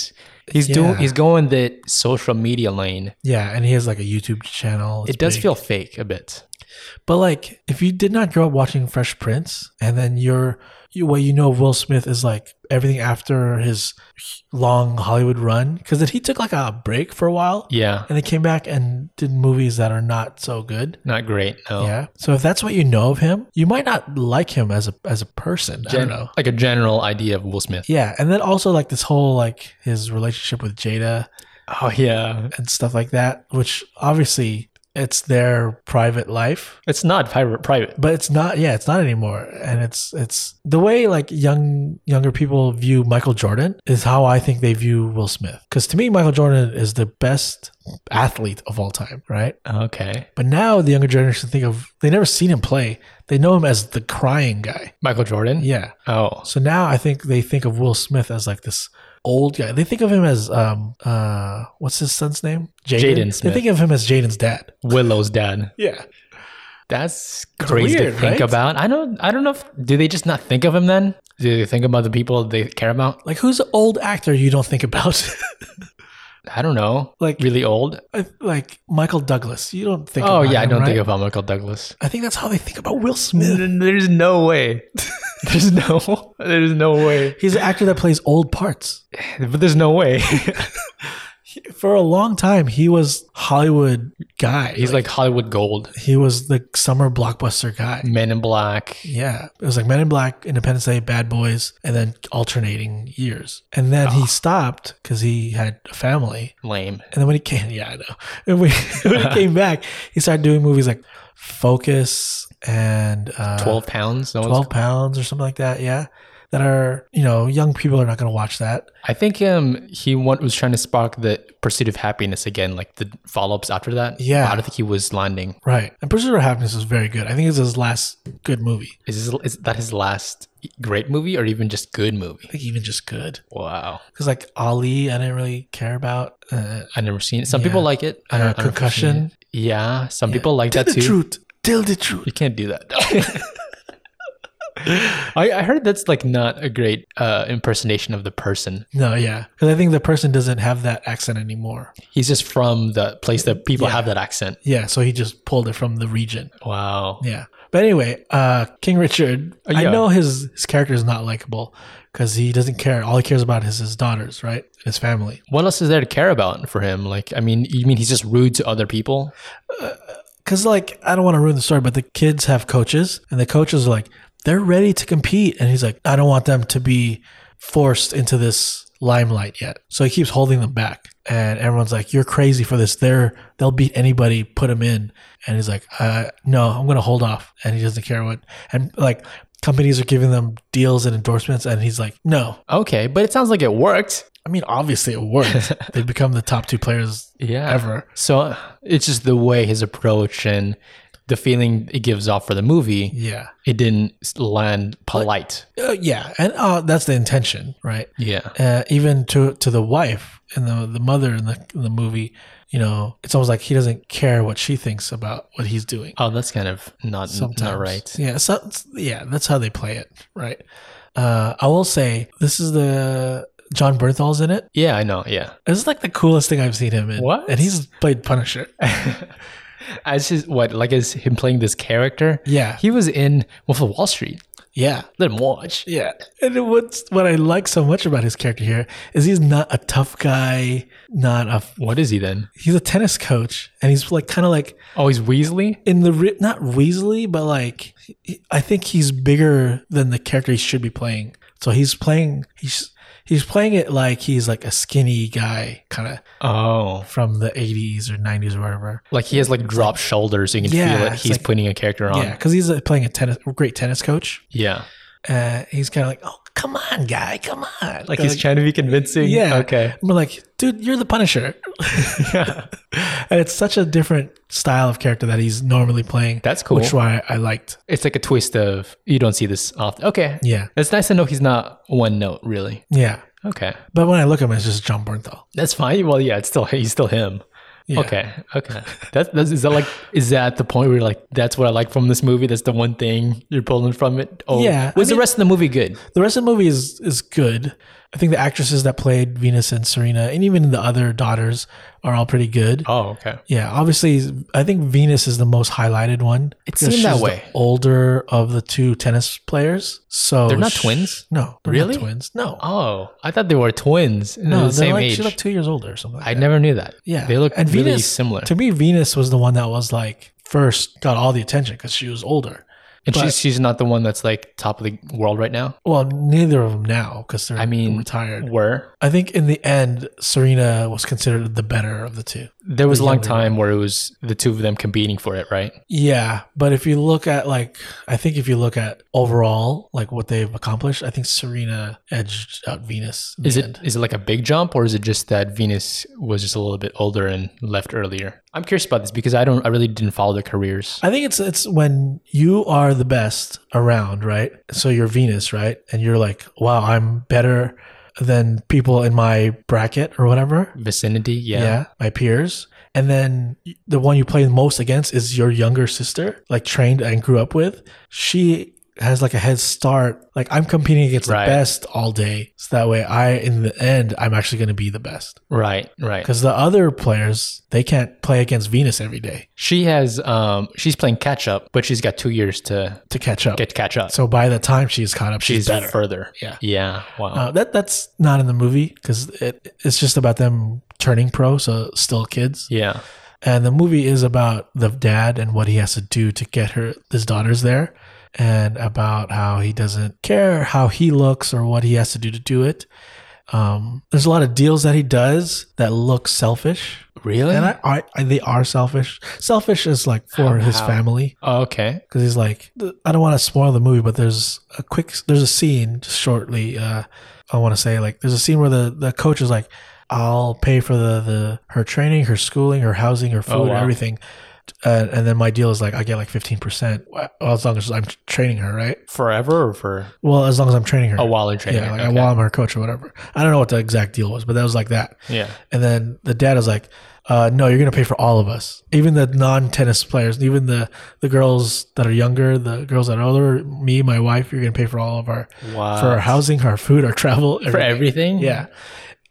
he's doing
Yeah.
he's going the social media lane.
Yeah, and he has like a YouTube channel. It's
it does
big.
feel fake a bit.
but like if you did not grow up watching Fresh Prince, and then you're you, what you know of Will Smith is like everything after his long Hollywood run, because then he took like a break for a while,
Yeah,
and then came back and did movies that are not so good.
not great. No.
Yeah. So if that's what you know of him, you might not like him as a as a person. I
Gen-
don't know.
like a general idea of Will Smith.
Yeah, and then also like this whole like his relationship with Jada
Oh yeah,
and stuff like that, which obviously it's their private life,
it's not private. Private.
but it's not. Yeah, it's not anymore, and it's it's the way like young younger people view Michael Jordan is how I think they view Will Smith. Because to me, Michael Jordan is the best athlete of all time, right?
Okay,
But now the younger generation think of they never seen him play. They know him as the crying guy.
Michael Jordan.
Yeah.
Oh,
So now I think they think of Will Smith as like this old guy. They think of him as um uh what's his son's name?
Jaden Smith.
They think of him as Jaden's dad.
Willow's dad.
Yeah.
That's crazy
weird,
to think
right?
about. I don't. I don't know. If, do they just not think of him then? Do they think about the people they care about?
Like who's an old actor you don't think about?
I don't know.
Like-
really old.
I- like Michael Douglas. You don't think
Oh
about
yeah, I
him,
don't
right?
think about Michael Douglas.
I think that's how they think about Will Smith.
There's no way. There's no, there's no way.
He's an actor that plays old parts.
But there's no way.
For a long time, he was Hollywood guy.
He's like Hollywood gold,
he was the summer blockbuster guy.
Men in Black.
Yeah, it was like Men in Black, Independence Day, Bad Boys, and then alternating years. And then
Ah.
he stopped because he had a family.
Lame.
And then when he came, yeah, I know. And when, when he came back, he started doing movies like Focus and uh,
Twelve pounds. No one's-
12 pounds or something like that. Yeah, that are you know young people are not going to watch that.
I think um he want, was trying to spark the pursuit of happiness again, like the follow ups after that.
Yeah.
I don't think he was landing.
Right. And Pursuit of Happiness is very good. I think it's his last good movie.
Is this, is that his last great movie or even just good movie?
I think even just good
Wow,
because like Ali, I didn't really care about. Uh,
I never seen it. Some people
Yeah.
like it. I
Uh,
don't, I don't know if I've seen
Concussion.
it. Yeah, some people like that
the
too.
truth. Tell the truth.
You can't do that. I, I heard that's like not a great uh, impersonation of the person.
No, yeah, because I think the person doesn't have that accent anymore.
He's just from the place that people
Yeah.
have that accent.
Yeah, so he just pulled it from the region.
Wow.
Yeah. But anyway, uh, King Richard,
Uh,
I
yeah.
know his, his character is not likable because he doesn't care. All he cares about is his daughters, right? His family.
What else is there to care about for him? Like, I mean, you mean he's just rude to other people?
Because, like, I don't want to ruin the story, but the kids have coaches, and the coaches are like, they're ready to compete. And he's like, I don't want them to be forced into this limelight yet. So he keeps holding them back. And everyone's like, you're crazy for this. They're, they'll beat anybody, put them in. And he's like, uh, no, I'm going to hold off. And he doesn't care what. And, like, companies are giving them deals and endorsements. And he's like, no.
Okay, but it sounds like it worked.
I mean, obviously it worked. they become the top two players
Yeah.
ever.
So uh, it's just the way his approach and the feeling it gives off for the movie,
Yeah.
it didn't s- land polite.
Uh, yeah. And uh, that's the intention, right?
Yeah.
uh, even to to the wife and the the mother in the in the movie, you know, it's almost like he doesn't care what she thinks about what he's doing.
Oh, that's kind of not not
Sometimes.
right.
Yeah, so, yeah, that's how they play it, right? Uh, I will say this is the John Bernthal's in it.
Yeah, I know. Yeah.
This is like the coolest thing I've seen him in.
What?
And he's played Punisher.
As his what like as him playing this character.
Yeah.
He was in Wolf of Wall Street.
yeah.
Let him watch.
Yeah. And what's what I like so much about his character here is he's not a tough guy, not a
What is he then?
he's a tennis coach and he's like kind of like
Oh, he's Weasley.
in the ri- not Weasley, but like he- I think he's bigger than the character he should be playing. So he's playing he's he's playing it like he's like a skinny guy, kind of
Oh,
from the eighties or nineties or whatever.
like he has like dropped shoulders. So you can
Yeah,
feel it.
it's
He's
like-
putting a character
Yeah,
on.
'cause Yeah, because he's uh, playing a tennis great tennis coach.
yeah.
Uh, he's kind of like, oh come on, guy, come on,
Like he's trying to be convincing.
Uh, yeah,
Okay.
But like, dude, you're the Punisher. and it's such a different style of character that he's normally playing.
That's cool.
Which why I liked.
It's like a twist of you don't see this often. Okay.
Yeah,
It's nice to know he's not one note really.
yeah.
Okay.
But when I look at him, it's just John Bernthal.
That's fine. Well, yeah, it's still he's still him.
Yeah.
Okay. Okay. That's, that's is that like is that the point where you're like that's what I like from this movie? That's the one thing you're pulling from it. Oh,
Yeah, I
Was
mean-
the rest of the movie good?
The rest of the movie is is good. I think the actresses that played Venus and Serena, and even the other daughters, are all pretty good.
Oh, okay.
Yeah, obviously, I think Venus is the most highlighted one.
It
because
seemed that
she's the
way.
older of the two tennis players, so
They're not
sh-
twins?
No, they're
Really?
not twins. No,
Oh, I thought they were twins. and they
no,
were
they're
the same
like
age.
she's like two years older or something. Like
I
that.
never knew that.
Yeah,
They look
and
really
Venus,
similar.
To me, Venus was the one that was like first got all the attention because she was older.
and
but-
she's she's not the one that's like top of the world right now.
Well, neither of them now because they're
I mean,
retired.
Were
I think in the end, Serena was considered the better of the two.
there was a long
younger
time where it was the two of them competing for it, right?
Yeah, but if you look at like, I think if you look at overall, like what they've accomplished, I think Serena edged out Venus. in
Is
the
it
end.
is it like a big jump or is it just that Venus was just a little bit older and left earlier? I'm curious about this because I don't I really didn't follow their careers.
I think it's it's when you are the best around, right? So you're Venus, right? And you're like, wow, I'm better than people in my bracket or whatever.
Vicinity, yeah.
my peers. And then the one you play the most against is your younger sister, like trained and grew up with. She has like a head start. Like I'm competing against
Right.
the best all day, so that way I, in the end, I'm actually going to be the best.
Right, right.
Because the other players, they can't play against Venus every day
She has um she's playing catch up, but she's got two years to
to catch up.
get to catch up.
so by the time she's caught up, she's,
she's
better.
further.
Yeah.
Yeah. Wow.
Uh, that that's not in the movie because it, it's just about them turning pro, so still kids.
yeah.
And the movie is about the dad and what he has to do to get her his daughters there, and about how he doesn't care how he looks or what he has to do to do it. Um, there's a lot of deals that he does that look selfish,
Really?
and I, I, I they are selfish. Selfish is like for his
How-
family
oh, okay.
because he's like i don't want to spoil the movie but there's a quick there's a scene shortly uh i want to say like there's a scene where the the coach is like i'll pay for the the her training her schooling her housing her food
Oh, wow.
everything uh, and then my deal is like i get like 15% well, as long as i'm training her right
Forever or for
well as long as i'm training her
a while in training?
yeah like
Oh, okay.
while i'm her coach or whatever i don't know what the exact deal was but that was like that
Yeah.
and then the dad was like, uh, no, you're going to pay for all of us. Even the non tennis players, even the, the girls that are younger, the girls that are older, me, my wife, you're going to pay for all of our,
Wow.
for our housing, our food, our travel.
for
everything."
everything?
Yeah.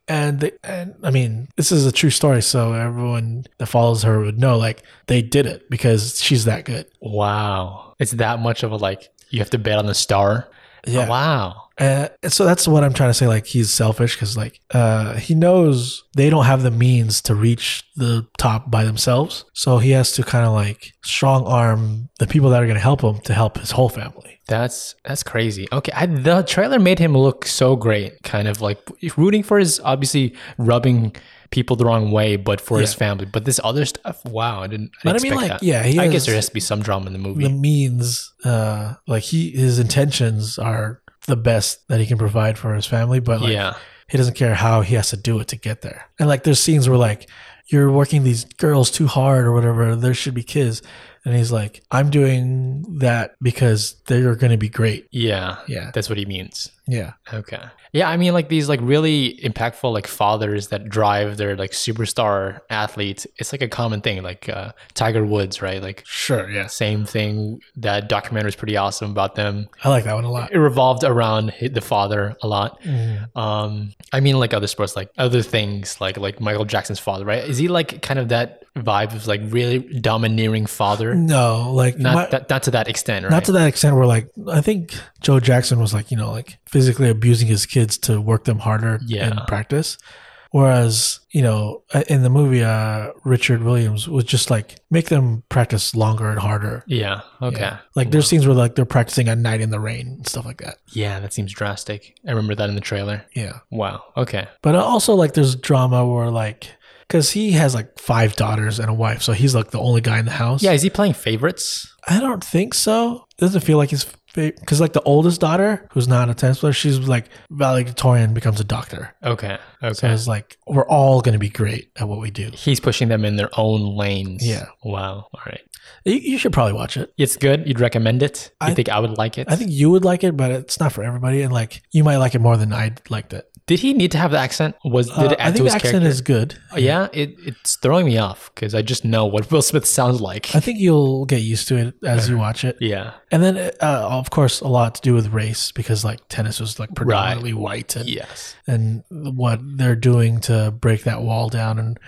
And, they, and I mean, this is a true story. So everyone that follows her would know, like, they did it because she's that good.
Wow. It's that much of a like you have to bet on the star.
Yeah.
Wow.
Uh, so that's what I'm trying to say. Like he's selfish because like uh, he knows they don't have the means to reach the top by themselves. So he has to kind of like strong arm the people that are going to help him to help his whole family.
That's that's crazy. Okay, I, the trailer made him look so great. Kind of like rooting for his obviously rubbing people the wrong way, but for his
Yeah.
family. But this other stuff, wow, I didn't. I,
But I
didn't
mean,
expect
like,
that.
yeah, he
I guess
has-
there has to be some drama in the movie.
The means, uh, like he his intentions are the best that he can provide for his family, but like
yeah,
he doesn't care how he has to do it to get there. And like there's scenes where like you're working these girls too hard or whatever, there should be kids. And he's like, I'm doing that because they're gonna be great.
yeah,
Yeah.
That's what he means.
Yeah.
Okay. Yeah, I mean, like these like really impactful like fathers that drive their like superstar athletes. It's like a common thing. Like uh, Tiger Woods, right? Like
Sure, yeah.
same thing. That documentary was pretty awesome about them.
I like that one a lot.
It revolved around hi- the father a lot.
Mhm.
Um, I mean, like other sports, like other things, like like Michael Jackson's father, right? Is he like kind of that vibe of like really domineering father?
No, like
Not
my-
that, not to that extent, right?
not to that extent where like I think Joe Jackson was like, you know, like physically abusing his kids to work them harder
Yeah.
in practice. Whereas, you know, in the movie, uh, Richard Williams was just like make them practice longer and harder.
yeah. Okay.
Yeah.
Yeah.
Like there's scenes where like they're practicing at night in the rain and stuff like that.
that seems drastic. I remember that in the trailer.
Yeah.
Wow. Okay.
But uh, also like there's drama where like because he has like five daughters and a wife, so he's like the only guy in the house.
Yeah. Is he playing favorites?
I don't think so. Doesn't feel like his because like the oldest daughter who's not a tennis player, she's like valedictorian becomes a doctor.
Okay.
So
Okay.
it's like we're all gonna be great at what we do.
He's pushing them in their own lanes.
Yeah.
Wow. All right.
You, you should probably watch it.
It's good. You'd recommend it? You
I-
think I would like it?
I think you would like it, but it's not for everybody. And like you might like it more than I liked it.
Did he need to have the accent? Was did
Uh,
it
I
add
think
to
the
his
accent
character?
is good.
Oh, yeah, it, it's throwing me off because I just know what Will Smith sounds like.
I think you'll get used to it as you watch it.
yeah,
And then, uh, of course, a lot to do with race because like tennis was like predominantly white, and,
yes,
and what they're doing to break that wall down, and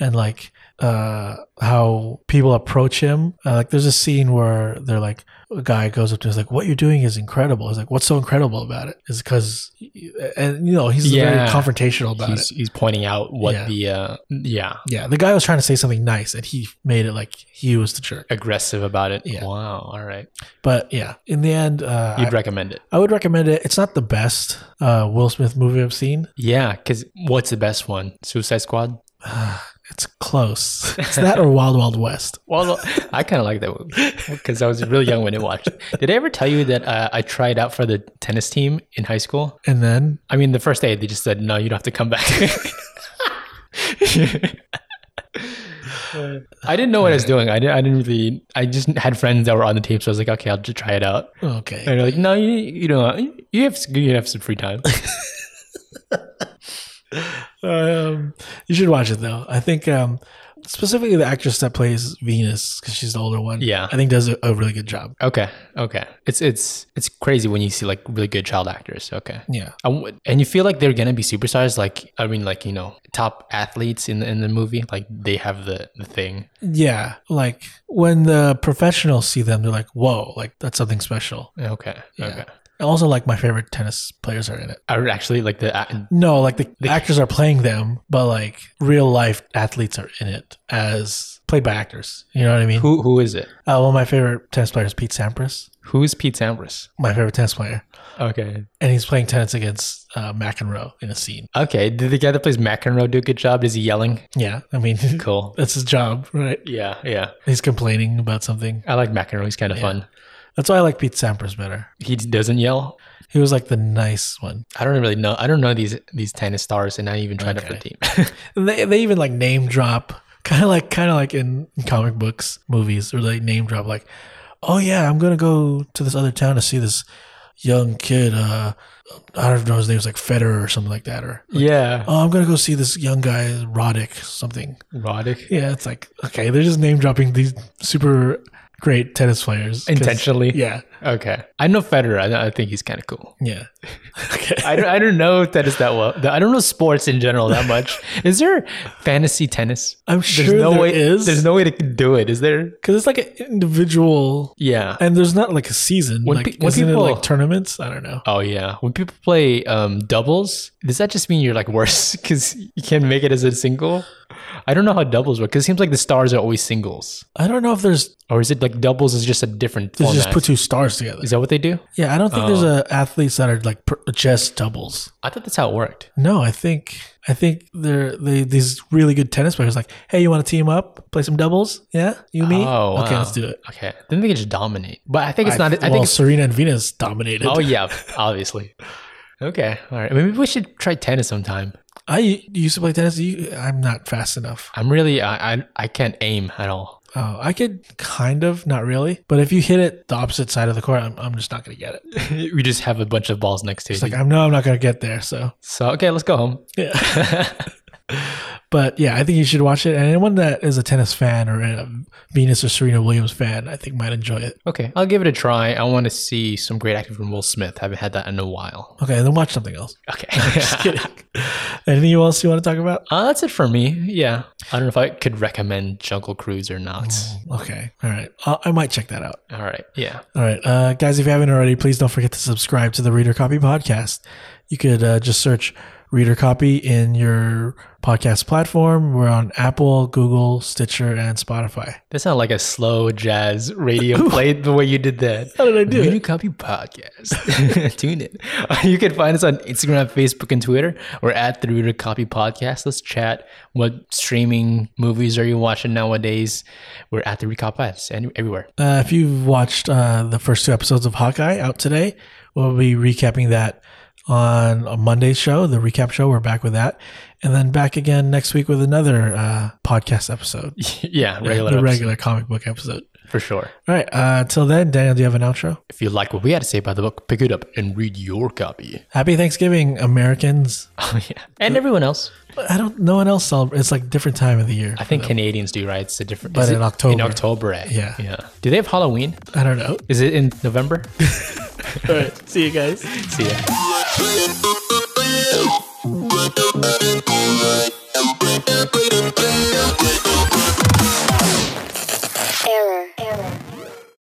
and like uh, how people approach him. Uh, like, there's a scene where they're like, a guy goes up to him, he's like, "What you're doing is incredible." He's like, "What's so incredible about it?" Is because, and you know, he's very
Yeah.
confrontational about
he's,
it.
he's pointing out what
Yeah.
the uh, yeah
Yeah, the guy was trying to say something nice, and he made it like he was the jerk.
aggressive about it.
Yeah.
Wow, all right,
But yeah, in the end, uh,
you'd
I-
recommend it.
I would recommend it. It's not the best uh, Will Smith movie I've seen.
Yeah, because what's the best one? Suicide Squad.
It's close. It's that or Wild Wild West.
Well, I kind of like that one because I was really young when I watched it. Did I ever tell you that uh, I tried out for the tennis team in high school?
And then
I mean, the first day they just said, "No, you don't have to come back." I didn't know what I was doing. I didn't. I didn't really. I just had friends that were on the team, so I was like, "Okay, I'll just try it out."
okay,
And they're like, "No, you you know you have you have some free time."
um, you should watch it though. I think um, specifically the actress that plays Venus because she's the older one.
Yeah.
I think does a, a really good job.
Okay. Okay. It's it's it's crazy when you see like really good child actors. Okay.
Yeah,
I w- and you feel like they're gonna be superstars. Like I mean, like you know, top athletes in the, in the movie. Like they have the the thing.
yeah. Like when the professionals see them, they're like, "Whoa, like that's something special."
Okay.
Yeah.
Okay.
And also, like my favorite tennis players are in it.
I would actually like the a-
No, like the, the actors are playing them, but like real life athletes are in it as played by actors. You know what I mean?
who who is it?
Uh, one of my favorite tennis players, Pete Sampras.
Who's Pete Sampras?
My favorite tennis player,
Okay.
and he's playing tennis against uh, McEnroe in a scene.
Okay. Did the guy that plays McEnroe do a good job? Is he yelling?
Yeah, I mean
Cool.
that's his job, right?
Yeah. Yeah.
He's complaining about something.
I like McEnroe. He's kind of fun.
That's why I like Pete Sampras better.
He doesn't yell.
He was like the nice one.
I don't really know. I don't know these these tennis stars, and I even tried to
Okay.
redeem. team.
And they they even like name drop, kind of like kind of like in comic books, movies, or they name drop like, oh yeah, I'm gonna go to this other town to see this young kid. Uh, I don't know his name's like Federer or something like that, or
yeah.
oh, I'm gonna go see this young guy Roddick something.
Roddick.
Yeah, it's like okay, they're just name dropping these super great tennis players 'cause-
Intentionally.
Yeah,
Okay. I know Federer. I, I think he's kind of cool.
yeah. okay.
I don't, I don't know tennis that well. I don't know sports in general that much. Is there fantasy tennis?
I'm sure
no
there
way.
is.
There's no way to do it. Is there?
Because it's like an individual,
Yeah.
and there's not like a season.
When
like,
pe- when
isn't
people-
it like tournaments? I don't know.
Oh yeah. When people play um, doubles, does that just mean you're like worse because you can't make it as a single? I don't know how doubles work because it seems like the stars are always singles,
I don't know if there's.
or is it like doubles is just a different
They
format?
just put two stars together.
is Oh. that what they do?
Yeah, I don't think there's a athletes that are like per, just doubles.
I thought that's how it worked.
No, I think I think they're they these really good tennis players. Like, hey, you want to team up, play some doubles? Yeah, you me.
Oh,
okay,
wow.
let's do it.
Okay. Then they can just dominate. But I think it's not. I
well,
think it's
Serena and Venus dominated.
Oh yeah, obviously. Okay, all right. Maybe we should try tennis sometime.
I used to play tennis. You, I'm not fast enough.
I'm really I I, I can't aim at all.
Oh, I could kind of, not really. But if you hit it the opposite side of the court, I'm, I'm just not gonna get it.
we just have a bunch of balls next to
It's
each
like
other.
I know I'm not gonna get there. So
So okay, let's go home.
yeah. But yeah, I think you should watch it. And anyone that is a tennis fan or a Venus or Serena Williams fan, I think might enjoy it.
okay, I'll give it a try. I want to see some great acting from Will Smith. haven't had that in a while.
Okay, then watch something else.
Okay,
Just kidding. Anything else you want to talk about?
uh, that's it for me. Yeah, I don't know if I could recommend Jungle Cruise or not.
Mm. Okay, all right. Uh, I- I might check that out.
All right, yeah.
All right, uh, guys, if you haven't already, please don't forget to subscribe to the Reader Copy podcast. You could uh, just search Reader Copy in your podcast platform. We're on Apple, Google, Stitcher, and Spotify.
That sounded like a slow jazz radio play the way you did that. How
did I do it?
New Copy Podcast. Tune in. You can find us on Instagram, Facebook, and Twitter. We're at the Reader Copy Podcast. Let's chat. What streaming movies are you watching nowadays? We're at the Reader Copy Podcast and everywhere.
Uh, if you've watched uh, the first two episodes of Hawkeye out today, we'll be recapping that on a Monday show, the recap show. We're back with that. And then back again next week with another uh, podcast episode,
yeah, regular,
the
episode,
regular comic book episode.
for sure.
All right. Uh, till then, Daniel, do you have an outro?
If you like what we had to say about the book, pick it up and read your copy.
Happy Thanksgiving, Americans.
Oh yeah, and everyone else.
I don't, no one else celebrates. It's like different time of the year.
I think Canadians do right. It's a different.
But
is
in
it- in
October.
October, eh?
Yeah.
yeah. Do they have Halloween?
I don't know.
Is it in November?
All right. See you guys.
See ya.
Error.